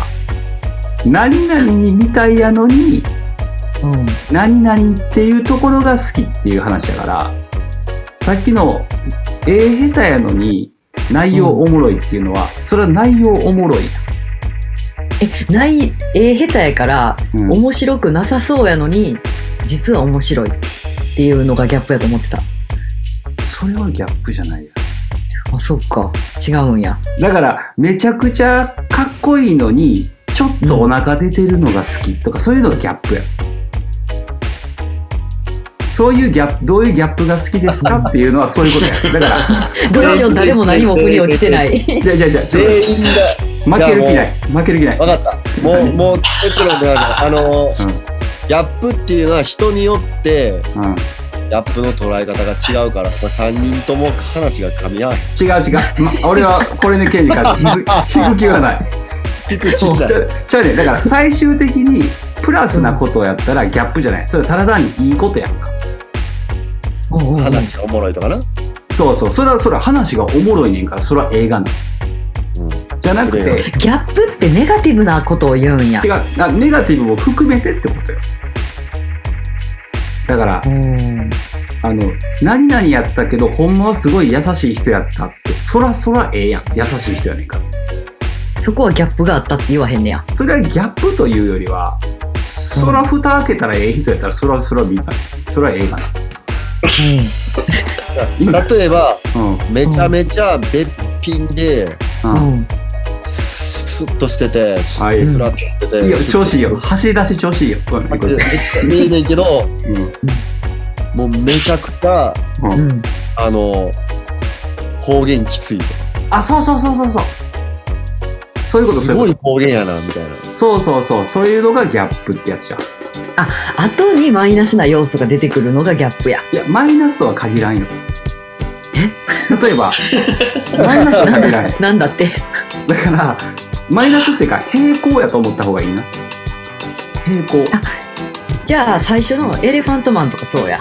Speaker 4: 何々にみたいやのに、
Speaker 3: うん
Speaker 4: 何々っていうところが好きっていう話だからさっきの絵下手やのに内容おもろいっていうのは、それは内容おもろい。
Speaker 3: え、ない、え下手やから、
Speaker 4: うん
Speaker 3: 面白くなさそうやのに、実は面白いっていうのがギャップやと思ってた。
Speaker 4: それはギャップじゃないよ。
Speaker 3: あ、そっか。違うんや。
Speaker 4: だから、めちゃくちゃかっこいいのに、ちょっとお腹出てるのが好きとか、そういうのがギャップや。そういうギャップ、どういうギャップが好きですかっていうのはそういうことや。だから、
Speaker 3: どうしよう、誰も何も腑に落ちて
Speaker 4: (laughs)
Speaker 3: ない。
Speaker 4: じゃあじゃあじゃあ、ちょっと
Speaker 5: 全員が
Speaker 4: 負ける気ない。負ける気ない。
Speaker 5: 分かったもうもう結論ではないあの、
Speaker 4: うん
Speaker 5: ギャップっていうのは人によって
Speaker 4: うん
Speaker 5: ギャップの捉え方が違うから、これ3人とも話が噛み合わない。
Speaker 4: 違う違う、ま、俺はこれの件に関して引く引く気はない
Speaker 5: びっくりし
Speaker 4: ち
Speaker 5: た
Speaker 4: ゃちゃうねだから最終的にプラスなことをやったらギャップじゃないそれはただ単にいいことやんか
Speaker 3: うんうんうん
Speaker 5: 話がおもろいとかな。
Speaker 4: そうそうそれはそれは話がおもろいねんからそれは映画なん
Speaker 5: うん
Speaker 4: じゃなくて
Speaker 5: これ
Speaker 4: 違う
Speaker 3: ギャップってネガティブなことを言うんや。
Speaker 4: あネガティブも含めてってことよだから
Speaker 3: うん
Speaker 4: あの何々やったけどほんまはすごい優しい人やったってそらそらええやん優しい人やねんから
Speaker 3: そこはギャップがあったって言わへんねや。
Speaker 4: それはギャップというよりはそら蓋開けたらええ人やったらそらそら見たいそらええかな
Speaker 5: 例えば、
Speaker 4: うん
Speaker 5: めちゃめちゃべっぴんで、
Speaker 3: う
Speaker 4: うん
Speaker 3: ん。うん。
Speaker 5: スッとしてて、ス
Speaker 4: はい
Speaker 5: ラッとしてて、
Speaker 4: いいよ、調子いいよ。走り出し調子いいよ。うん
Speaker 5: めっちゃ見えねえけど、もうめちゃくちゃ、
Speaker 4: う
Speaker 3: うんん。
Speaker 5: あの、方言きついとか。
Speaker 4: あ、そうそうそうそうそう。そういうこと、
Speaker 5: す
Speaker 4: そう
Speaker 5: ご
Speaker 4: いう
Speaker 5: い
Speaker 4: こ
Speaker 5: 方言やな、みたいな。
Speaker 4: と。そうそうそう。そういうのがギャップってやつじゃん。
Speaker 3: 後にマイナスな要素が出てくるのがギャップや。
Speaker 4: いや、マイナスとは限らんよ。え例えば、マイナスとは限らんよ。
Speaker 3: (laughs) なんだって。
Speaker 4: だから、マイナスっていうか、平行やと思った方がいいな。平行。
Speaker 3: あじゃあ最初のエレファントマンとかそうや。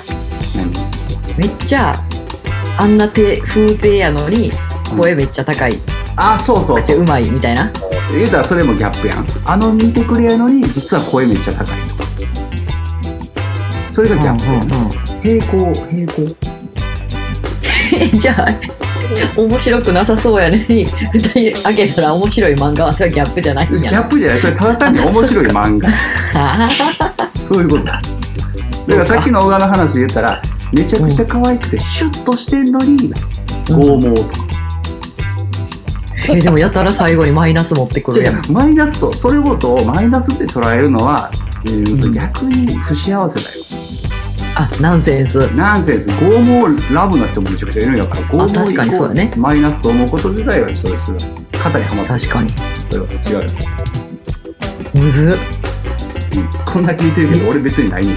Speaker 3: めっちゃあんな手風亭やのに声めっちゃ高い。
Speaker 4: あ、そうそうそう
Speaker 3: う。まいみたいな。 (laughs)
Speaker 4: 言うたらそれもギャップやん。あの見てくれやのに、実は声めっちゃ高いとか。それがギャップやな。平行、平行。
Speaker 3: えじゃあ面白くなさそうやねに2人あげたら面白い漫画はそれはギャップじゃない
Speaker 4: ギ
Speaker 3: んや
Speaker 4: ャップじゃないそれただ単に面白い
Speaker 3: (laughs)
Speaker 4: 漫画
Speaker 3: あ
Speaker 4: そういうことだだからさっきの小川の話で言ったらめちゃくちゃ可愛くてシュッとしてんのに
Speaker 3: うん
Speaker 4: 剛毛とか、
Speaker 3: ー (laughs) えでもやたら最後にマイナス持ってくる
Speaker 4: 違
Speaker 3: や
Speaker 4: うん違うマイナスとそれごとをマイナスって捉えるのは、えー
Speaker 3: うん
Speaker 4: 逆に不幸せ
Speaker 3: あナンセンス
Speaker 4: だよナンセンス剛毛ラブな人もめちゃくちゃいるんやから剛毛
Speaker 3: 確かにそうだね
Speaker 4: イコールマイナスと思うこと自体はそうです肩にはまってる
Speaker 3: 確かに
Speaker 4: それは違うよ、
Speaker 3: むずっ
Speaker 4: うんこんだけ言ってるけど俺別にないねん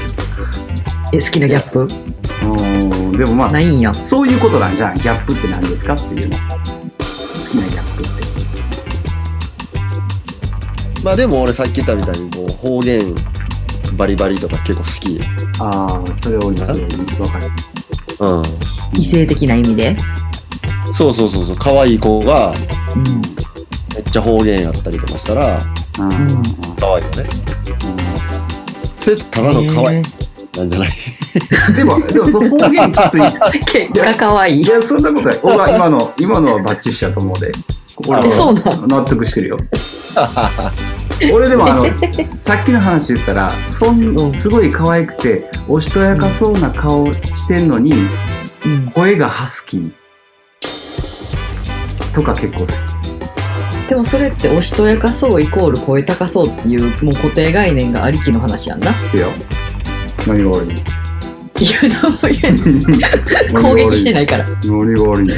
Speaker 3: え好きなギャップ
Speaker 4: うんでもまあ
Speaker 3: ないんや
Speaker 4: そういうことなんじゃんギャップって何ですかっていうの好きなギャップって
Speaker 5: まあでも俺さっき言ったみたいに、こう、方言バリバリとか結構好き。
Speaker 4: ああそれを今すごい分かる
Speaker 5: う
Speaker 3: 異性的な意味で
Speaker 5: ん。そうそうそうそう、可愛い子が、
Speaker 3: うん
Speaker 5: めっちゃ方言やったりとかしたら、
Speaker 4: うんうん
Speaker 3: うん
Speaker 5: 可愛いよね。それただの可愛い
Speaker 3: え
Speaker 5: なんじゃない
Speaker 4: でもでもその方言きついい
Speaker 3: ー結果かわいい
Speaker 4: やそん
Speaker 3: (laughs)
Speaker 4: なことない俺は今の今のはバッチリしたと思うで俺
Speaker 5: あそう
Speaker 3: な
Speaker 4: 納得してるよ俺で
Speaker 3: (laughs)
Speaker 4: もあのさっきの話言ったらそんすごい可愛くておしとやかそうな顔してんのに
Speaker 3: うん
Speaker 4: 声がハスキーとか結構好き
Speaker 3: でもそれっておしとやかそうイコール声高そうっていうもう固定概念がありきの話やんな。い
Speaker 4: ですよ何が悪い
Speaker 3: や、何も言えん攻撃してないから。
Speaker 4: ノリが悪いね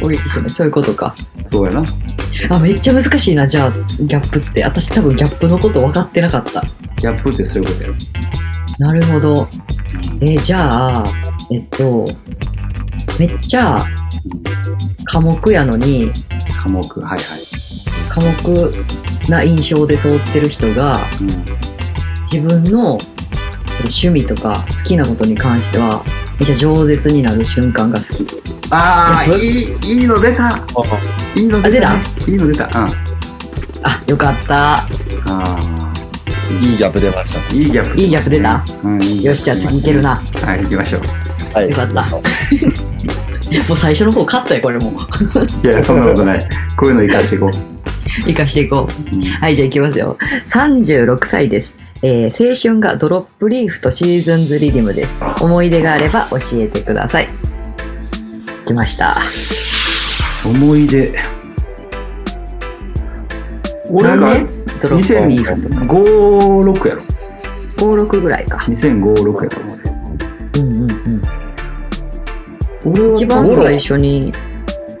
Speaker 3: 攻撃してない。そういうことか。
Speaker 4: そうやな
Speaker 3: あ、めっちゃ難しいな、じゃあ、ギャップって。私多分ギャップのこと分かってなかった。
Speaker 4: ギャップってそういうことやろ
Speaker 3: なるほど。え、じゃあ、えっと、めっちゃ寡黙やのに、
Speaker 4: 科目はいは
Speaker 3: 寡黙な印象で通ってる人が、
Speaker 4: い、うん
Speaker 3: 自分のちょっと趣味とか好きなことに関してはめっちゃ饒舌になる瞬間が好き
Speaker 4: あ
Speaker 3: ギャ
Speaker 4: あいいいいの出たいいの出た,、ね、いいの出たうんあ
Speaker 3: あよかった
Speaker 4: あ
Speaker 5: (laughs) いいギャップ出まし
Speaker 4: ーいいギャップ
Speaker 3: いいギャップ出た、
Speaker 4: うん、いいギャップ
Speaker 3: よしじゃあ次いけるな (laughs)
Speaker 4: はい行きましょう
Speaker 5: た。はい。
Speaker 3: よかったもう最初の方勝ったよこれも
Speaker 4: いや、そんなことない。こういうの生かしていこう。
Speaker 3: 生かしていこう
Speaker 4: うん
Speaker 3: はいじゃあいきますよ36歳ですえー青春がドロップリーフとシーズンズリディムです思い出があれば教えてください来ました
Speaker 4: 思い出。俺が
Speaker 3: 何年ドロップリーフとか
Speaker 4: 2005、6やろ。
Speaker 3: 56ぐらいか
Speaker 4: 2005、6やと思うで。
Speaker 3: うんうんうん
Speaker 4: 俺は
Speaker 3: 一番最初に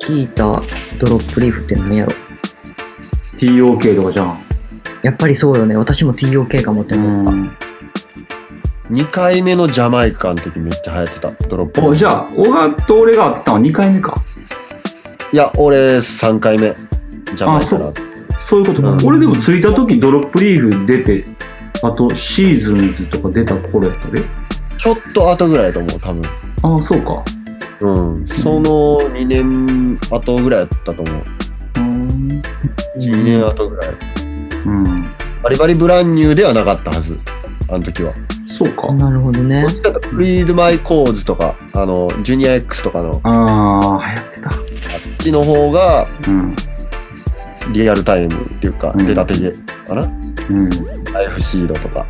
Speaker 3: 聞いたドロップリーフって何やろ
Speaker 4: TOK とかじゃん。
Speaker 3: やっぱりそうよね私も TOK かもって思った
Speaker 5: 2回目のジャマイカの時めっちゃ流行ってた。ドロップ
Speaker 4: おじゃあ、小川と俺が会ってたのは2回目か。
Speaker 5: いや、俺3回目。ジャマイカだ。
Speaker 4: そういうことか。
Speaker 3: うん
Speaker 4: 俺でも着いた時ドロップリーフ出て、あとシーズンズとか出た頃やったで。
Speaker 5: ちょっと後ぐらいだと思う、多分。
Speaker 4: ああ、そうか。
Speaker 5: うん。その2年後ぐらいだったと思う。
Speaker 4: うん。
Speaker 5: 2年後ぐらい。
Speaker 4: うん。
Speaker 5: バリバリブランニューではなかったはず。あの時は。
Speaker 4: そうか。
Speaker 3: なるほどね
Speaker 5: どっちかというとフリードマイコーズとか、あの、ジュニア X とかの、あ
Speaker 4: ああ、流行ってた。
Speaker 5: っちの方が
Speaker 4: うん。
Speaker 5: リアルタイムっていうか、
Speaker 4: うん
Speaker 5: 出たてでかな。
Speaker 4: うん。
Speaker 5: ライフシードとか、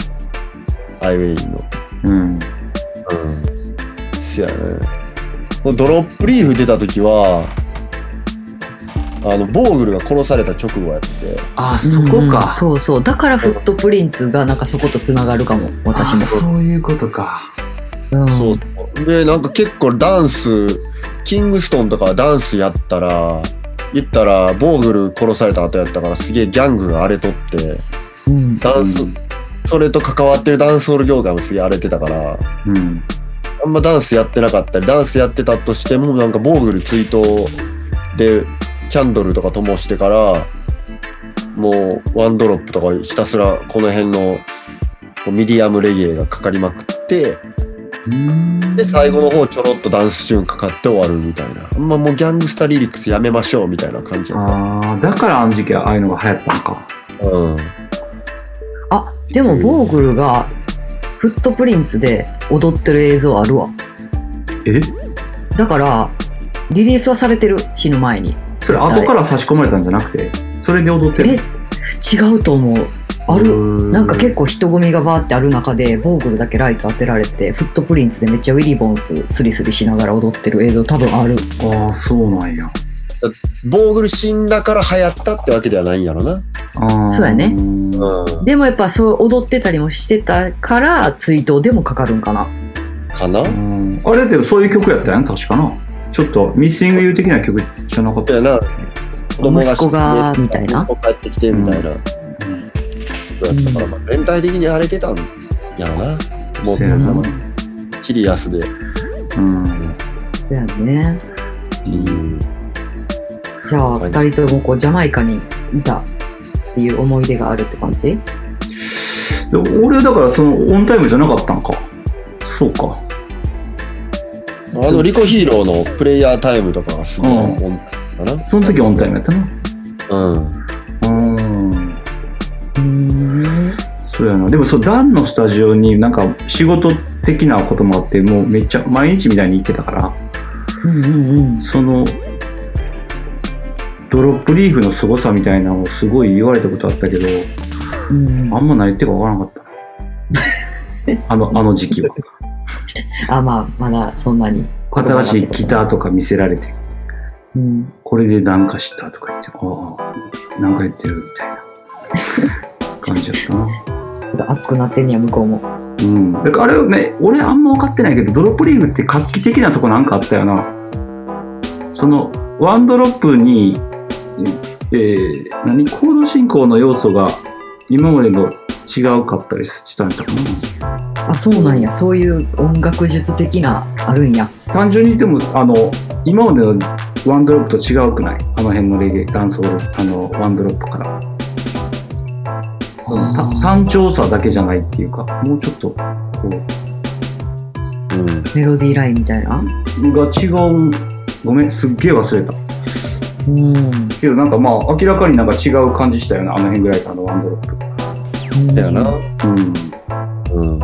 Speaker 5: アイウェイの。
Speaker 4: うん。
Speaker 5: うん。そやね。もうドロップリーフ出た時は、あの、ボーグルが殺された直後やって、
Speaker 4: ああ、そこ
Speaker 3: うんうん
Speaker 4: か。
Speaker 3: そうそうだからフットプリンツがなんかそことつながるかも私も
Speaker 4: あーそういうことか。
Speaker 3: うん
Speaker 5: そうそう。で、なんか結構ダンス、キングストンとかダンスやったら、言ったら、ボーグル殺された後やったから、すげえギャングが荒れとって、
Speaker 3: うん
Speaker 5: ダンス、
Speaker 4: うん
Speaker 5: それと関わってるダンスホール業界もすげえ荒れてたから、
Speaker 4: うん。
Speaker 5: あんまダンスやってなかったり、ダンスやってたとしても、なんかボーグル追悼で、キャンドルとか灯してから、もうワンドロップとかひたすらこの辺のこうミディアムレゲエがかかりまくって、で、最後の方ちょろっとダンスチューンかかって終わるみたいな。あんまもうギャングスタリリックスやめましょうみたいな感じだっ
Speaker 4: ああ、だからあの時期はああいうのが流行ったのか。
Speaker 5: た。うん。
Speaker 3: あでもボーグルがフットプリンツで踊ってる映像あるわ
Speaker 4: え
Speaker 3: だからリリースはされてる死ぬ前に
Speaker 4: それ後から差し込まれたんじゃなくて、それで踊って
Speaker 3: え
Speaker 4: る
Speaker 3: 違うと思うある
Speaker 4: る
Speaker 3: なんか結構人混みがバーってある中でボーグルだけライト当てられてフットプリンツでめっちゃウィリーボンズスリスリしながら踊ってる映像多分ある
Speaker 4: 構。ああ、そうなんや。
Speaker 5: ボーグル死んだから流行ったってわけではないんやろな。
Speaker 4: あー
Speaker 3: そうやね
Speaker 4: ん
Speaker 5: うん。
Speaker 3: でもやっぱそう踊ってたりもしてたから追悼でもかかるんかな
Speaker 5: かな
Speaker 4: うんあれだけどそういう曲やったやん、確かな。ちょっとミッシングユー的な曲じゃなかった。
Speaker 5: やな子
Speaker 3: 息子がみたいな
Speaker 5: 息子帰ってきてみたいな、そうやったから、まあ、全体的に荒れてたんやろなもう
Speaker 4: せやな
Speaker 5: シリアスで、
Speaker 4: うん。
Speaker 3: そうやね
Speaker 5: うん、
Speaker 3: じゃあ2人ともこうジャマイカにいたっていう思い出があるって感じ
Speaker 4: で俺はだからそのオンタイムじゃなかったんか。そうか。
Speaker 5: あのリコヒーローのプレイヤータイムとかがすごい
Speaker 4: うん
Speaker 5: オンかな
Speaker 4: その時オンタイムやったな。
Speaker 5: うん
Speaker 4: うん。
Speaker 3: うーん
Speaker 4: そうやな。でもそう、ダンのスタジオになんか仕事的なこともあって、もうめっちゃ毎日みたいに行ってたから、
Speaker 3: うんうんうん
Speaker 4: その、ドロップリーフの凄さみたいなのをすごい言われたことあったけど、
Speaker 3: うん
Speaker 4: あんま何言ってるかわからなかった。あの、あの時期は。
Speaker 3: あまあまだそんなに
Speaker 4: 新しいギターとか見せられて、
Speaker 3: うん
Speaker 4: これでなんかしたとか言って、ああ、なんか言ってるみたいな感じだったな。
Speaker 3: ちょっと熱くなってんねや向こうも
Speaker 4: うん。だからあれね、俺あんま分かってないけど、ドロップリーグって画期的なとこなんかあったよな。その、ワンドロップに、えー何、コード進行の要素が今までの違うかったりしたんだろう
Speaker 3: あそうなんやそういう音楽術的なあるんや
Speaker 4: な。単純にでも、あの、今までのワンドロップと違うくないあの辺のレゲエ、ダンスホール、あの、ワンドロップから。そのた
Speaker 3: あー
Speaker 4: 単調さだけじゃないっていうか、もうちょっと、こう、
Speaker 5: うん
Speaker 3: メロディーラインみたいな
Speaker 4: が違う。ごめん、すっげえ忘れた。
Speaker 3: うん
Speaker 4: けどなんかまあ明らかになんか違う感じしたよねあの辺ぐらいからのワンドロップ
Speaker 5: だよな、
Speaker 4: うん
Speaker 5: うん、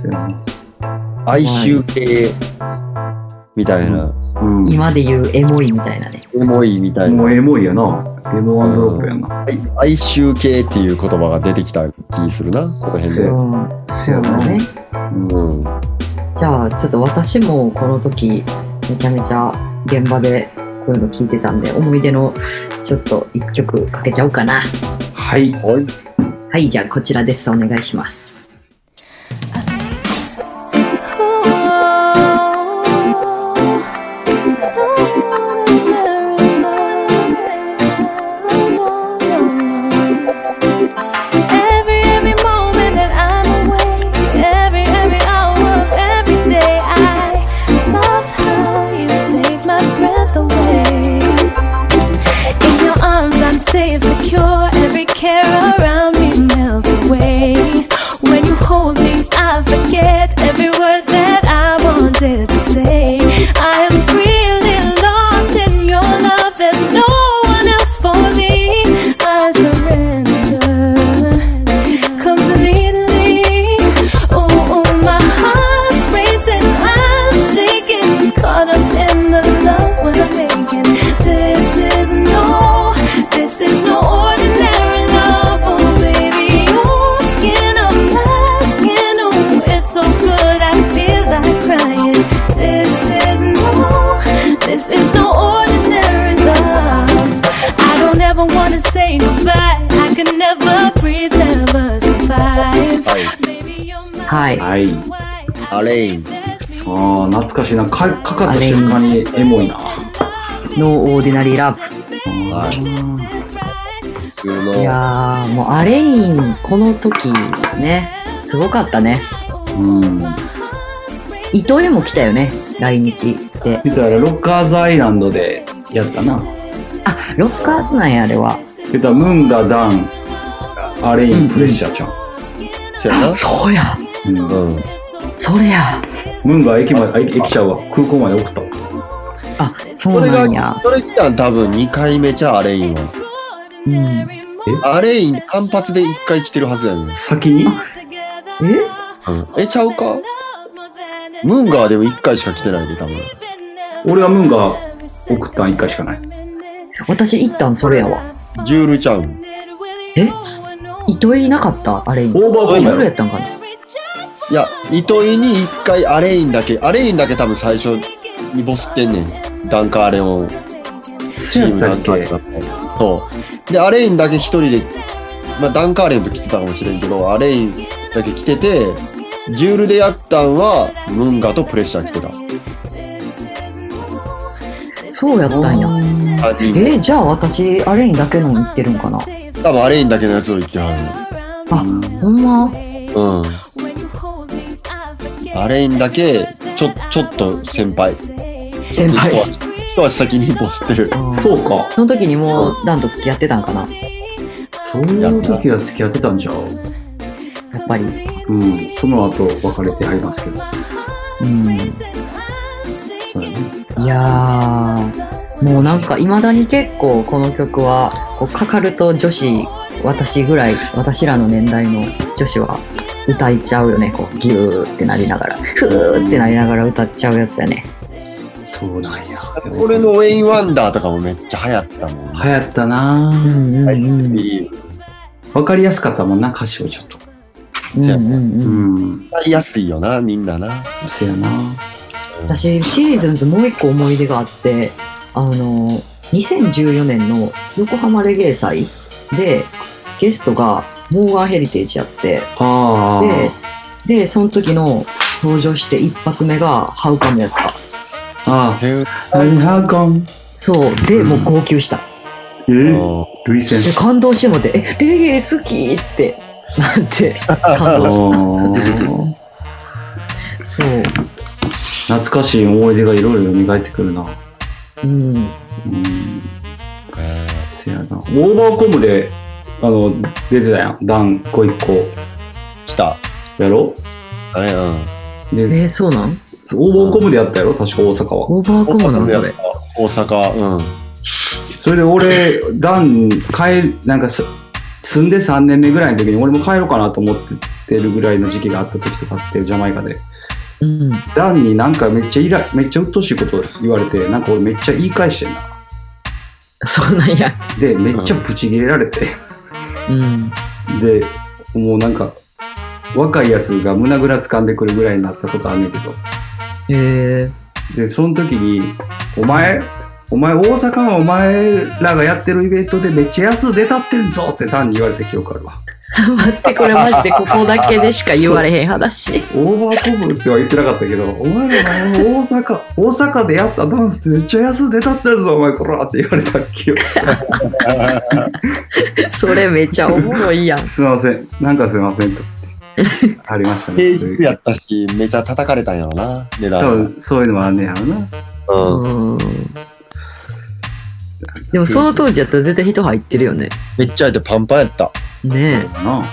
Speaker 4: そうやな
Speaker 5: 哀愁系みたいな、
Speaker 4: うん。
Speaker 3: 今で言うエモいみたいなね。
Speaker 5: エモいみたい
Speaker 4: も
Speaker 5: な
Speaker 4: うエモいやな。エモアンドロップやな。
Speaker 5: 哀哀愁系っていう言葉が出てきた気するなこの辺
Speaker 4: そ
Speaker 5: で
Speaker 4: う。
Speaker 3: うん。
Speaker 4: せや
Speaker 3: まあ
Speaker 4: な。
Speaker 3: ね。
Speaker 5: うん
Speaker 3: じゃあ、ちょっと私もこの時、めちゃめちゃ現場でこういうの聞いてたんで、思い出のちょっと一曲かけちゃおうかな。
Speaker 4: はい。
Speaker 5: はい
Speaker 3: はい、じゃあこちらです。お願いします。
Speaker 6: Every every moment that I'm away, every every hour of every day, I love how you take my breath away. In your arms I'm safe, secure. Every care around me melts away. When you hold me, I forget every word that I wanted to say. I am freely lost in your love. There's no one else for me. I surrender completely. Oh, oh, my heart's racing, I'm shaking, caught up in the love we're making. This is no, this is no ordinary love. Oh, baby, your skin on my skin, oh, it's so good, I feel like crying. This is no, this is no ordinary love. I don't ever wanna say goodbye. I can never breathe, never survive.
Speaker 3: はい。
Speaker 4: はい。
Speaker 5: あれい
Speaker 4: ああ、懐かしいな。か、かかった瞬間にエモいな。
Speaker 3: No Ordinary Love。
Speaker 5: 普通の
Speaker 3: いやー、もうアレイン、この時ね、すごかったね。
Speaker 4: うん。
Speaker 3: 伊藤にも来たよね、来日で。
Speaker 4: 言ったら、ロッカーズアイランドでやったな。
Speaker 3: あ、ロッカーズなんや、あれは。
Speaker 4: 言ったら、ムンガ、ダン、アレイン、プレッシャーちゃん。
Speaker 5: そうやな
Speaker 3: そうや、
Speaker 4: うん
Speaker 5: うん
Speaker 3: それや。
Speaker 4: ムンガ駅まで、あ駅駅ちゃうわ。空港まで送ったわ。
Speaker 3: あ、そ
Speaker 5: そうれ
Speaker 3: なんや
Speaker 5: が。それ来たん多分2回目ちゃうアレインは
Speaker 3: うん。
Speaker 5: アレイン単発で1回来てるはずやねん、
Speaker 4: 先に
Speaker 3: え
Speaker 5: うんえちゃうかムンガはでも1回しか来てないで多分
Speaker 4: 俺はムンガ送ったん一回しかない。
Speaker 3: 私行ったん、それやわ。
Speaker 5: ジュールちゃうん
Speaker 3: え糸井いなかったアレイン。
Speaker 4: オーバーホーム
Speaker 3: ジ
Speaker 4: や
Speaker 3: ュール
Speaker 4: ろ
Speaker 3: やったんかない
Speaker 5: や糸井に1回アレインだけアレインだけ多分最初にボスってんねんダンカーアレオンチームダンカーアレオンそうでアレインだけ1人で、まあ、ダンカーアレオンと来てたかもしれんけどアレインだけ来ててジュールでやったんはムンガとプレッシャー来てた
Speaker 3: そうやったんや。
Speaker 5: あいいね
Speaker 3: え、じゃあ私、アレインだけの行ってるんかな
Speaker 5: 多分アレインだけのやつを言ってるはず
Speaker 3: あ、ほんま。
Speaker 5: うんアレインだけちょちょっと先輩
Speaker 3: 先輩。
Speaker 5: 一足一 (laughs) 足先にボスってる
Speaker 3: うん
Speaker 4: そうか。
Speaker 3: その時にもう、ダンと付き合ってたんかなや
Speaker 4: そういう時は付き合ってたんじゃう。
Speaker 3: っぱり。
Speaker 4: うん。その後、別れてはりますけど。
Speaker 3: うん。
Speaker 4: そうやね。
Speaker 3: いやー、もうなんか未だに結構この曲は、こうかかると女子、私ぐらい、私らの年代の女子は歌いちゃうよね。こうギューってなりながら、ふーってなりながら歌っちゃうやつやね。
Speaker 4: そうなんや。
Speaker 5: 俺のウェイン・ワンダーとかもめっちゃ流行ったもん
Speaker 4: 流行ったな
Speaker 3: う
Speaker 4: ぁ
Speaker 3: んうんうん。
Speaker 5: 流
Speaker 4: わかりやすかったもんな、歌詞をちょっと。
Speaker 3: うんうんうん。
Speaker 4: うん。
Speaker 5: 行りやすいよなみんなな
Speaker 4: そうやな
Speaker 3: 私シーズンズもう一個思い出があってあの2014年の横浜レゲエ祭でゲストがモーガンヘリテージやって
Speaker 4: あ
Speaker 3: ででその時の登場して一発目がハウカムやった
Speaker 4: あ。あ
Speaker 5: へ
Speaker 4: あ。何ハーコン
Speaker 3: そうでもう号泣した
Speaker 4: え
Speaker 5: うん
Speaker 4: ルイ
Speaker 3: で
Speaker 4: センス。
Speaker 3: 感動してもって「えレゲエ好き!」ってなん (laughs) て感動し
Speaker 4: お (laughs) ー
Speaker 3: たそう
Speaker 4: 懐かしい思い出がいろいろ蘇ってくるな。
Speaker 3: うん
Speaker 4: うん。せやな。オーバーコムで、あの、出てたやん。ダン、こ一個。
Speaker 5: 来た
Speaker 4: やろ
Speaker 5: あれうん
Speaker 4: で、
Speaker 3: えそうなん
Speaker 4: そうオーバーコムでやったやろ確か大阪は。
Speaker 3: オーバーコムなんそれ
Speaker 5: 大阪うん
Speaker 4: それで俺、ダン、帰る、なんかす、住んで3年目ぐらいの時に、俺も帰ろうかなと思ってるぐらいの時期があった時とかあって、ジャマイカで。
Speaker 3: うん。
Speaker 4: ダンになんかめっちゃイラめっちゃ鬱陶しいこと言われてなんか俺めっちゃ言い返してんな
Speaker 3: そうなんや。
Speaker 4: でめっちゃブチ切れられて、
Speaker 3: うん。
Speaker 4: でもうなんか若いやつが胸ぐら掴んでくるぐらいになったことあんねんけど
Speaker 3: へえ。
Speaker 4: でその時に「お前お前大阪のお前らがやってるイベントでめっちゃ安出たってんぞ!」って単に言われた記憶あるわ
Speaker 3: 待って、これマジでここだけでしか言われへん話。
Speaker 4: オーバーコブっては言ってなかったけど「お前らの大阪 (laughs) 大阪でやったダンスってめっちゃ安出たってんぞお前こら!」って言われた記憶
Speaker 3: それめちゃおもろいやん。
Speaker 4: すいませんなんかすいませんと思ってありましたね
Speaker 5: 平日やったし、めちゃ叩かれたんやろな、値
Speaker 4: 多
Speaker 5: 段。
Speaker 4: 分そういうのもあんねやろな
Speaker 5: うん。
Speaker 3: うん。でもその当時やったら絶対人入ってるよね。
Speaker 5: めっちゃいてパンパンやった。
Speaker 3: ね
Speaker 4: かな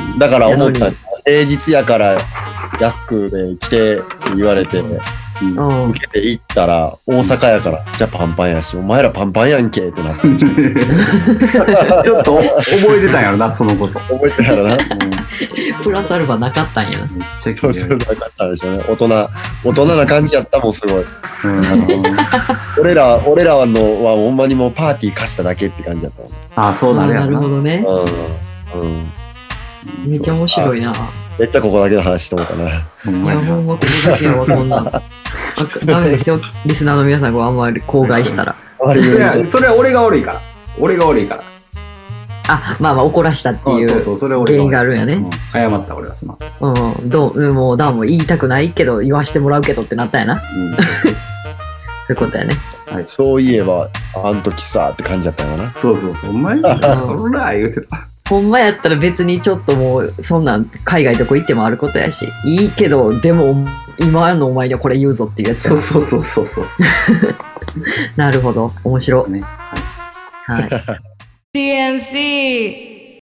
Speaker 5: うん、だから思った。平日やから安くで来てって言われて、
Speaker 3: え。うん。
Speaker 5: 受けて行ったら、大阪やから、じゃあパンパンやし、お前らパンパンやんけってなって。
Speaker 4: (laughs) ちょっと覚えてたんやろな、そのこと。
Speaker 5: 覚えてた
Speaker 3: (laughs)
Speaker 5: らな。
Speaker 4: うんめっ
Speaker 3: プラスアルファなかったんやな。
Speaker 4: ちゃ気
Speaker 5: そう
Speaker 4: に
Speaker 5: そ
Speaker 4: な
Speaker 5: う、
Speaker 4: る
Speaker 5: なかったでしょうね。大人、大人な感じやったもん、すごい。
Speaker 4: うん
Speaker 5: 俺ら、俺らのはほんまにもうパーティー貸しただけって感じやったもん。
Speaker 4: あ、そうなるや
Speaker 3: あーな
Speaker 4: ろ
Speaker 3: るほ
Speaker 4: な。
Speaker 3: どね。
Speaker 5: うん。うん。
Speaker 3: めっちゃ面白いな。
Speaker 5: めっちゃここだけの話しと思うかな。
Speaker 4: ほん
Speaker 3: い
Speaker 4: ま
Speaker 3: や、
Speaker 4: やな
Speaker 3: ほんま、この時はこん (laughs) なん。あダメですよ。リスナーの皆さんがあんまり口外したら。
Speaker 5: 割
Speaker 4: そ
Speaker 5: に
Speaker 4: れはそれは俺が悪いから。俺が悪いから。
Speaker 3: あ、まあまあ怒らしたって
Speaker 4: あ
Speaker 3: い
Speaker 4: そう
Speaker 3: う
Speaker 4: そう、それは俺
Speaker 3: 原因
Speaker 4: が悪い
Speaker 3: があるんや
Speaker 4: う
Speaker 3: ね
Speaker 4: ん。謝った俺はその。
Speaker 3: うん。どう、もう、ダンも言いたくないけど、言わしてもらうけどってなったんやな。
Speaker 4: うん
Speaker 3: そういうことやね。
Speaker 4: はい
Speaker 5: そういえば、あん時さって感じやったよな。
Speaker 4: そうそう、お前ほら、言うてた。
Speaker 3: ほんまやったら別にちょっともう、そんなん、海外どこ行ってもあることやし、いいけど、でも、今のお前にはこれ言うぞっていうやつ
Speaker 4: そ
Speaker 3: や
Speaker 4: うそうそうそうそう。
Speaker 3: なるほど。面白。
Speaker 4: ねはい
Speaker 3: はい。
Speaker 1: CMC.